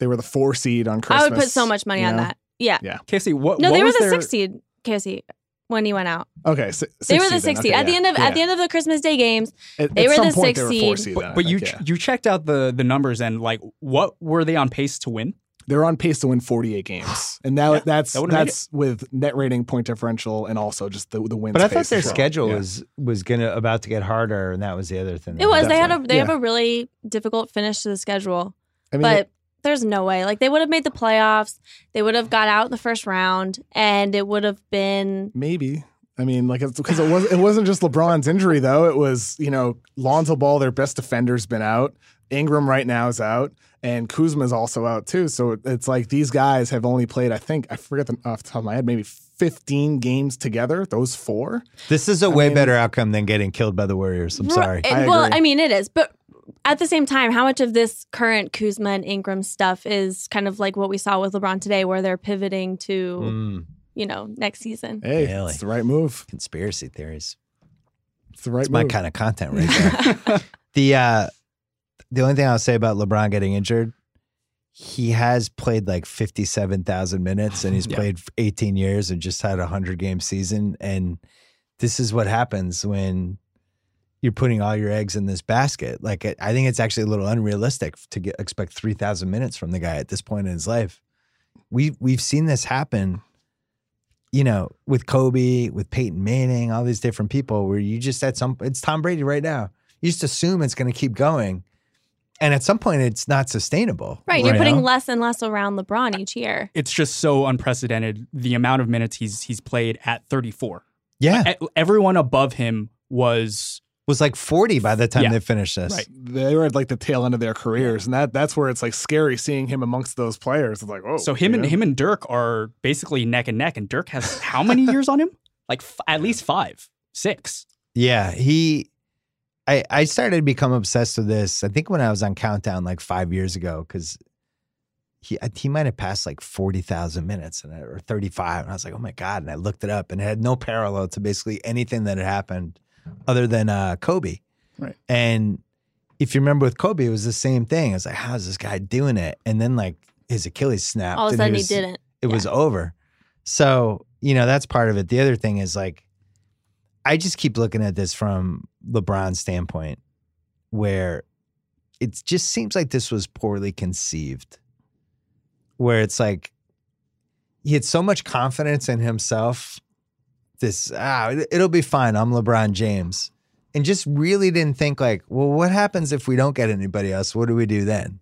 Speaker 6: They were the four seed on Christmas.
Speaker 8: I would put so much money
Speaker 6: you
Speaker 8: on
Speaker 6: know?
Speaker 8: that. Yeah.
Speaker 7: Casey, what?
Speaker 8: No,
Speaker 7: what
Speaker 8: they were
Speaker 7: was
Speaker 8: the
Speaker 7: their,
Speaker 8: six seed, KFC, when he went out.
Speaker 6: Okay, si-
Speaker 8: They were the
Speaker 6: 60
Speaker 8: six seed.
Speaker 6: then. Okay,
Speaker 8: at the
Speaker 6: yeah.
Speaker 8: end of
Speaker 6: Yeah.
Speaker 8: at the end of the Christmas Day games,
Speaker 6: At-
Speaker 8: they
Speaker 6: at
Speaker 8: were
Speaker 6: some
Speaker 8: the
Speaker 6: point,
Speaker 8: six
Speaker 6: they were four
Speaker 8: seed.
Speaker 6: seed. then, I
Speaker 7: But, but you
Speaker 6: think,
Speaker 7: ch-
Speaker 6: yeah.
Speaker 7: you checked out the the numbers and like what were they on pace to win?
Speaker 6: they're on pace to win 48 games, and now
Speaker 7: Yeah,
Speaker 6: that's
Speaker 7: that would've made
Speaker 6: that's with net rating, point differential, and also just the the wins.
Speaker 1: But I thought
Speaker 6: pace
Speaker 1: their
Speaker 6: as well.
Speaker 1: schedule
Speaker 6: Yeah.
Speaker 1: was was gonna about to get harder, and that was the other thing.
Speaker 8: it was they had a they have
Speaker 6: Yeah.
Speaker 8: a really difficult finish to the schedule,
Speaker 6: I mean,
Speaker 8: but there's no way like they would have made the playoffs. They would have got out in the first round, and it would have been
Speaker 6: Maybe. I mean, like, it's because it was it wasn't just LeBron's injury though. It was you know Lonzo Ball, their best defender's been out. Ingram right now is out, and Kuzma's also out too. So it- it's like these guys have only played, I think, I forget them off the top of my head, maybe fifteen games together. Those four.
Speaker 1: This is a
Speaker 6: I
Speaker 1: way
Speaker 6: mean-
Speaker 1: better outcome than getting killed by the Warriors. I'm
Speaker 8: Ru-
Speaker 1: sorry.
Speaker 8: it-
Speaker 6: I
Speaker 8: well,
Speaker 6: agree.
Speaker 8: I mean, it is, but at the same time, how much of this current Kuzma and Ingram stuff is kind of like what we saw with LeBron today, where they're pivoting to
Speaker 1: Mm,
Speaker 8: you know next season?
Speaker 6: Hey,
Speaker 1: Really?
Speaker 6: it's the right move.
Speaker 1: conspiracy theories.
Speaker 6: It's the right
Speaker 1: It's
Speaker 6: move.
Speaker 1: my kind of content right there. the uh, the only thing I'll say about LeBron getting injured, he has played like fifty seven thousand minutes, and he's
Speaker 4: Yeah.
Speaker 1: played eighteen years, and just had a hundred game season. And this is what happens when you're putting all your eggs in this basket. Like I I think it's actually a little unrealistic to get, expect three thousand minutes from the guy at this point in his life. We we've seen this happen you know, with Kobe, with Peyton Manning, all these different people, where you just at some it's Tom Brady right now. You just assume it's going to keep going, and at some point, it's not sustainable.
Speaker 8: Right, you're
Speaker 1: you
Speaker 8: putting
Speaker 1: know?
Speaker 8: less and less around LeBron each year.
Speaker 7: It's just so unprecedented the amount of minutes he's he's played at 34.
Speaker 1: yeah, it
Speaker 7: E- Everyone above him was
Speaker 1: was like forty by the time
Speaker 7: Yeah.
Speaker 1: they finished this.
Speaker 7: Right.
Speaker 6: They were at like the tail end of their careers, and that that's where it's like scary seeing him amongst those players. It's like, oh,
Speaker 7: so him
Speaker 6: you
Speaker 7: and
Speaker 6: know?
Speaker 7: him and Dirk are basically neck and neck, and Dirk has how many years on him? Like f- at least five, six.
Speaker 1: Yeah, he. I I started to become obsessed with this. I think when I was on Countdown like five years ago, because he I- he might have passed like forty thousand minutes and I- or thirty five, and I was like, oh my god! And I looked it up, and it had no parallel to basically anything that had happened other than uh, Kobe.
Speaker 6: Right.
Speaker 1: And if you remember with Kobe, it was the same thing. I was like, how is this guy doing it? And then like his Achilles snapped.
Speaker 8: All of a
Speaker 1: and
Speaker 8: sudden, he,
Speaker 1: was-
Speaker 8: didn't.
Speaker 1: it was over. So, you know, that's part of it. The other thing is like, I just keep looking at this from LeBron's standpoint, where it just seems like this was poorly conceived, where it's like he had so much confidence in himself. This, ah, it- it'll be fine. I'm LeBron James. And just really didn't think, like, well, what happens if we don't get anybody else? What do we do then?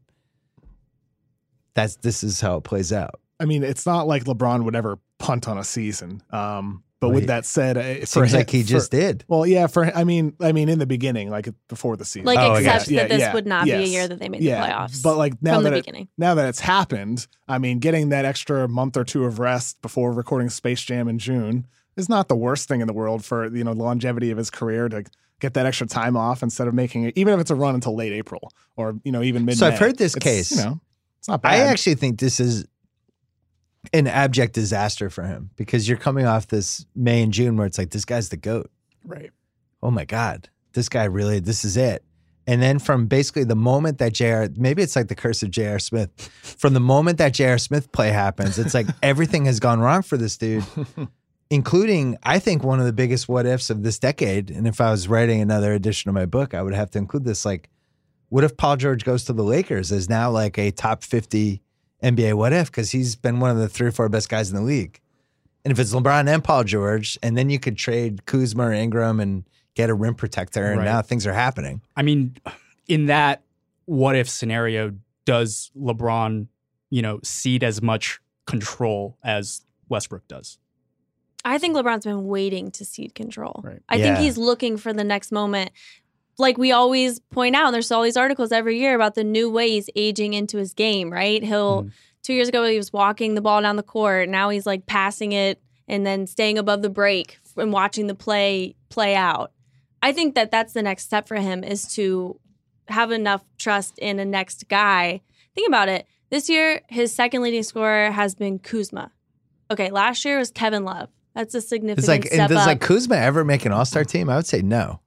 Speaker 1: That's this is how it plays out.
Speaker 6: I mean, it's not like LeBron would ever punt on a season. Um, but
Speaker 1: Well,
Speaker 6: with
Speaker 1: he-
Speaker 6: that said, uh, for
Speaker 1: Seems
Speaker 6: him-
Speaker 1: like he
Speaker 6: for-
Speaker 1: just did.
Speaker 6: Well, yeah. For I mean, I mean, in the beginning, like before the season,
Speaker 8: Like,
Speaker 1: Oh, I
Speaker 8: except
Speaker 6: gotcha.
Speaker 8: that
Speaker 6: Yeah,
Speaker 8: this
Speaker 6: yeah,
Speaker 8: would not be a
Speaker 6: yes.
Speaker 8: year that they made
Speaker 6: yeah.
Speaker 8: the playoffs
Speaker 6: But like now
Speaker 8: from the
Speaker 6: that it,
Speaker 8: beginning.
Speaker 6: now that it's happened, I mean, getting that extra month or two of rest before recording Space Jam in June is not the worst thing in the world for you know longevity of his career to get that extra time off instead of making it, even if it's a run until late April or you know even mid.
Speaker 1: I've heard this case.
Speaker 6: You know, it's not bad.
Speaker 1: I actually think this is an abject disaster for him because you're coming off this May and June where it's like, this guy's the GOAT.
Speaker 6: right.
Speaker 1: Oh my God, this guy really, this is it. And then from basically the moment that J.R. maybe it's like the curse of J.R. Smith. From the moment that J.R. Smith play happens, it's like everything has gone wrong for this dude, including, I think, one of the biggest what ifs of this decade. And if I was writing another edition of my book, I would have to include this. Like, what if Paul George goes to the Lakers is now like a top 50 NBA what if? Because he's been one of the three or four best guys in the league. And if it's LeBron and Paul George, and then you could trade Kuzma or Ingram and get a rim protector, and
Speaker 7: Right.
Speaker 1: now things are happening.
Speaker 7: I mean, in that what if scenario, does LeBron, you know, cede as much control as Westbrook does?
Speaker 8: I think LeBron's been waiting to cede control.
Speaker 6: Right.
Speaker 8: I
Speaker 1: Yeah.
Speaker 8: think he's looking for the next moment. Like we always point out, and there's all these articles every year about the new way he's aging into his game, right?
Speaker 1: Mm-hmm.
Speaker 8: He'll, two years ago, he was walking the ball down the court. Now he's like passing it and then staying above the break and watching the play play out. I think that that's the next step for him is to have enough trust in a next guy. Think about it. This year, his second leading scorer has been Kuzma. Okay, last year was Kevin Love. That's a significant
Speaker 1: It's like, and
Speaker 8: step
Speaker 1: does
Speaker 8: up.
Speaker 1: like Kuzma ever make an All Star team? I would say no,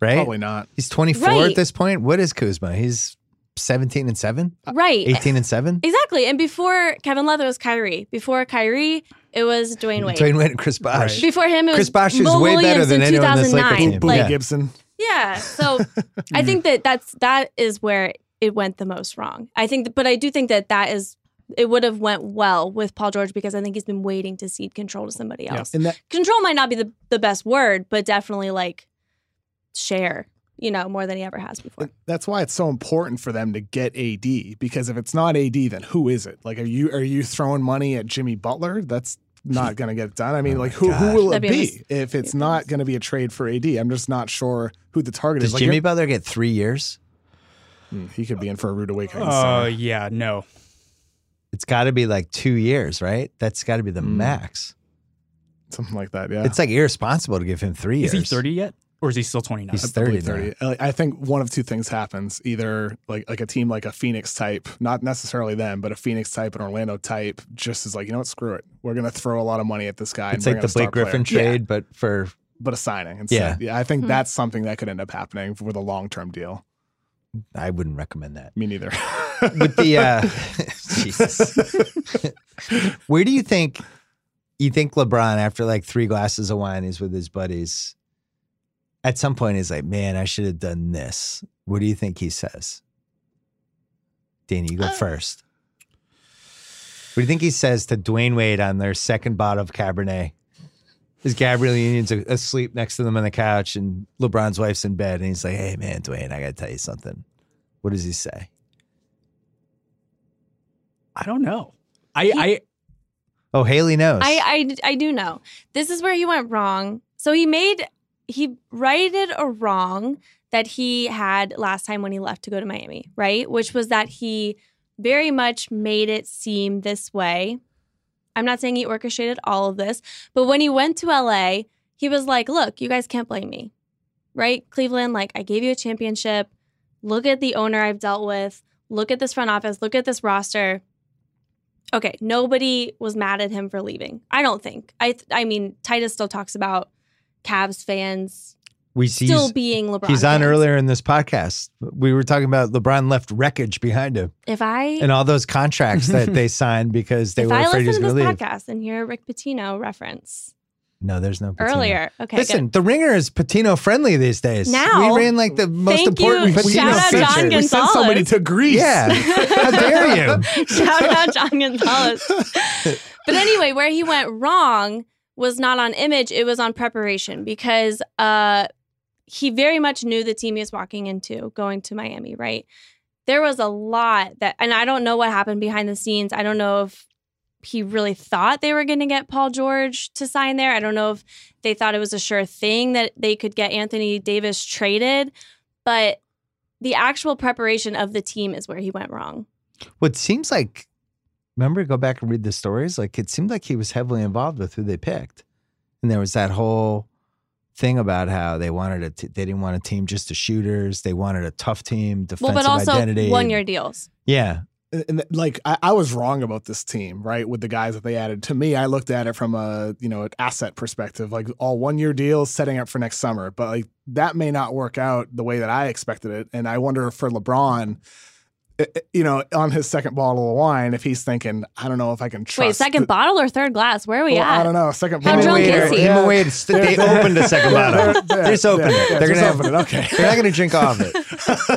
Speaker 1: right?
Speaker 6: Probably not.
Speaker 1: He's 24 at
Speaker 8: Right.
Speaker 1: this point. What is Kuzma? He's 17 and 7?
Speaker 8: Right.
Speaker 1: 18 and 7?
Speaker 8: Exactly. And before Kevin Love, it was Kyrie. Before Kyrie, it was Dwayne Wade.
Speaker 1: Dwayne Wade and Chris Bosh.
Speaker 6: Right.
Speaker 8: Before him, it was
Speaker 1: Chris Bosh is
Speaker 8: Mo
Speaker 1: way
Speaker 8: Williams
Speaker 1: better than
Speaker 8: in
Speaker 1: anyone on this Laker
Speaker 8: 2009.
Speaker 1: team.
Speaker 6: Boom,
Speaker 8: Like,
Speaker 6: Gibson.
Speaker 8: yeah. So I think that that's that is where it went the most wrong. I think, but I do think that that is it would have went well with Paul George because I think he's been waiting to cede control to somebody
Speaker 6: Yeah.
Speaker 8: else.
Speaker 6: And that,
Speaker 8: Control might not be the the best word, but definitely like share, you know, more than he ever has before.
Speaker 6: that's why it's so important for them to get AD because if it's not AD, then who is it? Like, are you are you throwing money at Jimmy Butler? That's not going to get it done. I mean,
Speaker 1: Oh
Speaker 6: like,
Speaker 1: my
Speaker 6: who, who
Speaker 1: gosh.
Speaker 6: will it
Speaker 8: That'd be a
Speaker 6: be
Speaker 8: mis-
Speaker 6: if it's
Speaker 8: be a
Speaker 6: not
Speaker 8: mistake.
Speaker 6: going to be a trade for AD? I'm just not sure who the target
Speaker 1: Does
Speaker 6: is. Like,
Speaker 1: Jimmy
Speaker 6: you're-
Speaker 1: Butler get three years?
Speaker 6: he could be in for a rude awakening.
Speaker 1: Oh.
Speaker 7: Uh,
Speaker 6: summer.
Speaker 7: yeah, no.
Speaker 1: It's got to be like two years, right? That's got to be the
Speaker 4: Mm.
Speaker 1: max.
Speaker 6: something like that. Yeah,
Speaker 1: It's like irresponsible to give him three years.
Speaker 7: Is he 30 yet? Or is he still 29?
Speaker 1: He's
Speaker 6: I believe
Speaker 1: 30 now.
Speaker 6: I- I think one of two things happens: either like like a team like a Phoenix type, not necessarily them, but a Phoenix type, an Orlando type, just is like, you know what, screw it. We're gonna throw a lot of money at this guy.
Speaker 1: It's
Speaker 6: and
Speaker 1: like the
Speaker 6: bring in a star
Speaker 1: Blake Griffin
Speaker 6: player. Yeah,
Speaker 1: trade, but for
Speaker 6: but a signing. Instead. Yeah, yeah. I think
Speaker 8: Hmm.
Speaker 6: that's something that could end up happening with a long term deal.
Speaker 1: I wouldn't recommend that.
Speaker 6: Me neither.
Speaker 1: With the uh, Jesus, where do you think you think LeBron after like three glasses of wine is with his buddies? At some point, he's like, "Man, I should have done this." What do you think he says? Danny,
Speaker 8: Uh,
Speaker 1: you go first. What do you think he says to Dwayne Wade on their second bottle of Cabernet? His Gabrielle Union's a- asleep next to them on the couch, and LeBron's wife's in bed, and he's like, "Hey, man, Dwayne, I gotta tell you something." What does he say?
Speaker 7: I don't know. I, I
Speaker 1: Oh, Haley knows.
Speaker 8: I, I I do know. This is where he went wrong. So he made he righted a wrong that he had last time when he left to go to Miami, right? Which was that he very much made it seem this way. I'm not saying he orchestrated all of this, but when he went to LA, he was like, "Look, you guys can't blame me." Right? Cleveland, like I gave you a championship. Look at the owner I've dealt with. Look at this front office. Look at this roster okay, nobody was mad at him for leaving. I don't think. I th- I mean, Titus still talks about Cavs fans
Speaker 1: we see
Speaker 8: still being LeBron.
Speaker 1: he's on
Speaker 8: fans.
Speaker 1: earlier in this podcast. We were talking about LeBron left wreckage behind him
Speaker 8: If I
Speaker 1: and all those contracts that they signed because they
Speaker 8: if
Speaker 1: were
Speaker 8: I
Speaker 1: afraid he was
Speaker 8: listen to
Speaker 1: going
Speaker 8: this
Speaker 1: to leave.
Speaker 8: podcast and hear a Rick Pitino reference
Speaker 1: No, there's no Patino.
Speaker 8: earlier, okay,
Speaker 1: Listen, the ringer is Patino friendly these days.
Speaker 8: Now-
Speaker 1: we ran like the most
Speaker 8: Thank you.
Speaker 1: important
Speaker 8: Shout
Speaker 1: Patino
Speaker 8: out John
Speaker 1: features.
Speaker 6: we sent somebody
Speaker 8: Gonzalez.
Speaker 6: to Greece.
Speaker 1: Yeah, how dare you?
Speaker 8: good. shout out John Gonzalez. but anyway, where he went wrong was not on image; it was on preparation because uh, he very much knew the team he was walking into going to Miami. Right? There was a lot that, and I don't know what happened behind the scenes. I don't know if he really thought they were going to get Paul George to sign there. I don't know if they thought it was a sure thing that they could get Anthony Davis traded, but the actual preparation of the team is where he went wrong.
Speaker 1: What seems like, remember, go back and read the stories. Like it seemed like he was heavily involved with who they picked, and there was that whole thing about how they wanted a t- they didn't want a team just to shooters. They wanted a tough team,
Speaker 8: Well,
Speaker 1: defensive
Speaker 8: but also
Speaker 1: identity.
Speaker 8: one year deals.
Speaker 1: Yeah,
Speaker 6: and, and, like I, I was wrong about this team, right? With the guys that they added. To me, I looked at it from a you know an asset perspective, like all one year deals, setting up for next summer. But like that may not work out the way that I expected it, and I wonder if for LeBron. i- i- You know, on his second bottle of wine, if he's thinking, I don't know if I can trust.
Speaker 8: Wait, second
Speaker 6: th-
Speaker 8: bottle or third glass? Where are we
Speaker 6: well, I
Speaker 8: at?
Speaker 6: don't know. Second
Speaker 8: How
Speaker 6: bottle.
Speaker 8: drunk
Speaker 1: Wait,
Speaker 8: is he?
Speaker 1: him and Wade, st- they opened a second bottle.
Speaker 6: They're-
Speaker 1: They just opened it.
Speaker 6: yeah,
Speaker 1: They're
Speaker 6: just
Speaker 1: gonna
Speaker 6: opened it. Okay.
Speaker 1: They're not going to drink off it.
Speaker 6: uh,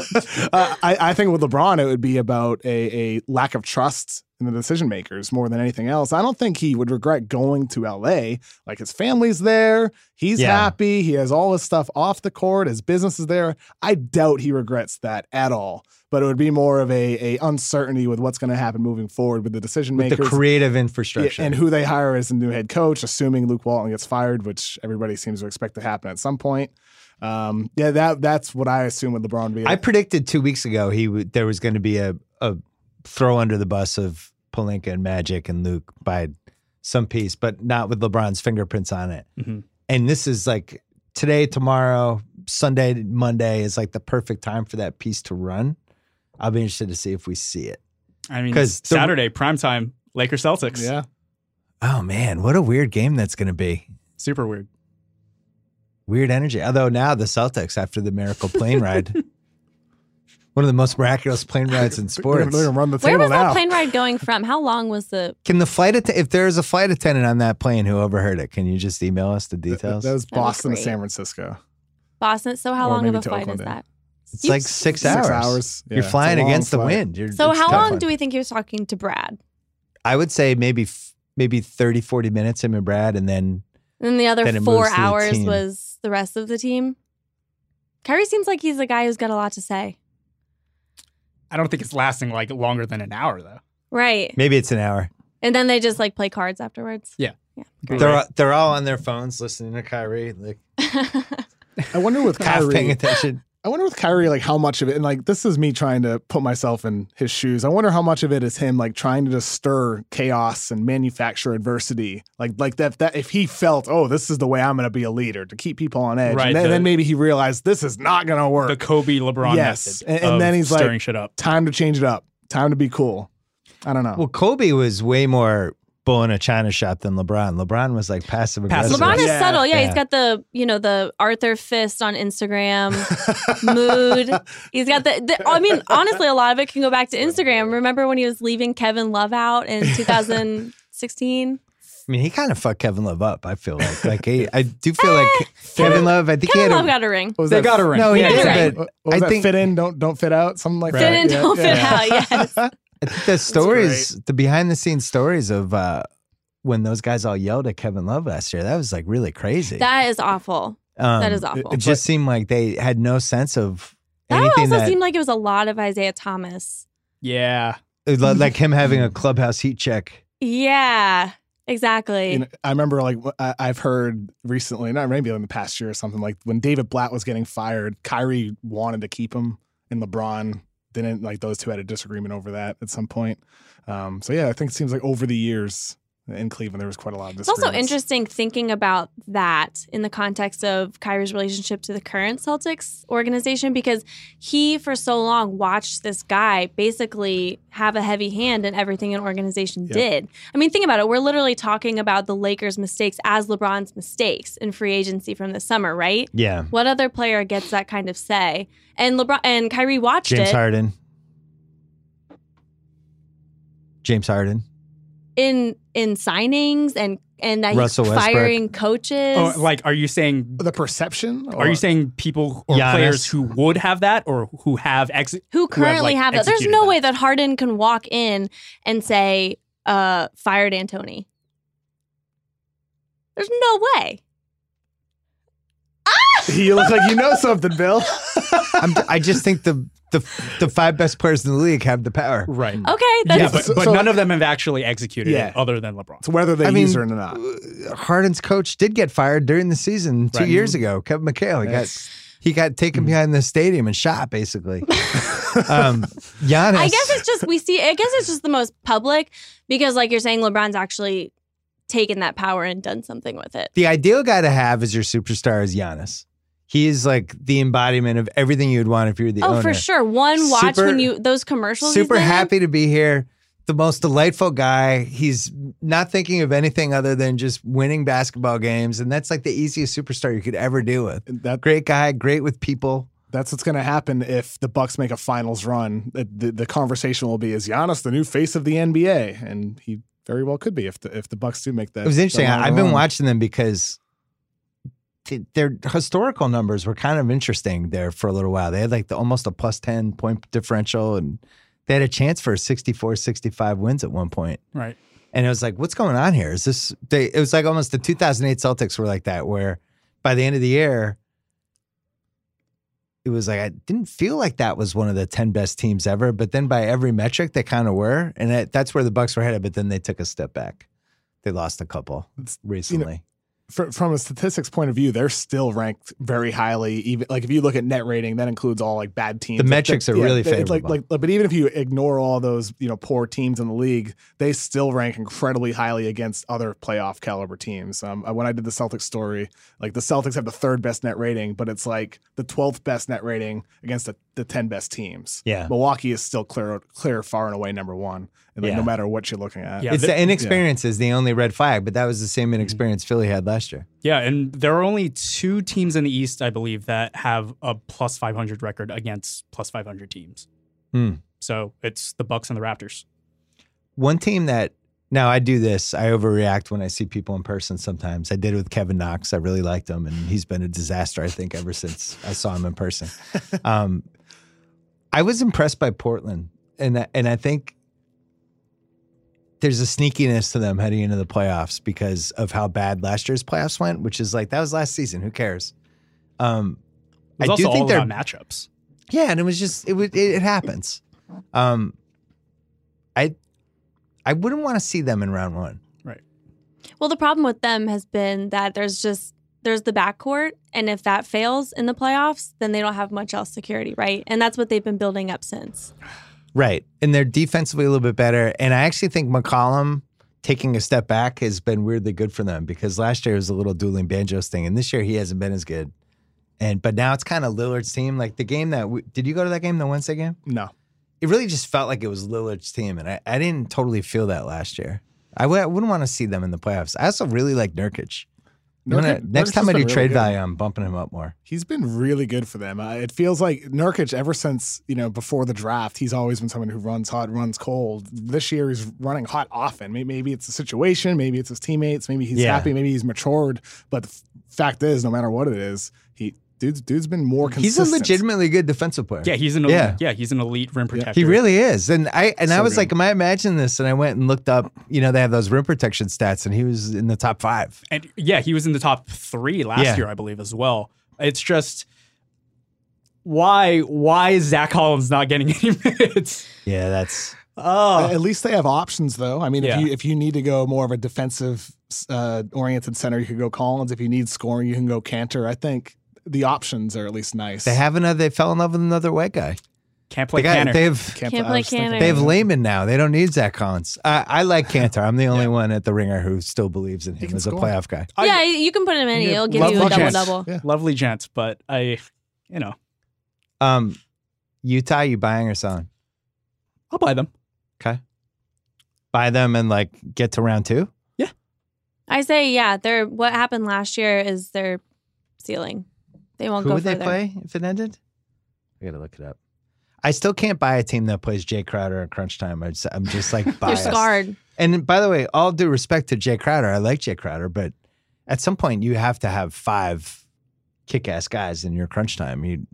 Speaker 6: I, I think with LeBron, it would be about a, a lack of trust in the decision makers more than anything else. I don't think he would regret going to LA. Like his family's there, he's
Speaker 1: Yeah.
Speaker 6: happy, he has all his stuff off the court, his business is there. I doubt he regrets that at all. But it would be more of a, a uncertainty with what's going to happen moving forward with the decision
Speaker 1: With the
Speaker 6: makers.
Speaker 1: creative
Speaker 6: Yeah,
Speaker 1: infrastructure.
Speaker 6: and who they hire as the new head coach, assuming Luke Walton gets fired, which everybody seems to expect to happen at some point. Um, yeah, that that's what I assume with LeBron being.
Speaker 1: I predicted two weeks ago he would there was going to be a, a throw under the bus of Palinka and Magic and Luke by some piece, but not with LeBron's fingerprints on it.
Speaker 7: Mhm.
Speaker 1: And this is like today, tomorrow, Sunday, Monday is like the perfect time for that piece to run. I'll be interested to see if we see it.
Speaker 7: I mean,
Speaker 1: 'Cause the-
Speaker 7: Saturday, primetime, Lakers Celtics.
Speaker 6: yeah,
Speaker 1: Oh man, what a weird game that's going to be.
Speaker 7: Super weird.
Speaker 1: Weird energy. Although now the Celtics after the miracle plane ride One of the most miraculous plane rides in
Speaker 6: They're gonna-
Speaker 1: sports.
Speaker 6: they're gonna run the
Speaker 8: Where
Speaker 6: table
Speaker 8: was
Speaker 6: now.
Speaker 8: that plane ride going from? How long was the?
Speaker 1: Can the flight attendant, if there's a flight attendant on that plane who overheard it, can you just email us the
Speaker 6: Th- th-
Speaker 1: details?
Speaker 6: That was
Speaker 8: That'd be
Speaker 6: Boston to
Speaker 8: great.
Speaker 6: San Francisco.
Speaker 8: Boston. So how
Speaker 6: Or
Speaker 8: long of
Speaker 6: maybe
Speaker 8: a
Speaker 6: to
Speaker 8: flight
Speaker 6: Oakland,
Speaker 8: is
Speaker 6: yeah.
Speaker 8: that?
Speaker 1: it's
Speaker 8: you-
Speaker 1: like six,
Speaker 6: Six
Speaker 1: hours.
Speaker 6: hours. Yeah,
Speaker 1: You're
Speaker 6: it's a
Speaker 1: flying
Speaker 6: long
Speaker 1: against the
Speaker 6: flight.
Speaker 1: wind. You're,
Speaker 8: So
Speaker 1: it's
Speaker 8: how
Speaker 1: tough.
Speaker 8: long do we think he was talking to Brad?
Speaker 1: I would say maybe f- maybe 30, 40 minutes, him and Brad, and then
Speaker 8: And then the other
Speaker 1: Then it
Speaker 8: four
Speaker 1: moves to the
Speaker 8: hours
Speaker 1: team.
Speaker 8: was the rest of the team. Kyrie seems like he's the guy who's got a lot to say.
Speaker 7: I don't think it's lasting like longer than an hour though.
Speaker 8: Right.
Speaker 1: maybe it's an hour.
Speaker 8: And then they just like play cards afterwards.
Speaker 1: They're, all- they're all on their phones listening to Kyrie, like
Speaker 6: I wonder with
Speaker 1: half paying
Speaker 6: Kyrie.
Speaker 1: attention.
Speaker 6: I wonder with Kyrie, like how much of it, and like this is me trying to put myself in his shoes. I wonder how much of it is him like trying to just stir chaos and manufacture adversity, like like that that if he felt, oh, this is the way I'm going to be a leader to keep people on edge,
Speaker 7: Right,
Speaker 6: and then,
Speaker 7: the-
Speaker 6: then maybe he realized this is not going to work.
Speaker 7: The Kobe LeBron
Speaker 6: Yes,
Speaker 7: method
Speaker 6: and- and
Speaker 7: of
Speaker 6: then he's like-
Speaker 7: stirring shit up.
Speaker 6: Time to change it up. Time to be cool. I don't know.
Speaker 1: Well, Kobe was way more bull in a china shop than LeBron. LeBron was like passive aggressive.
Speaker 7: Passive
Speaker 8: LeBron is
Speaker 6: Yeah,
Speaker 8: subtle. Yeah,
Speaker 1: yeah.
Speaker 8: he's got the you know the Arthur fist on Instagram mood. He's got the, the. I mean, honestly, a lot of it can go back to Instagram. Remember when he was leaving Kevin Love out in 2016?
Speaker 1: I mean, he kind of fucked Kevin Love up. I feel like, like he, I do feel like Kevin Love. I think he
Speaker 8: Eh, Kevin
Speaker 1: had
Speaker 8: Love
Speaker 1: a,
Speaker 8: got a ring.
Speaker 6: What was
Speaker 7: They
Speaker 6: that?
Speaker 7: got a ring.
Speaker 1: no, he
Speaker 8: Yeah,
Speaker 1: did,
Speaker 8: you're right.
Speaker 1: but
Speaker 6: What what was
Speaker 1: I
Speaker 6: that?
Speaker 1: think-
Speaker 6: fit in, don't don't fit out, something like
Speaker 8: Fit
Speaker 6: that.
Speaker 8: in,
Speaker 6: Yeah,
Speaker 8: don't fit
Speaker 6: yeah.
Speaker 8: out. Yes.
Speaker 1: I think the stories, the behind the scenes stories of uh, when those guys all yelled at Kevin Love last year, that was like really crazy.
Speaker 8: That is awful.
Speaker 1: Um,
Speaker 8: that is
Speaker 1: It,
Speaker 8: awful.
Speaker 1: it just seemed like they had no sense of
Speaker 8: That
Speaker 1: anything
Speaker 8: also
Speaker 1: that,
Speaker 8: seemed like it was a lot of Isaiah Thomas.
Speaker 7: Yeah.
Speaker 1: it was like him having a clubhouse heat check.
Speaker 8: Yeah, exactly.
Speaker 6: You know, I remember like wh- I, have heard recently, not maybe in the past year or something, like when David Blatt was getting fired, Kyrie wanted to keep him, and LeBron didn't. Like those two had a disagreement over that at some point. Um, so yeah, I think it seems like over the years in Cleveland there was quite a lot of
Speaker 8: It's also
Speaker 6: disagreements.
Speaker 8: interesting thinking about that in the context of Kyrie's relationship to the current Celtics organization because he, for so long, watched this guy basically have a heavy hand in everything an organization
Speaker 6: Yep.
Speaker 8: did. I mean, think about it. We're literally talking about the Lakers' mistakes as LeBron's mistakes in free agency from the summer, right?
Speaker 1: Yeah,
Speaker 8: What other player gets that kind of say? And LeBron and Kyrie watched
Speaker 1: James
Speaker 8: it
Speaker 1: Harden. James Harden.
Speaker 8: in in signings and and that
Speaker 1: Russell
Speaker 8: he's
Speaker 1: Westbrook.
Speaker 8: firing coaches.
Speaker 7: Oh, like, are you saying?
Speaker 6: The perception?
Speaker 7: Are you saying people or
Speaker 1: Giannis.
Speaker 7: players who would have that or who have exit?
Speaker 8: who currently
Speaker 7: like,
Speaker 8: have, that. There's
Speaker 7: executed
Speaker 8: no
Speaker 7: that.
Speaker 8: way that Harden can walk in and say, uh, fired Antony. There's no way.
Speaker 6: you look like you know something, Bill?
Speaker 1: I'm, I just think the, the the five best players in the league have the power.
Speaker 7: Right.
Speaker 8: Okay, that's
Speaker 7: Yeah, but,
Speaker 6: So-
Speaker 7: but
Speaker 6: so-
Speaker 7: none of them have actually executed
Speaker 6: Yeah.
Speaker 7: it other than LeBron.
Speaker 6: It's whether they
Speaker 1: I
Speaker 6: use
Speaker 1: mean,
Speaker 6: it or not.
Speaker 1: Uh, Harden's coach did get fired during the season two
Speaker 6: Right.
Speaker 1: years ago. Kevin McHale, he got
Speaker 6: That's-
Speaker 1: he got
Speaker 8: Mm-hmm.
Speaker 1: taken behind the stadium and shot basically. um, Giannis,
Speaker 8: I guess it's just we see. I guess it's just the most public because, like you're saying, LeBron's actually taken that power and done something with it.
Speaker 1: the ideal guy to have as your superstar is Giannis. He is like the embodiment of everything you would want if you were the
Speaker 8: oh,
Speaker 1: owner.
Speaker 8: for sure. One watch
Speaker 1: Super-
Speaker 8: when you those commercials. he's
Speaker 1: Super
Speaker 8: been in.
Speaker 1: happy to be here. The most delightful guy. He's not thinking of anything other than just winning basketball games, and that's like the easiest superstar you could ever deal with.
Speaker 6: That,
Speaker 1: Great guy, great with people.
Speaker 6: that's what's going to happen if the Bucks make a finals run. The, the, the conversation will be: Is Giannis the new face of the NBA? And he very well could be if the if the Bucks do make that.
Speaker 1: It was
Speaker 6: that
Speaker 1: interesting.
Speaker 6: long
Speaker 1: I, I've been
Speaker 6: run.
Speaker 1: watching them because th- their historical numbers were kind of interesting there for a little while. They had like the, almost a plus 10 point differential and they had a chance for 64, 65 wins at one point.
Speaker 7: Right.
Speaker 1: And it was like, what's going on here? Is this, they, it was like almost the 2008 Celtics were like that, where by the end of the year, it was like, I didn't feel like that was one of the 10 best teams ever. But then by every metric, they kind of were. And that that's where the Bucks were headed. But then they took a step back. They lost a couple
Speaker 6: It's-
Speaker 1: recently.
Speaker 6: Fr- from a statistics point of view, they're still ranked very highly. Even like if you look at net rating, that includes all like bad teams.
Speaker 1: The
Speaker 6: Like,
Speaker 1: metrics
Speaker 6: that-
Speaker 1: are really
Speaker 6: that- it's
Speaker 1: favorable.
Speaker 6: Like, like, but even if you ignore all those, you know, poor teams in the league, they still rank incredibly highly against other playoff caliber teams. Um, when I did the Celtics story, like the Celtics have the third best net rating, but it's like the twelfth best net rating against the, the ten best teams.
Speaker 1: Yeah.
Speaker 6: Milwaukee is still clear, clear, far and away number one. Like,
Speaker 1: Yeah.
Speaker 6: No matter what you're looking at.
Speaker 7: Yeah.
Speaker 1: it's
Speaker 7: th-
Speaker 1: the inexperience is the only red flag, but that was the same inexperience Philly had last year.
Speaker 7: Yeah, and there are only two teams in the East, I believe, that have a plus 500 record against plus 500 teams.
Speaker 1: Hmm.
Speaker 7: So it's the Bucks and the Raptors.
Speaker 1: One team that now I do this, I overreact when I see people in person sometimes. I did with Kevin Knox. I really liked him, and he's been a disaster, I think, ever since I saw him in person. Um, I was impressed by Portland, and I- and I think there's a sneakiness to them heading into the playoffs because of how bad last year's playoffs went, which is like that was last season. Who cares? Um,
Speaker 7: It was
Speaker 1: I
Speaker 7: also
Speaker 1: do
Speaker 7: all
Speaker 1: think they're
Speaker 7: about matchups.
Speaker 1: yeah, and it was just it would it, it happens. Um, I I wouldn't want to see them in round one.
Speaker 8: Well, the problem with them has been that there's just there's the backcourt, and if that fails in the playoffs, then they don't have much else security, right? And that's what they've been building up since.
Speaker 1: Right. And they're defensively a little bit better. And I actually think McCollum taking a step back has been weirdly good for them because last year was a little dueling banjos thing, and this year he hasn't been as good. And but now it's kind of Lillard's team. Like the game that we, did you go to that game, the Wednesday game?
Speaker 6: No.
Speaker 1: It really just felt like it was Lillard's team, and I, I didn't totally feel that last year. I w- I wouldn't want to see them in the playoffs. I also really like Nurkic. I'm gonna-
Speaker 6: Nurkic-
Speaker 1: next
Speaker 6: Nurkic's
Speaker 1: time I
Speaker 6: been
Speaker 1: do
Speaker 6: really
Speaker 1: trade
Speaker 6: good.
Speaker 1: value, I'm bumping him up more.
Speaker 6: He's been really good for them. Uh, it feels like Nurkic, ever since you know before the draft, he's always been someone who runs hot, runs cold. This year, he's running hot often. May- Maybe it's the situation, maybe it's his teammates, maybe he's
Speaker 1: Yeah.
Speaker 6: happy, maybe he's matured. But the f- fact is, no matter what it is, he dude's dude's been more
Speaker 1: He's
Speaker 6: consistent.
Speaker 1: a legitimately good defensive player.
Speaker 7: Yeah, he's an elite,
Speaker 1: Yeah.
Speaker 7: yeah. he's an elite rim protector.
Speaker 1: He really is. And I and I
Speaker 6: So
Speaker 1: was
Speaker 6: good.
Speaker 1: like, am I imagining this? And I went and looked up, you know, they have those rim protection stats, and he was in the top five.
Speaker 7: and yeah, he was in the top three last
Speaker 1: Yeah.
Speaker 7: year, I believe, as well. It's just why why is Zach Collins not getting any minutes?
Speaker 1: Yeah, that's
Speaker 6: Uh,
Speaker 7: Oh,
Speaker 6: at least they have options, though. I mean,
Speaker 7: Yeah.
Speaker 6: if you if you need to go more of a defensive uh, oriented center, you could go Collins. If you need scoring, you can go Cantor. I think the options are at least nice.
Speaker 1: they have another. They fell in love with another white guy.
Speaker 7: can't
Speaker 1: They
Speaker 7: play
Speaker 1: got,
Speaker 7: Canner.
Speaker 1: they have
Speaker 8: Can't
Speaker 6: I
Speaker 8: play
Speaker 6: was thinking
Speaker 8: Cantor.
Speaker 1: they have
Speaker 6: that.
Speaker 1: Lehman now. They don't need Zach Collins. I, I like Cantor. I'm the only one at the ringer who still believes in him
Speaker 6: can
Speaker 1: as a
Speaker 6: score.
Speaker 1: playoff guy.
Speaker 7: I-
Speaker 8: yeah, you can put him in;
Speaker 7: Yeah,
Speaker 8: he'll give
Speaker 7: love
Speaker 8: you a
Speaker 7: the
Speaker 8: double
Speaker 7: chance.
Speaker 8: double.
Speaker 6: Yeah.
Speaker 7: Lovely gents, but I, you know,
Speaker 1: Um, Utah, you buying or selling?
Speaker 7: I'll buy them.
Speaker 1: Buy them and like get to round two.
Speaker 8: I say, yeah, they're what happened last year is their ceiling. They won't
Speaker 1: Who
Speaker 8: go
Speaker 1: would they
Speaker 8: further.
Speaker 1: play if it ended? I gotta look it up. I still can't buy a team that plays Jay Crowder at crunch time. I just, I'm just like
Speaker 8: You're
Speaker 1: biased.
Speaker 8: scarred.
Speaker 1: And by the way, all due respect to Jay Crowder, I like Jay Crowder, but at some point you have to have five kick-ass guys in your crunch time. You,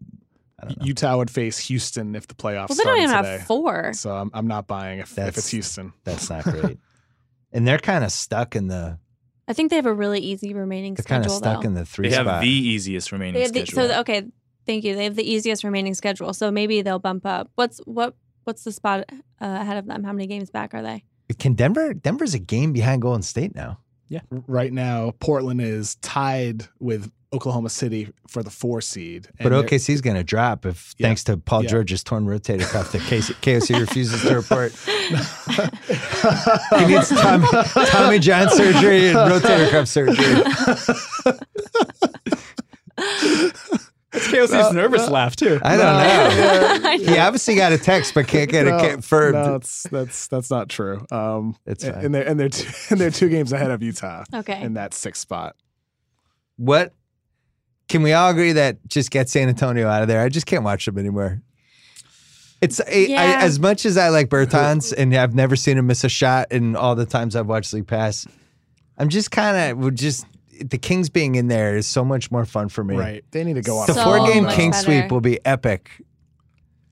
Speaker 1: I don't know.
Speaker 6: Utah would face Houston if the playoffs
Speaker 8: Well, they don't
Speaker 6: started
Speaker 8: even
Speaker 6: today.
Speaker 8: have four.
Speaker 6: So I'm, I'm not buying if, if
Speaker 1: That's-
Speaker 6: it's Houston.
Speaker 1: That's not great. and they're kind of stuck in the
Speaker 8: I think they have a really easy remaining
Speaker 1: they're kind of
Speaker 8: schedule.
Speaker 1: stuck
Speaker 8: though.
Speaker 1: in the three
Speaker 5: They have
Speaker 1: spot.
Speaker 5: the easiest remaining
Speaker 8: They have the,
Speaker 5: schedule.
Speaker 8: so the- okay, thank you. They have the easiest remaining schedule, so maybe they'll bump up. What's what what's the spot uh, ahead of them? How many games back are they?
Speaker 1: Can Denver? Denver's a game behind Golden State now.
Speaker 6: Right now, Portland is tied with Oklahoma City for the four seed.
Speaker 1: But
Speaker 6: and they're-
Speaker 1: OKC's going to drop if,
Speaker 6: Yeah.
Speaker 1: thanks to Paul
Speaker 6: Yeah.
Speaker 1: George's torn rotator cuff that KC KOC refuses to report. He needs Tommy, Tommy John surgery and rotator cuff surgery.
Speaker 7: It's
Speaker 6: Uh,
Speaker 7: KOC's nervous laugh too.
Speaker 1: I don't know.
Speaker 8: I know.
Speaker 1: He obviously got a text, but can't get
Speaker 6: No,
Speaker 1: it confirmed.
Speaker 6: No, it's, that's that's not true. Um,
Speaker 1: It's
Speaker 6: and-
Speaker 1: fine.
Speaker 6: and they're and they're two, and they're two games ahead of Utah
Speaker 8: Okay.
Speaker 6: in that sixth spot.
Speaker 1: What? Can we all agree that just get San Antonio out of there? I just can't watch them anymore. It's I-
Speaker 8: Yeah.
Speaker 1: I, as much as I like Bertans, and I've never seen him miss a shot in all the times I've watched league pass. I'm just kind of would just the Kings being in there is so much more fun for me.
Speaker 7: Right.
Speaker 6: They need to go on.
Speaker 1: The
Speaker 8: So
Speaker 1: four game
Speaker 8: much
Speaker 1: King
Speaker 8: better.
Speaker 1: sweep will be epic.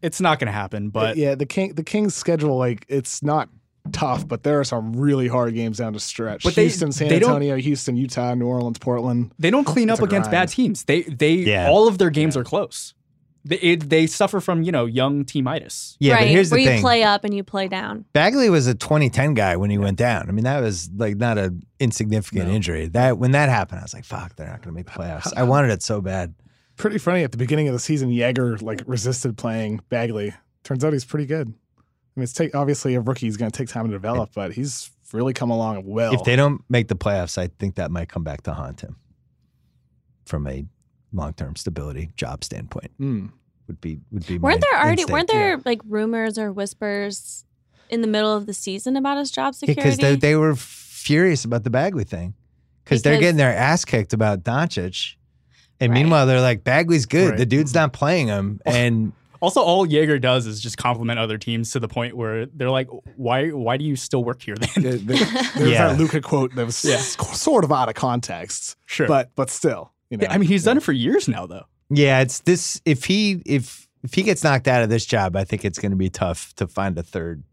Speaker 7: It's not going to happen, but
Speaker 6: yeah, the king the Kings schedule like it's not tough, but there are some really hard games down the stretch.
Speaker 7: But they-
Speaker 6: Houston, San
Speaker 7: they don't-
Speaker 6: Antonio, Houston, Utah, New Orleans, Portland.
Speaker 7: they don't clean
Speaker 6: It's
Speaker 7: up
Speaker 6: a
Speaker 7: against
Speaker 6: grind.
Speaker 7: bad teams. They they
Speaker 1: Yeah.
Speaker 7: all of their games are close. They it, they suffer from you know young teamitis.
Speaker 1: Yeah,
Speaker 8: right,
Speaker 1: but here's the
Speaker 8: where you
Speaker 1: thing.
Speaker 8: play up and you play down.
Speaker 1: Bagley was a 2010 guy when he went down. I mean, that was like not an insignificant injury. That when that happened, I was like, "Fuck, they're not going to make the playoffs." I wanted it so bad.
Speaker 6: Pretty funny at the beginning of the season, Jaeger like resisted playing Bagley. Turns out he's pretty good. I mean, it's take, obviously a rookie is going to take time to develop, but he's really come along well.
Speaker 1: If they don't make the playoffs, I think that might come back to haunt him from a long-term stability job standpoint.
Speaker 6: Hmm.
Speaker 1: Would be would be.
Speaker 8: Weren't
Speaker 1: my
Speaker 8: there already
Speaker 1: instinct.
Speaker 8: weren't there like rumors or whispers in the middle of the season about his job security.
Speaker 1: because they, they were furious about the Bagley thing because they're
Speaker 8: Because-
Speaker 1: getting their ass kicked about Doncic. And
Speaker 8: Right.
Speaker 1: meanwhile, they're like, Bagley's good.
Speaker 6: Right.
Speaker 1: The dude's not playing him. And
Speaker 7: Also, all Jaeger does is just compliment other teams to the point where they're like, "Why? Why do you still work here then?"
Speaker 6: There, there- there was
Speaker 1: Yeah.
Speaker 6: that Luca quote that was
Speaker 7: Yeah.
Speaker 6: s- sort of out of context,
Speaker 7: Sure, but
Speaker 6: but but still, you know.
Speaker 7: I mean, he's done it for years now, though.
Speaker 1: yeah, it's this. If he if if he gets knocked out of this job, I think it's going to be tough to find a third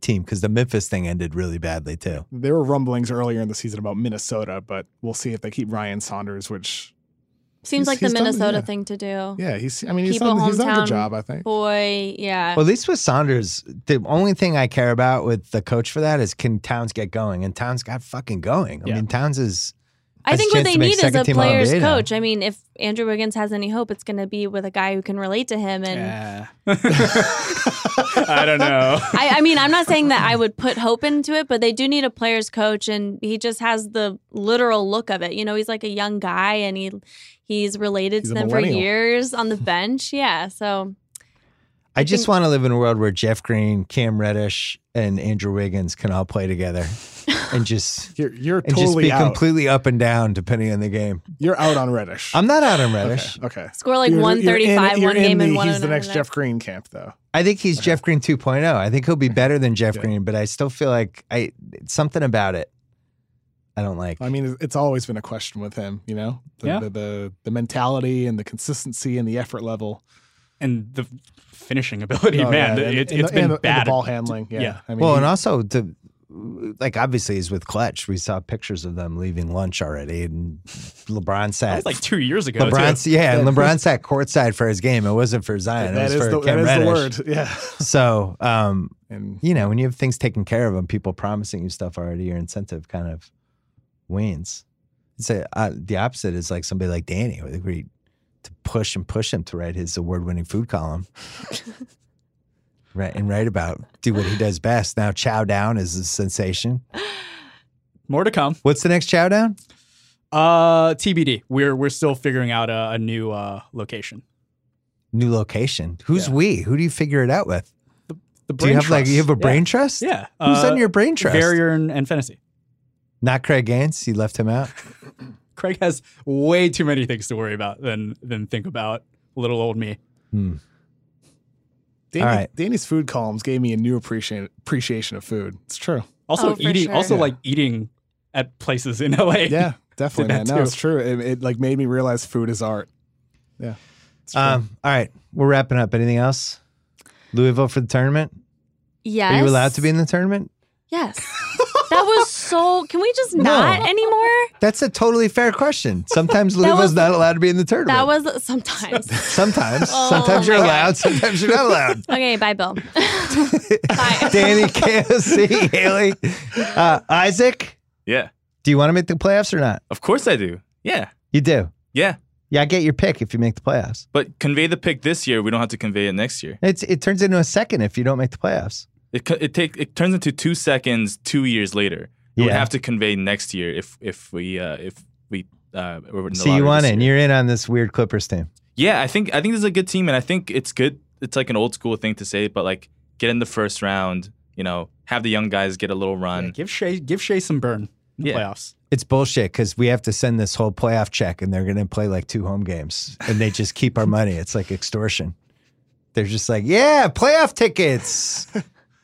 Speaker 1: team because the Memphis thing ended really badly too.
Speaker 6: there were rumblings earlier in the season about Minnesota, but we'll see if they keep Ryan Saunders, which
Speaker 8: Seems
Speaker 6: He's-
Speaker 8: like the
Speaker 6: he's done it,
Speaker 8: Minnesota
Speaker 6: yeah.
Speaker 8: thing to do.
Speaker 6: yeah, he's I mean he's
Speaker 8: People
Speaker 6: done, he's done a
Speaker 8: hometown
Speaker 6: good job, I think.
Speaker 8: Boy, yeah.
Speaker 1: Well, at least with Saunders, the only thing I care about with the coach for that is can Towns get going? And Towns got fucking going. I
Speaker 7: Yeah.
Speaker 1: mean, Towns is
Speaker 8: I
Speaker 1: has
Speaker 8: think
Speaker 1: a
Speaker 8: what
Speaker 1: chance
Speaker 8: they
Speaker 1: to make
Speaker 8: need is
Speaker 1: second
Speaker 8: a
Speaker 1: team All-NBA
Speaker 8: player's
Speaker 1: now.
Speaker 8: coach. I mean, if Andrew Wiggins has any hope, it's going to be with a guy who can relate to him. And
Speaker 7: I don't know.
Speaker 8: I, I mean, I'm not saying that I would put hope into it, but they do need a player's coach, and he just has the literal look of it. You know, he's like a young guy, and he he's related
Speaker 6: He's
Speaker 8: to
Speaker 6: a
Speaker 8: them for
Speaker 6: millennial.
Speaker 8: years on the bench. Yeah, so
Speaker 1: I just
Speaker 8: think-
Speaker 1: want to live in a world where Jeff Green, Cam Reddish, and Andrew Wiggins can all play together and just
Speaker 6: You're you're
Speaker 1: and just
Speaker 6: totally
Speaker 1: be
Speaker 6: out.
Speaker 1: completely up and down depending on the game.
Speaker 6: you're out on Reddish.
Speaker 1: I'm not out on Reddish.
Speaker 6: Okay. okay.
Speaker 8: score like
Speaker 6: You're- you're in-
Speaker 8: 135
Speaker 6: you're
Speaker 8: one
Speaker 6: in
Speaker 8: game
Speaker 6: the,
Speaker 8: and one.
Speaker 6: He's the next Jeff Green camp though.
Speaker 1: I think he's Jeff Green 2.0. I think he'll be better than Jeff
Speaker 6: Yeah.
Speaker 1: Green, but I still feel like I something about it I don't like.
Speaker 6: I mean, it's always been a question with him, you know, the,
Speaker 7: Yeah.
Speaker 6: the, the the mentality and the consistency and the effort level.
Speaker 7: and the finishing ability,
Speaker 6: Oh,
Speaker 7: man,
Speaker 6: yeah, and-
Speaker 7: it,
Speaker 6: and
Speaker 7: has
Speaker 6: the-
Speaker 7: been
Speaker 6: and the, and
Speaker 7: bad.
Speaker 6: the ball handling. Yeah,
Speaker 7: yeah.
Speaker 6: I mean,
Speaker 1: well,
Speaker 6: he-
Speaker 1: and also to like obviously is with Clutch. We saw pictures of them leaving lunch already, and LeBron
Speaker 7: That
Speaker 1: sat
Speaker 7: was like two years ago.
Speaker 1: LeBron,
Speaker 7: too.
Speaker 1: yeah, and LeBron sat courtside for his game. It wasn't for Zion.
Speaker 6: that
Speaker 1: it was
Speaker 6: is
Speaker 1: for
Speaker 6: the
Speaker 1: Cam
Speaker 6: that is the
Speaker 1: Reddish.
Speaker 6: word. Yeah,
Speaker 1: So, um,
Speaker 6: and
Speaker 1: you know, when you have things taken care of and people promising you stuff already, your incentive kind of wanes. It's a, uh, the opposite is like somebody like Danny, where he, to push and push him to write his award-winning food column, right? And write about do what he does best. Now, Chow Down is a sensation.
Speaker 7: More to come.
Speaker 1: What's the next Chow Down?
Speaker 7: Uh, TBD. We're we're still figuring out a, a new uh, location.
Speaker 1: New location. Who's
Speaker 7: Yeah.
Speaker 1: we? Who do you figure it out with?
Speaker 7: The
Speaker 1: Do you have like you have a brain trust?
Speaker 7: Yeah.
Speaker 1: Who's
Speaker 7: Uh,
Speaker 1: on your brain trust?
Speaker 7: Barrier and, and fantasy.
Speaker 1: Not Craig Gaines. You left him out.
Speaker 7: Craig has way too many things to worry about than than think about little old me.
Speaker 1: Hmm.
Speaker 6: Danny,
Speaker 1: All right.
Speaker 6: Danny's food columns gave me a new appreciation appreciation of food. It's true.
Speaker 7: Also
Speaker 8: Oh, for
Speaker 7: eating.
Speaker 8: sure.
Speaker 7: Also
Speaker 6: Yeah.
Speaker 7: like eating at places in LA.
Speaker 6: Yeah, definitely, man.
Speaker 7: that
Speaker 6: No,
Speaker 7: too.
Speaker 6: it's true. It, it like made me realize food is art. Yeah. It's true.
Speaker 1: Um, all right, we're wrapping up. Anything else? Louisville for the tournament.
Speaker 8: Yes.
Speaker 1: Are you allowed to be in the tournament?
Speaker 8: Yes. that was so. Can we just not anymore?
Speaker 1: That's a totally fair question. Sometimes
Speaker 8: That
Speaker 1: Louisville's
Speaker 8: was-
Speaker 1: not allowed to be in the tournament.
Speaker 8: That was sometimes.
Speaker 1: sometimes.
Speaker 8: Oh
Speaker 1: sometimes
Speaker 8: my
Speaker 1: you're
Speaker 8: God.
Speaker 1: allowed. Sometimes you're not allowed.
Speaker 8: okay, bye, Bill. bye.
Speaker 1: Danny, KOC, Haley, uh, Isaac.
Speaker 2: Yeah.
Speaker 1: Do you want to make the playoffs or not?
Speaker 2: Of course I do. Yeah.
Speaker 1: You do.
Speaker 2: Yeah.
Speaker 1: Yeah, I get your pick if you make the playoffs.
Speaker 2: But convey the pick this year. We don't have to convey it next year.
Speaker 1: It's it turns into a second if you don't make the playoffs.
Speaker 2: It co- it take it turns into two seconds two years later. You would
Speaker 1: Yeah.
Speaker 2: have to convey next year if if we uh, if we uh, were in the
Speaker 1: So you
Speaker 2: lottery
Speaker 1: want
Speaker 2: this
Speaker 1: in.
Speaker 2: year.
Speaker 1: You're in on this weird Clippers team.
Speaker 2: Yeah, I think I think this is a good team, and I think it's good. It's like an old school thing to say, but like get in the first round. You know, have the young guys get a little
Speaker 7: Yeah,
Speaker 2: run.
Speaker 7: give Shay give Shay some burn in the
Speaker 2: Yeah.
Speaker 7: playoffs.
Speaker 1: It's bullshit because we have to send this whole playoff check and they're going to play like two home games and they just keep our money. It's like extortion. They're just like, yeah, playoff tickets,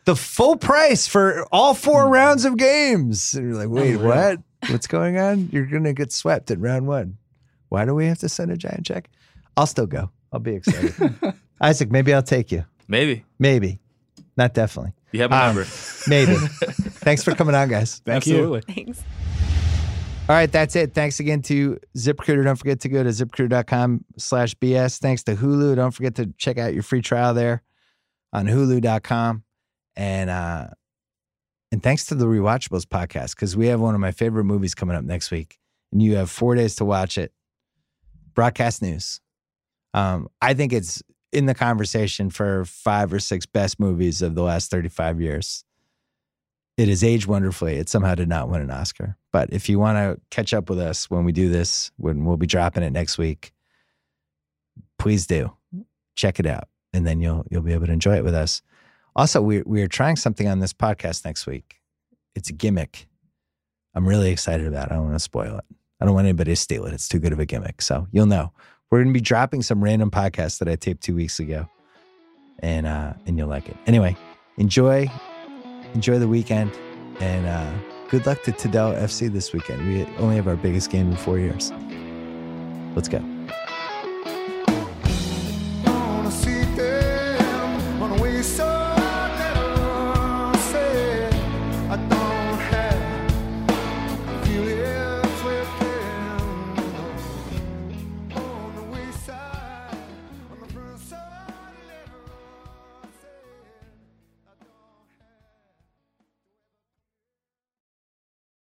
Speaker 1: the full price for all four rounds of games. And you're like, wait, what? What's going on? You're going to get swept in round one. Why do we have to send a giant check? I'll still go. I'll be excited. Isaac, maybe I'll take you.
Speaker 2: Maybe
Speaker 1: Maybe. Not definitely.
Speaker 2: you have my
Speaker 1: Um,
Speaker 2: number.
Speaker 1: Maybe. Thanks for coming on, guys.
Speaker 6: Thank you.
Speaker 7: Absolutely.
Speaker 8: Thanks.
Speaker 1: All right, that's it. Thanks again to ZipRecruiter. Don't forget to go to ziprecruiter.com slash BS. Thanks to Hulu. Don't forget to check out your free trial there on hulu.com. And uh and thanks to the Rewatchables podcast, because we have one of my favorite movies coming up next week. And you have four days to watch it. Broadcast news. Um, I think it's in the conversation for five or six best movies of the last 35 years it has aged wonderfully. It somehow did not win an Oscar. But if you want to catch up with us when we do this, when we'll be dropping it next week, please do check it out, and then you'll you'll be able to enjoy it with us. Also, we we are trying something on this podcast next week. It's a gimmick. I'm really excited about. it. I don't want to spoil it. I don't want anybody to steal it. It's too good of a gimmick. So you'll know. We're going to be dropping some random podcast that I taped two weeks ago, and uh, and you'll like it. Anyway, enjoy, enjoy the weekend, and uh, good luck to Tadell FC this weekend. We only have our biggest game in four years. Let's go.